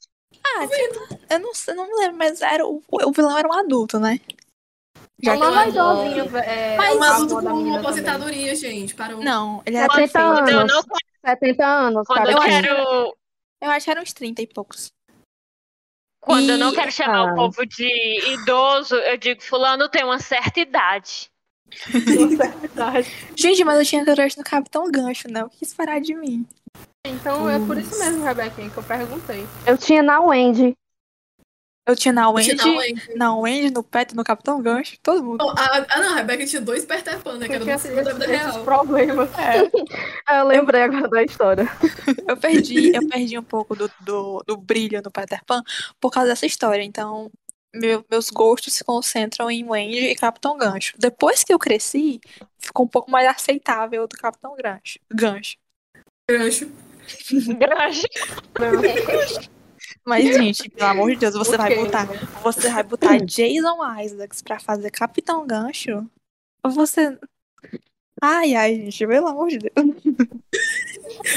Speaker 1: Eu não, sei- eu não me lembro, mas era o, o vilão era um adulto, né?
Speaker 2: Já
Speaker 4: que ela
Speaker 2: uma
Speaker 4: é
Speaker 2: idosinha. É,
Speaker 4: é um
Speaker 2: a avó
Speaker 4: adulto
Speaker 2: da
Speaker 4: com
Speaker 2: menina
Speaker 4: uma
Speaker 2: também.
Speaker 4: aposentadoria, gente. Para um o...
Speaker 1: Não, ele era.
Speaker 5: 70
Speaker 1: perfeito.
Speaker 3: Quando eu é
Speaker 5: anos.
Speaker 3: não
Speaker 5: 70 anos,
Speaker 3: Quando
Speaker 5: Ah, cara.
Speaker 3: eu
Speaker 1: Cara,
Speaker 3: quero.
Speaker 1: Eu acho que era uns 30 e poucos.
Speaker 3: Quando eu
Speaker 1: E-
Speaker 3: não quero chamar
Speaker 5: Ah.
Speaker 3: o povo de idoso, eu digo, fulano tem uma certa idade.
Speaker 1: Gente, mas eu tinha crush no Capitão Gancho, né? O que isso parar de mim?
Speaker 2: Então é por isso mesmo, Rebequinha, que eu perguntei.
Speaker 5: Eu tinha na Wendy.
Speaker 1: Eu tinha na Wendy,
Speaker 4: Tinha na Wendy.
Speaker 1: na Wendy, no Pet, no Capitão Gancho, todo mundo.
Speaker 4: Bom, a- Ah, não, a Rebeca tinha dois Peter Pan, né? Que era
Speaker 2: Porque assim,
Speaker 4: do
Speaker 2: esses,
Speaker 4: filme da vida
Speaker 2: esses
Speaker 4: real.
Speaker 2: problemas. né?
Speaker 4: (laughs)
Speaker 5: Eu lembrei agora da história.
Speaker 1: Eu perdi,
Speaker 4: (laughs)
Speaker 1: eu perdi um pouco do, do, do brilho no Peter Pan por causa dessa história. Então, meu- meus gostos se concentram em Wendy e Capitão Gancho. Depois que eu cresci, ficou um pouco mais aceitável do Capitão Gancho. Gancho.
Speaker 4: Gancho.
Speaker 3: Grande.
Speaker 1: Mas, gente, pelo amor de Deus, você vai
Speaker 2: Ok.
Speaker 1: botar, você vai botar Jason Isaacs pra fazer Capitão Gancho? Você. Ai, ai, gente, pelo amor de Deus.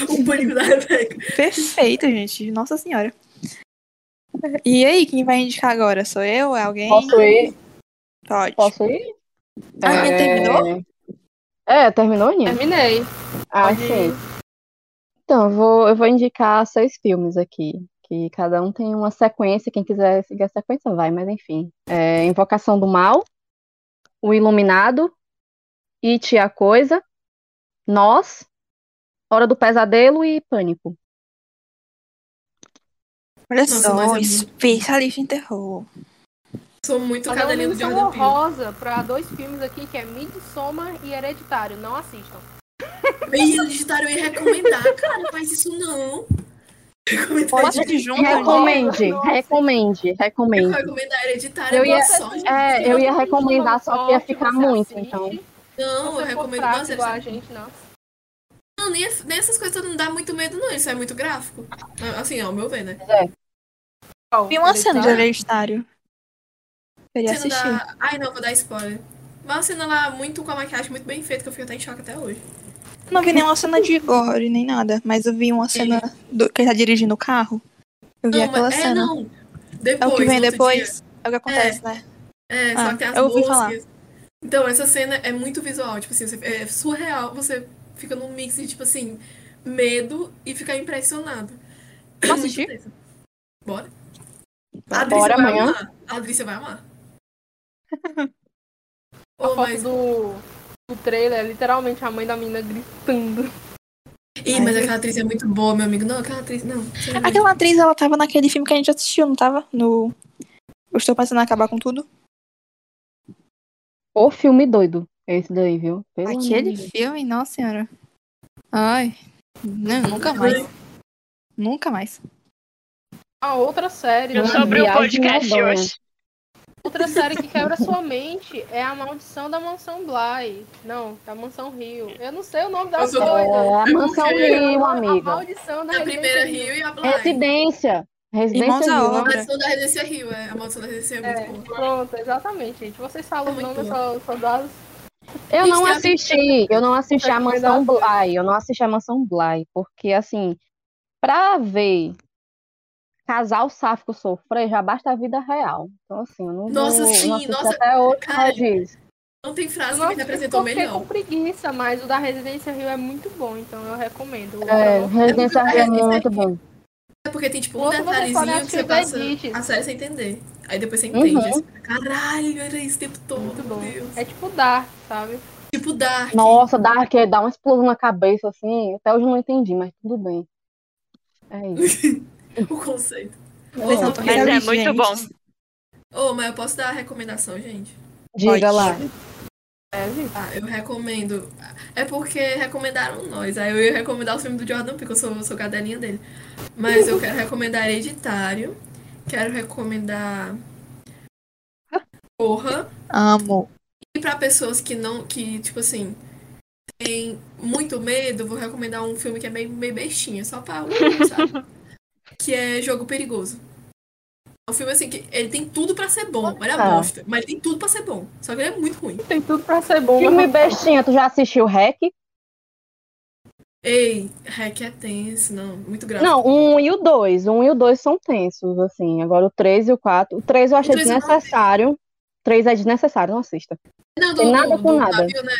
Speaker 4: O pânico da Rebeca.
Speaker 1: Perfeito, gente. Nossa senhora. E aí, quem vai indicar agora? Sou eu? É alguém?
Speaker 5: Posso ir?
Speaker 1: Pode.
Speaker 5: Posso ir?
Speaker 1: Ah, mas terminou?
Speaker 5: É, terminou, Nina?
Speaker 2: Terminei.
Speaker 5: Ah,
Speaker 2: Pode
Speaker 5: sim. Então, eu vou, eu vou indicar seis filmes aqui, que cada um tem uma sequência, quem quiser seguir a sequência vai, mas enfim. É, Invocação do Mal, O Iluminado, It e a Coisa, Nós, Hora do Pesadelo e Pânico.
Speaker 1: Olha
Speaker 4: Nossa,
Speaker 1: só,
Speaker 4: mas é muito-
Speaker 1: especialista em terror.
Speaker 4: Sou muito
Speaker 2: Mas é uma
Speaker 4: cadelinho de
Speaker 2: menção
Speaker 4: Jordan Peele.
Speaker 2: honrosa pra dois filmes aqui, que é Midsommar e Hereditário. Não assistam.
Speaker 4: Meio digitário e recomendar. Cara, não faz isso não. Recomendar
Speaker 1: Posso te juntar?
Speaker 5: Recomende, recomende,
Speaker 4: Eu
Speaker 5: recomende.
Speaker 4: recomendar hereditário.
Speaker 5: Eu ia-
Speaker 4: Nossa, gente,
Speaker 5: É, eu ia
Speaker 2: Não
Speaker 5: recomendar,
Speaker 2: assistam,
Speaker 5: só que ia
Speaker 2: sorte,
Speaker 5: ficar
Speaker 2: você
Speaker 5: muito,
Speaker 2: assiste.
Speaker 5: então.
Speaker 4: Não,
Speaker 2: Você
Speaker 4: eu
Speaker 2: for
Speaker 4: recomendo
Speaker 2: fraco
Speaker 4: duas
Speaker 2: igual a
Speaker 4: séries.
Speaker 2: gente, não.
Speaker 4: Não, nem, nem essas coisas não dá muito medo, não. Isso é muito gráfico. Ah, Assim, ao meu ver, né?
Speaker 1: Vi uma cena de
Speaker 2: Hereditário.
Speaker 1: hereditário. Queria
Speaker 4: Cena
Speaker 1: assistir.
Speaker 4: da... Ai, não, vou dar spoiler. Mas uma cena lá muito com a maquiagem muito bem feita, que eu fico até em choque até hoje.
Speaker 1: Não vi nenhuma cena de gore, nem nada. Mas eu vi uma cena do... que ele tá dirigindo o carro. Eu vi
Speaker 4: É. não,
Speaker 1: aquela
Speaker 4: mas é,
Speaker 1: cena.
Speaker 4: não. Depois,
Speaker 1: É o que
Speaker 4: no
Speaker 1: vem
Speaker 4: outro
Speaker 1: depois.
Speaker 4: dia.
Speaker 1: É o que acontece, né?
Speaker 4: É,
Speaker 1: Ah,
Speaker 4: só que tem as
Speaker 1: eu ouvi falar.
Speaker 4: moscas. Então, essa cena é muito visual, tipo assim, você- é surreal. Você fica num mix de, tipo assim, medo e ficar impressionado.
Speaker 1: Posso
Speaker 4: Muito
Speaker 1: assistir?
Speaker 4: tenso. Bora? A Adri,
Speaker 5: Bora
Speaker 4: você vai
Speaker 5: amanhã.
Speaker 4: amar. A Adri, você vai amar.
Speaker 2: A
Speaker 4: Oh,
Speaker 2: foto
Speaker 4: mas...
Speaker 2: do, do trailer é literalmente a mãe da menina gritando.
Speaker 4: Ih, mas aquela atriz é muito boa, meu amigo. Não, aquela atriz, não. sinceramente.
Speaker 1: Aquela atriz, ela tava naquele filme que a gente assistiu, não tava? No. Eu estou pensando em acabar com tudo.
Speaker 5: O filme doido, esse daí, viu? Pelo amor de
Speaker 1: Aquele
Speaker 5: Deus.
Speaker 1: filme, nossa senhora. Ai. Não, nunca mais. Nunca mais.
Speaker 2: A outra série.
Speaker 3: Eu
Speaker 5: Uma
Speaker 2: né?
Speaker 3: sobre o
Speaker 5: viagem
Speaker 3: podcast
Speaker 5: medonha.
Speaker 3: hoje.
Speaker 2: Outra série que quebra sua mente é A Maldição da Mansão Bly. Não, da Mansão Rio. Eu não sei o nome da
Speaker 4: Eu sou-
Speaker 5: É,
Speaker 2: coisa.
Speaker 5: a Mansão
Speaker 4: porque-
Speaker 5: Rio,
Speaker 2: A
Speaker 5: amiga.
Speaker 2: Maldição da
Speaker 4: A primeira
Speaker 2: Residência
Speaker 4: Rio e a Bly.
Speaker 5: Residência.
Speaker 1: Irmãos
Speaker 5: Residência
Speaker 1: à
Speaker 5: Rio,
Speaker 1: obra.
Speaker 4: A maldição da residência Rio, é. A maldição da residência é muito boa.
Speaker 2: Pronto, exatamente, gente. Vocês falam o
Speaker 4: Tá Muito
Speaker 2: nome, eu
Speaker 4: boa.
Speaker 2: só, eu só dou as
Speaker 5: Eu
Speaker 4: Isso
Speaker 5: não
Speaker 4: é a
Speaker 5: assisti, eu não assisti a
Speaker 2: Recomendar
Speaker 5: Mansão
Speaker 2: o filme.
Speaker 5: Bly, eu não assisti a Mansão Bly, porque assim, pra ver casal sáfico sofrer, já basta a vida real. Então assim, eu não
Speaker 4: Nossa,
Speaker 5: vou, eu
Speaker 4: sim,
Speaker 5: não assisti
Speaker 4: nossa,
Speaker 5: até hoje,
Speaker 4: cara.
Speaker 5: Regis.
Speaker 4: Não tem frase que
Speaker 2: Nossa,
Speaker 4: Assim, me representou
Speaker 2: eu fiquei com
Speaker 4: melhor.
Speaker 2: preguiça, mas o da Residência Rio é muito bom, então eu recomendo. O
Speaker 5: É,
Speaker 2: outro-
Speaker 5: Residência
Speaker 4: muito
Speaker 5: Rio é
Speaker 4: bom,
Speaker 5: muito bom.
Speaker 4: É porque tem tipo um
Speaker 2: Outro você pode
Speaker 4: detalhezinho que
Speaker 2: assistir
Speaker 4: você
Speaker 2: o
Speaker 4: passa
Speaker 2: Benedict.
Speaker 4: a série sem entender. Aí depois você entende.
Speaker 5: Uhum.
Speaker 4: aí você fica, Caralho, era isso o tempo todo.
Speaker 2: Muito bom.
Speaker 4: Meu Deus.
Speaker 2: É tipo dar, sabe?
Speaker 4: Tipo Dark.
Speaker 5: Nossa, Dark é dar uma explosão na cabeça, assim. Até hoje eu não entendi, mas tudo bem. É isso.
Speaker 4: O conceito.
Speaker 5: Não,
Speaker 4: não,
Speaker 3: Mas é muito bom.
Speaker 4: Oh, mas eu posso dar a recomendação, gente?
Speaker 5: Diga lá.
Speaker 2: É, gente.
Speaker 4: Ah, eu recomendo. É porque recomendaram nós. Aí eu ia recomendar o filme do Jordan Peele, que eu sou, sou cadelinha dele. Mas eu quero recomendar Hereditário. Quero
Speaker 2: (laughs)
Speaker 4: recomendar. Porra.
Speaker 6: Amo.
Speaker 4: E pra pessoas que não. que, tipo assim. tem muito medo, vou recomendar um filme que é meio, meio bestinha, só
Speaker 5: (laughs)
Speaker 4: pra. uh, sabe? que é Jogo Perigoso. É um filme assim que ele tem tudo pra ser bom. Olha a
Speaker 5: Ah.
Speaker 4: bosta. Mas ele tem tudo pra ser bom. Só que ele é muito ruim.
Speaker 2: Tem tudo pra ser bom.
Speaker 5: Um Filme
Speaker 2: mas-
Speaker 5: bestinha, tu já assistiu Hack?
Speaker 4: Ei, Hack é tenso, não. Muito grave.
Speaker 5: Não, um e o dois. Um e o dois são tensos, assim. Agora o três e o quatro. O três eu achei
Speaker 4: três eu não
Speaker 5: desnecessário. O três é desnecessário, não assista.
Speaker 4: Não,
Speaker 5: Tem nada com nada.
Speaker 4: navio, né?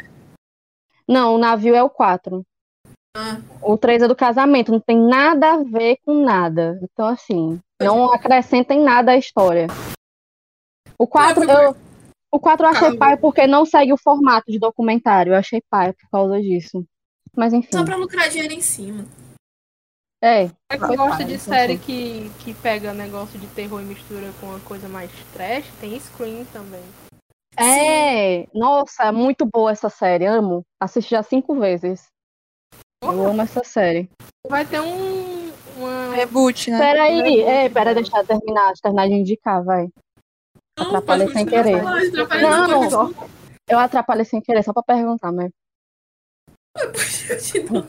Speaker 5: Não, o navio é o quatro.
Speaker 4: Ah,
Speaker 5: O três é do casamento, não tem nada a ver com nada. Então, assim, não acrescentem nada à história. O quatro
Speaker 4: Navio é. é- Ah.
Speaker 5: eu, o quatro eu achei
Speaker 4: Calma.
Speaker 5: pai porque não segue o formato de documentário. Eu achei pai por causa disso. Mas enfim,
Speaker 4: só pra lucrar dinheiro em cima. (laughs)
Speaker 5: é.
Speaker 2: É que
Speaker 5: Foi
Speaker 2: gosta
Speaker 5: pai,
Speaker 2: de
Speaker 5: então
Speaker 2: série que, que pega negócio de terror e mistura com uma coisa mais trash, tem Scream também.
Speaker 5: É, nossa, é muito boa essa série, amo. Assisti já cinco vezes. Eu amo essa série.
Speaker 2: Vai ter um. Uma...
Speaker 1: Reboot, né?
Speaker 5: Peraí,
Speaker 2: é
Speaker 5: é,
Speaker 2: bom,
Speaker 5: pera,
Speaker 2: né?
Speaker 5: deixa eu terminar, deixa eu terminar de indicar, vai.
Speaker 4: Não,
Speaker 5: Atrapalhei
Speaker 4: pode
Speaker 5: sem
Speaker 4: continuar
Speaker 5: querer.
Speaker 4: falando, atrapalha
Speaker 5: Não,
Speaker 4: não, pode
Speaker 5: Eu atrapalhei sem querer, só pra perguntar, mas.
Speaker 4: continuar.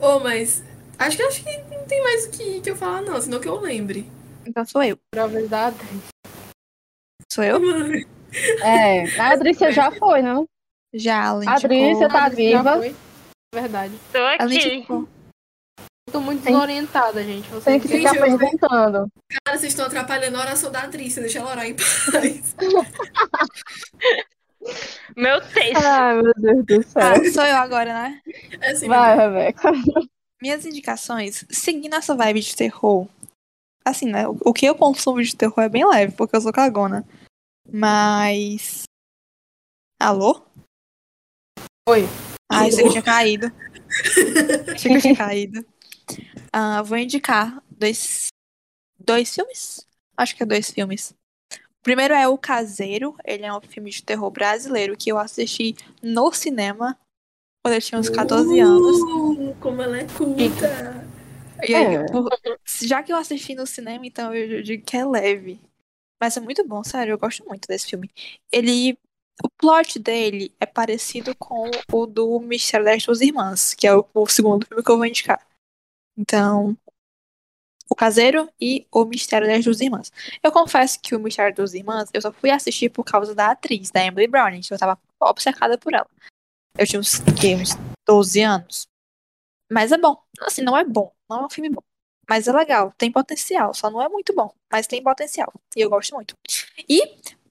Speaker 4: Ô, mas acho que acho que não tem mais o que, que eu falar, não, senão que eu lembre.
Speaker 1: Então sou eu.
Speaker 2: Pra verdade.
Speaker 1: Sou eu?
Speaker 5: É, a Adrícia já foi, né? não?
Speaker 1: Já, Alan. tipo,
Speaker 5: A Adrícia
Speaker 2: Já
Speaker 5: tá viva.
Speaker 2: foi. Verdade.
Speaker 3: Tô
Speaker 5: tá
Speaker 1: A
Speaker 3: aqui.
Speaker 1: gente
Speaker 5: tipo,
Speaker 1: ficou.
Speaker 2: Eu tô muito
Speaker 5: Tem-
Speaker 2: desorientada, gente. Vocês
Speaker 5: Tem que
Speaker 4: Gente,
Speaker 5: ficar
Speaker 4: eu sei.
Speaker 5: perguntando.
Speaker 4: Cara, vocês estão atrapalhando a oração da atriz, deixa ela orar em paz.
Speaker 3: Meu texto.
Speaker 5: Ai, meu Deus do
Speaker 1: Ah,
Speaker 5: céu.
Speaker 1: sou eu agora, né?
Speaker 4: É assim,
Speaker 5: Vai, Rebeca.
Speaker 1: Minhas indicações, seguindo essa vibe de terror. Assim, né? O o que eu consumo de terror é bem leve, porque eu sou cagona. Mas. Alô?
Speaker 2: Oi.
Speaker 1: Ah, achei que tinha caído. achei que eu tinha caído. Ah, vou indicar dois. Dois filmes? Acho que é dois filmes. O primeiro é O Caseiro. Ele é um filme de terror brasileiro que eu assisti no cinema quando eu tinha uns 14 anos.
Speaker 4: Uh, como ela é culta.
Speaker 1: E aí,
Speaker 5: É.
Speaker 1: por- já que eu assisti no cinema, então eu eu digo que é leve. Mas é muito bom, sério, eu gosto muito desse filme. Ele. O plot dele é parecido com o do Mistério das Duas Irmãs, que é o, o segundo filme que eu vou indicar. Então. O Caseiro e O Mistério das Duas Irmãs. Eu confesso que o Mistério das Duas Irmãs eu só fui assistir por causa da atriz, da Emily Browning. Eu tava obcecada por ela. Eu tinha uns, quê, uns 12 anos. Mas é bom. Assim, não é bom. Não é um filme bom. Mas é legal. Tem potencial. Só não é muito bom. Mas tem potencial. E eu gosto muito. E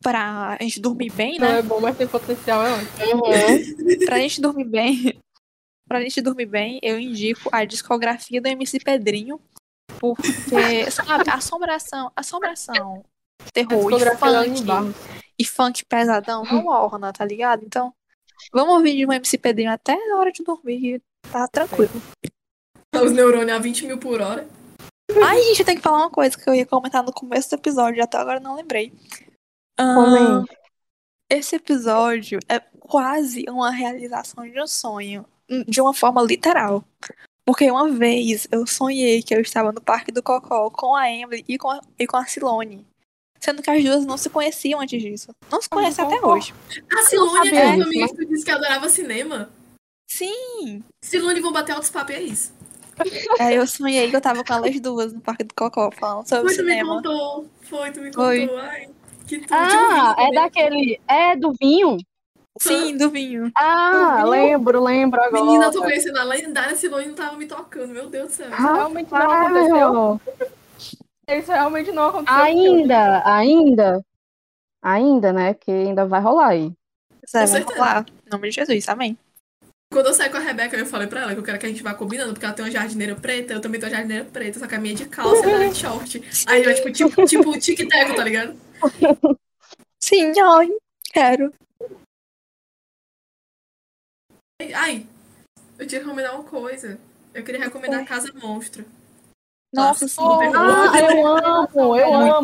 Speaker 1: pra gente dormir bem,
Speaker 2: Não
Speaker 1: né?
Speaker 2: é bom, mas tem potencial, é ótimo.
Speaker 1: Pra gente dormir bem. (laughs) Pra gente dormir bem, eu indico a discografia do MC Pedrinho. Porque, sabe, assombração, assombração, terror e
Speaker 2: Discografia da Aline
Speaker 1: funk,
Speaker 2: Barros.
Speaker 1: e funk pesadão não orna, tá ligado? Então, vamos ouvir de um MC Pedrinho até a hora de dormir, tá tranquilo.
Speaker 4: Os neurônios a 20 mil por hora.
Speaker 1: Ai, gente, eu tenho que falar uma coisa que eu ia comentar no começo do episódio, até agora eu não lembrei. Ah,
Speaker 5: Comente.
Speaker 1: esse episódio é quase uma realização de um sonho, de uma forma literal. Porque uma vez eu sonhei que eu estava no Parque do Cocó com a Emily e com a, e com a Cilone. Sendo que as duas não se conheciam antes disso. Não se conhecem até
Speaker 2: Cocó.
Speaker 1: hoje.
Speaker 4: A Silone é
Speaker 5: sabia
Speaker 4: aquela
Speaker 5: disso,
Speaker 4: amiga que tu disse que adorava cinema.
Speaker 1: Sim!
Speaker 4: Silone, vão bater altos papos, é isso.
Speaker 1: Aí eu sonhei que eu tava com elas duas no Parque do Cocó, falando sobre
Speaker 4: Foi, tu me
Speaker 1: cinema.
Speaker 4: contou. Foi, tu me contou.
Speaker 1: Foi.
Speaker 4: Ai, que tu tipo,
Speaker 5: Ah, é daquele. É do vinho?
Speaker 1: Sim, do vinho.
Speaker 5: Ah,
Speaker 4: Do vinho?
Speaker 5: lembro, lembro agora.
Speaker 4: Menina, eu tô conhecendo a lendária Silone não tava me tocando, meu Deus do céu.
Speaker 5: Ah,
Speaker 2: Realmente não aconteceu.
Speaker 5: Caralho.
Speaker 2: Isso realmente não aconteceu.
Speaker 5: Ainda, ainda, ainda, né? Que ainda vai rolar aí.
Speaker 1: Zé, vamos
Speaker 4: certeza.
Speaker 1: lá. Em nome de Jesus, amém.
Speaker 4: Quando eu saí com a Rebeca, eu falei pra ela que eu quero que a gente vá combinando, porque ela tem uma jardineira preta, eu também tenho uma jardineira preta, só que a minha é de calça, ela é de short. Aí eu, tipo, tipo, tipo tic-tac, tá ligado?
Speaker 1: Sim, ai, quero.
Speaker 4: Ai, eu tinha que recomendar uma coisa. Eu queria recomendar Casa Monstro.
Speaker 1: Nossa,
Speaker 4: Clássico
Speaker 1: sim.
Speaker 4: do terror.
Speaker 5: Ah, eu amo,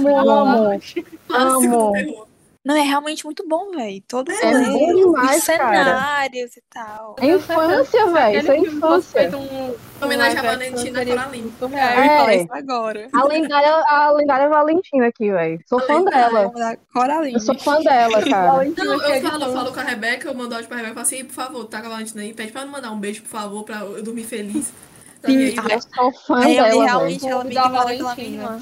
Speaker 5: eu amo, amo.
Speaker 4: Clássico do
Speaker 5: amo.
Speaker 4: terror.
Speaker 1: Não, é realmente muito bom, velho. Todo
Speaker 5: É
Speaker 1: rolê,
Speaker 5: bom
Speaker 1: os
Speaker 5: demais, cara.
Speaker 1: cenários e tal.
Speaker 5: É infância, velho. Isso é infância.
Speaker 4: Homenagem à
Speaker 2: um Live action
Speaker 4: Valentina
Speaker 2: seria-
Speaker 4: Coraline.
Speaker 1: É, eu ia falar isso agora.
Speaker 5: A lendária, a lendária Valentina aqui, velho. Sou fã dela.
Speaker 1: Coraline.
Speaker 5: É. Eu sou fã dela, cara.
Speaker 4: Não, eu falo, eu falo com a Rebeca, eu mando áudio pra Rebeca e falo assim, por favor, tá com a Valentina aí, pede pra ela mandar um beijo, por favor, pra eu dormir feliz. Tá
Speaker 1: Sim,
Speaker 4: aí,
Speaker 1: ai,
Speaker 5: Eu sou fã
Speaker 1: Aí eu
Speaker 5: dela, velho.
Speaker 1: realmente ela me
Speaker 2: Da
Speaker 1: ignorou pela minha
Speaker 2: Valentina.
Speaker 1: irmã.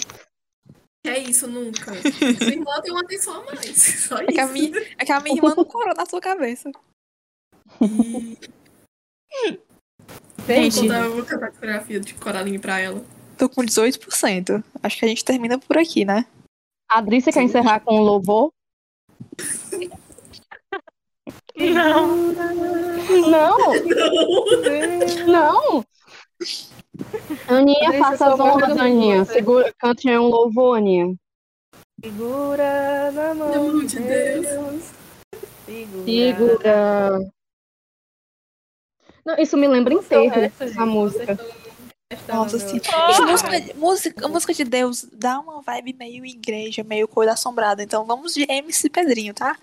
Speaker 4: É isso, nunca. Minha irmã tem uma atenção a mais. Só
Speaker 1: É que a
Speaker 4: isso.
Speaker 1: minha, é que a minha irmã não corou na sua cabeça.
Speaker 4: Vou
Speaker 1: Gente,
Speaker 4: contar, eu vou cantar a fotografia de Coraline pra ela.
Speaker 1: tô com 18%. Acho que a gente termina por aqui, né?
Speaker 5: A Adrícia quer encerrar com um louvor?
Speaker 3: Não.
Speaker 5: Não, não. Aninha,
Speaker 2: Adrícia,
Speaker 5: faça as
Speaker 2: eu sou a
Speaker 5: honras,
Speaker 2: favor do
Speaker 5: Aninha.
Speaker 2: louvor.
Speaker 5: Segura, cante um louvor, Aninha.
Speaker 8: Segura na
Speaker 4: Pelo
Speaker 8: mão
Speaker 4: amor de Deus.
Speaker 2: né?
Speaker 8: Segura.
Speaker 5: Segura. Não, isso me lembra inteiro a música.
Speaker 1: Nossa,
Speaker 2: Tá,
Speaker 1: sim.
Speaker 3: Porra.
Speaker 1: E música, música, música de Deus dá uma vibe meio igreja, meio coisa assombrada. Então vamos de MC Pedrinho, tá?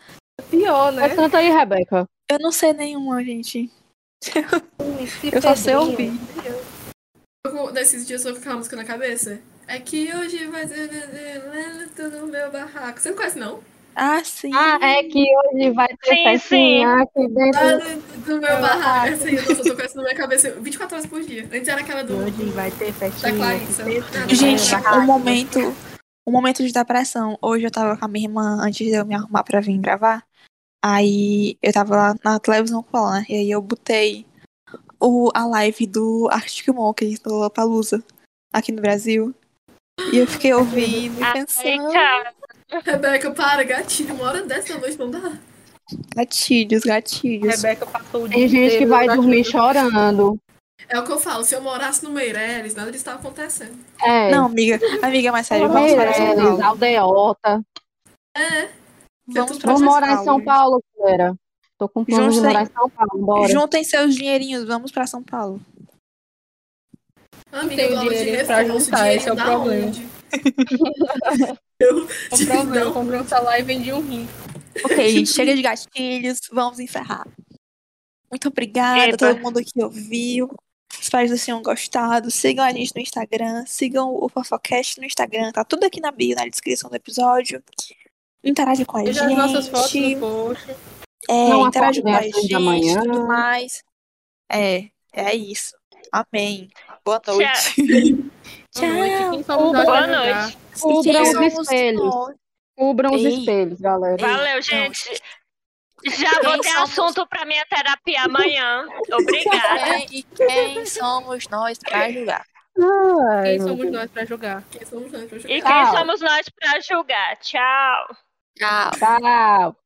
Speaker 2: Pior, né?
Speaker 5: Mas canta aí, Rebeca.
Speaker 1: Eu não sei nenhuma, gente. Eu só sei ouvir.
Speaker 4: Eu, nesses dias eu tô com aquela música na cabeça. É que hoje vai ser né, tudo no meu barraco. Você não conhece, não?
Speaker 1: Ah, sim.
Speaker 5: Ah, é que hoje vai ter
Speaker 3: Sim,
Speaker 5: festinha aqui dentro.
Speaker 4: Lento do meu barraco. Essa aí, nossa, eu tô com essa na minha cabeça 24 horas por dia. Antes era aquela do.
Speaker 8: Hoje vai ter
Speaker 4: Da
Speaker 8: festinha.
Speaker 4: Clarissa. Ah, não,
Speaker 1: Gente, tipo,
Speaker 4: não, não, não.
Speaker 1: o momento, o momento de depressão. Hoje eu tava com a minha irmã antes de eu me arrumar pra vir gravar. Aí eu tava lá na televisão com ela, né? E aí eu botei o, a live do Arctic Monkeys do Lollapalooza aqui no Brasil. E eu fiquei ouvindo e
Speaker 3: Ai,
Speaker 1: pensando.
Speaker 3: cara.
Speaker 4: Rebeca, para, gatilho. Uma hora dessa noite não dá.
Speaker 1: Gatilhos, gatilhos.
Speaker 2: Rebeca passou o dia
Speaker 5: Tem gente que
Speaker 2: inteiro
Speaker 5: vai
Speaker 2: na
Speaker 5: dormir
Speaker 2: chuva.
Speaker 5: chorando.
Speaker 4: É o que eu falo. Se eu morasse no Meireles, nada disso tava acontecendo.
Speaker 5: É.
Speaker 1: Não, amiga, amiga, mas sério, vamos morar em São
Speaker 5: Meireles,
Speaker 1: Paulo.
Speaker 5: aldeota.
Speaker 4: É.
Speaker 1: Vamos pra São
Speaker 5: Vamos morar em São
Speaker 1: Paulo.
Speaker 5: Paulo, galera. Tô com plano de
Speaker 1: Juntem-
Speaker 5: morar em São Paulo, bora.
Speaker 1: Juntem seus dinheirinhos, vamos pra São Paulo.
Speaker 4: Amiga,
Speaker 2: Tenho
Speaker 4: eu dou aula de
Speaker 2: dinheirinho pra
Speaker 4: reforço.
Speaker 2: juntar,
Speaker 4: dinheiro
Speaker 2: esse é o
Speaker 4: da
Speaker 2: problema.
Speaker 4: onde?
Speaker 2: Comprou um
Speaker 4: Não.
Speaker 2: meu, comprei um celular e vendi um rim.
Speaker 1: Ok, gente, chega de gatilhos, vamos encerrar. Muito obrigada a
Speaker 3: Eba.
Speaker 1: todo mundo que ouviu. Espero que vocês tenham gostado. Sigam a gente no Instagram, sigam o Fofocast no Instagram, tá tudo aqui na bio, na descrição do episódio. Interage com a
Speaker 2: Veja as
Speaker 1: gente.
Speaker 2: nossas fotos no post.
Speaker 1: é,
Speaker 5: Não
Speaker 1: interage com a
Speaker 5: acordem às seis
Speaker 1: gente
Speaker 5: da manhã.
Speaker 1: tudo mais. É, é isso. Amém. Boa
Speaker 3: Tchau.
Speaker 5: (laughs)
Speaker 1: noite.
Speaker 2: Boa noite, quem somos
Speaker 5: Boa
Speaker 2: nós pra
Speaker 3: noite.
Speaker 2: julgar?
Speaker 5: Cubram os
Speaker 1: Quem somos
Speaker 5: espelhos.
Speaker 1: nós?
Speaker 5: Cubram os
Speaker 1: Ei.
Speaker 5: espelhos, galera.
Speaker 1: Não.
Speaker 3: Valeu, gente. Já vou ter
Speaker 1: somos-
Speaker 3: assunto pra minha terapia amanhã. Obrigada.
Speaker 1: (laughs) Quem- É, E quem somos nós pra julgar?
Speaker 5: Ai,
Speaker 2: Quem
Speaker 5: meu
Speaker 2: somos
Speaker 5: Deus.
Speaker 2: nós pra julgar?
Speaker 4: Quem somos nós pra
Speaker 3: E
Speaker 4: jogar?
Speaker 3: quem
Speaker 5: Tchau.
Speaker 3: somos nós pra julgar? Tchau.
Speaker 5: Tchau.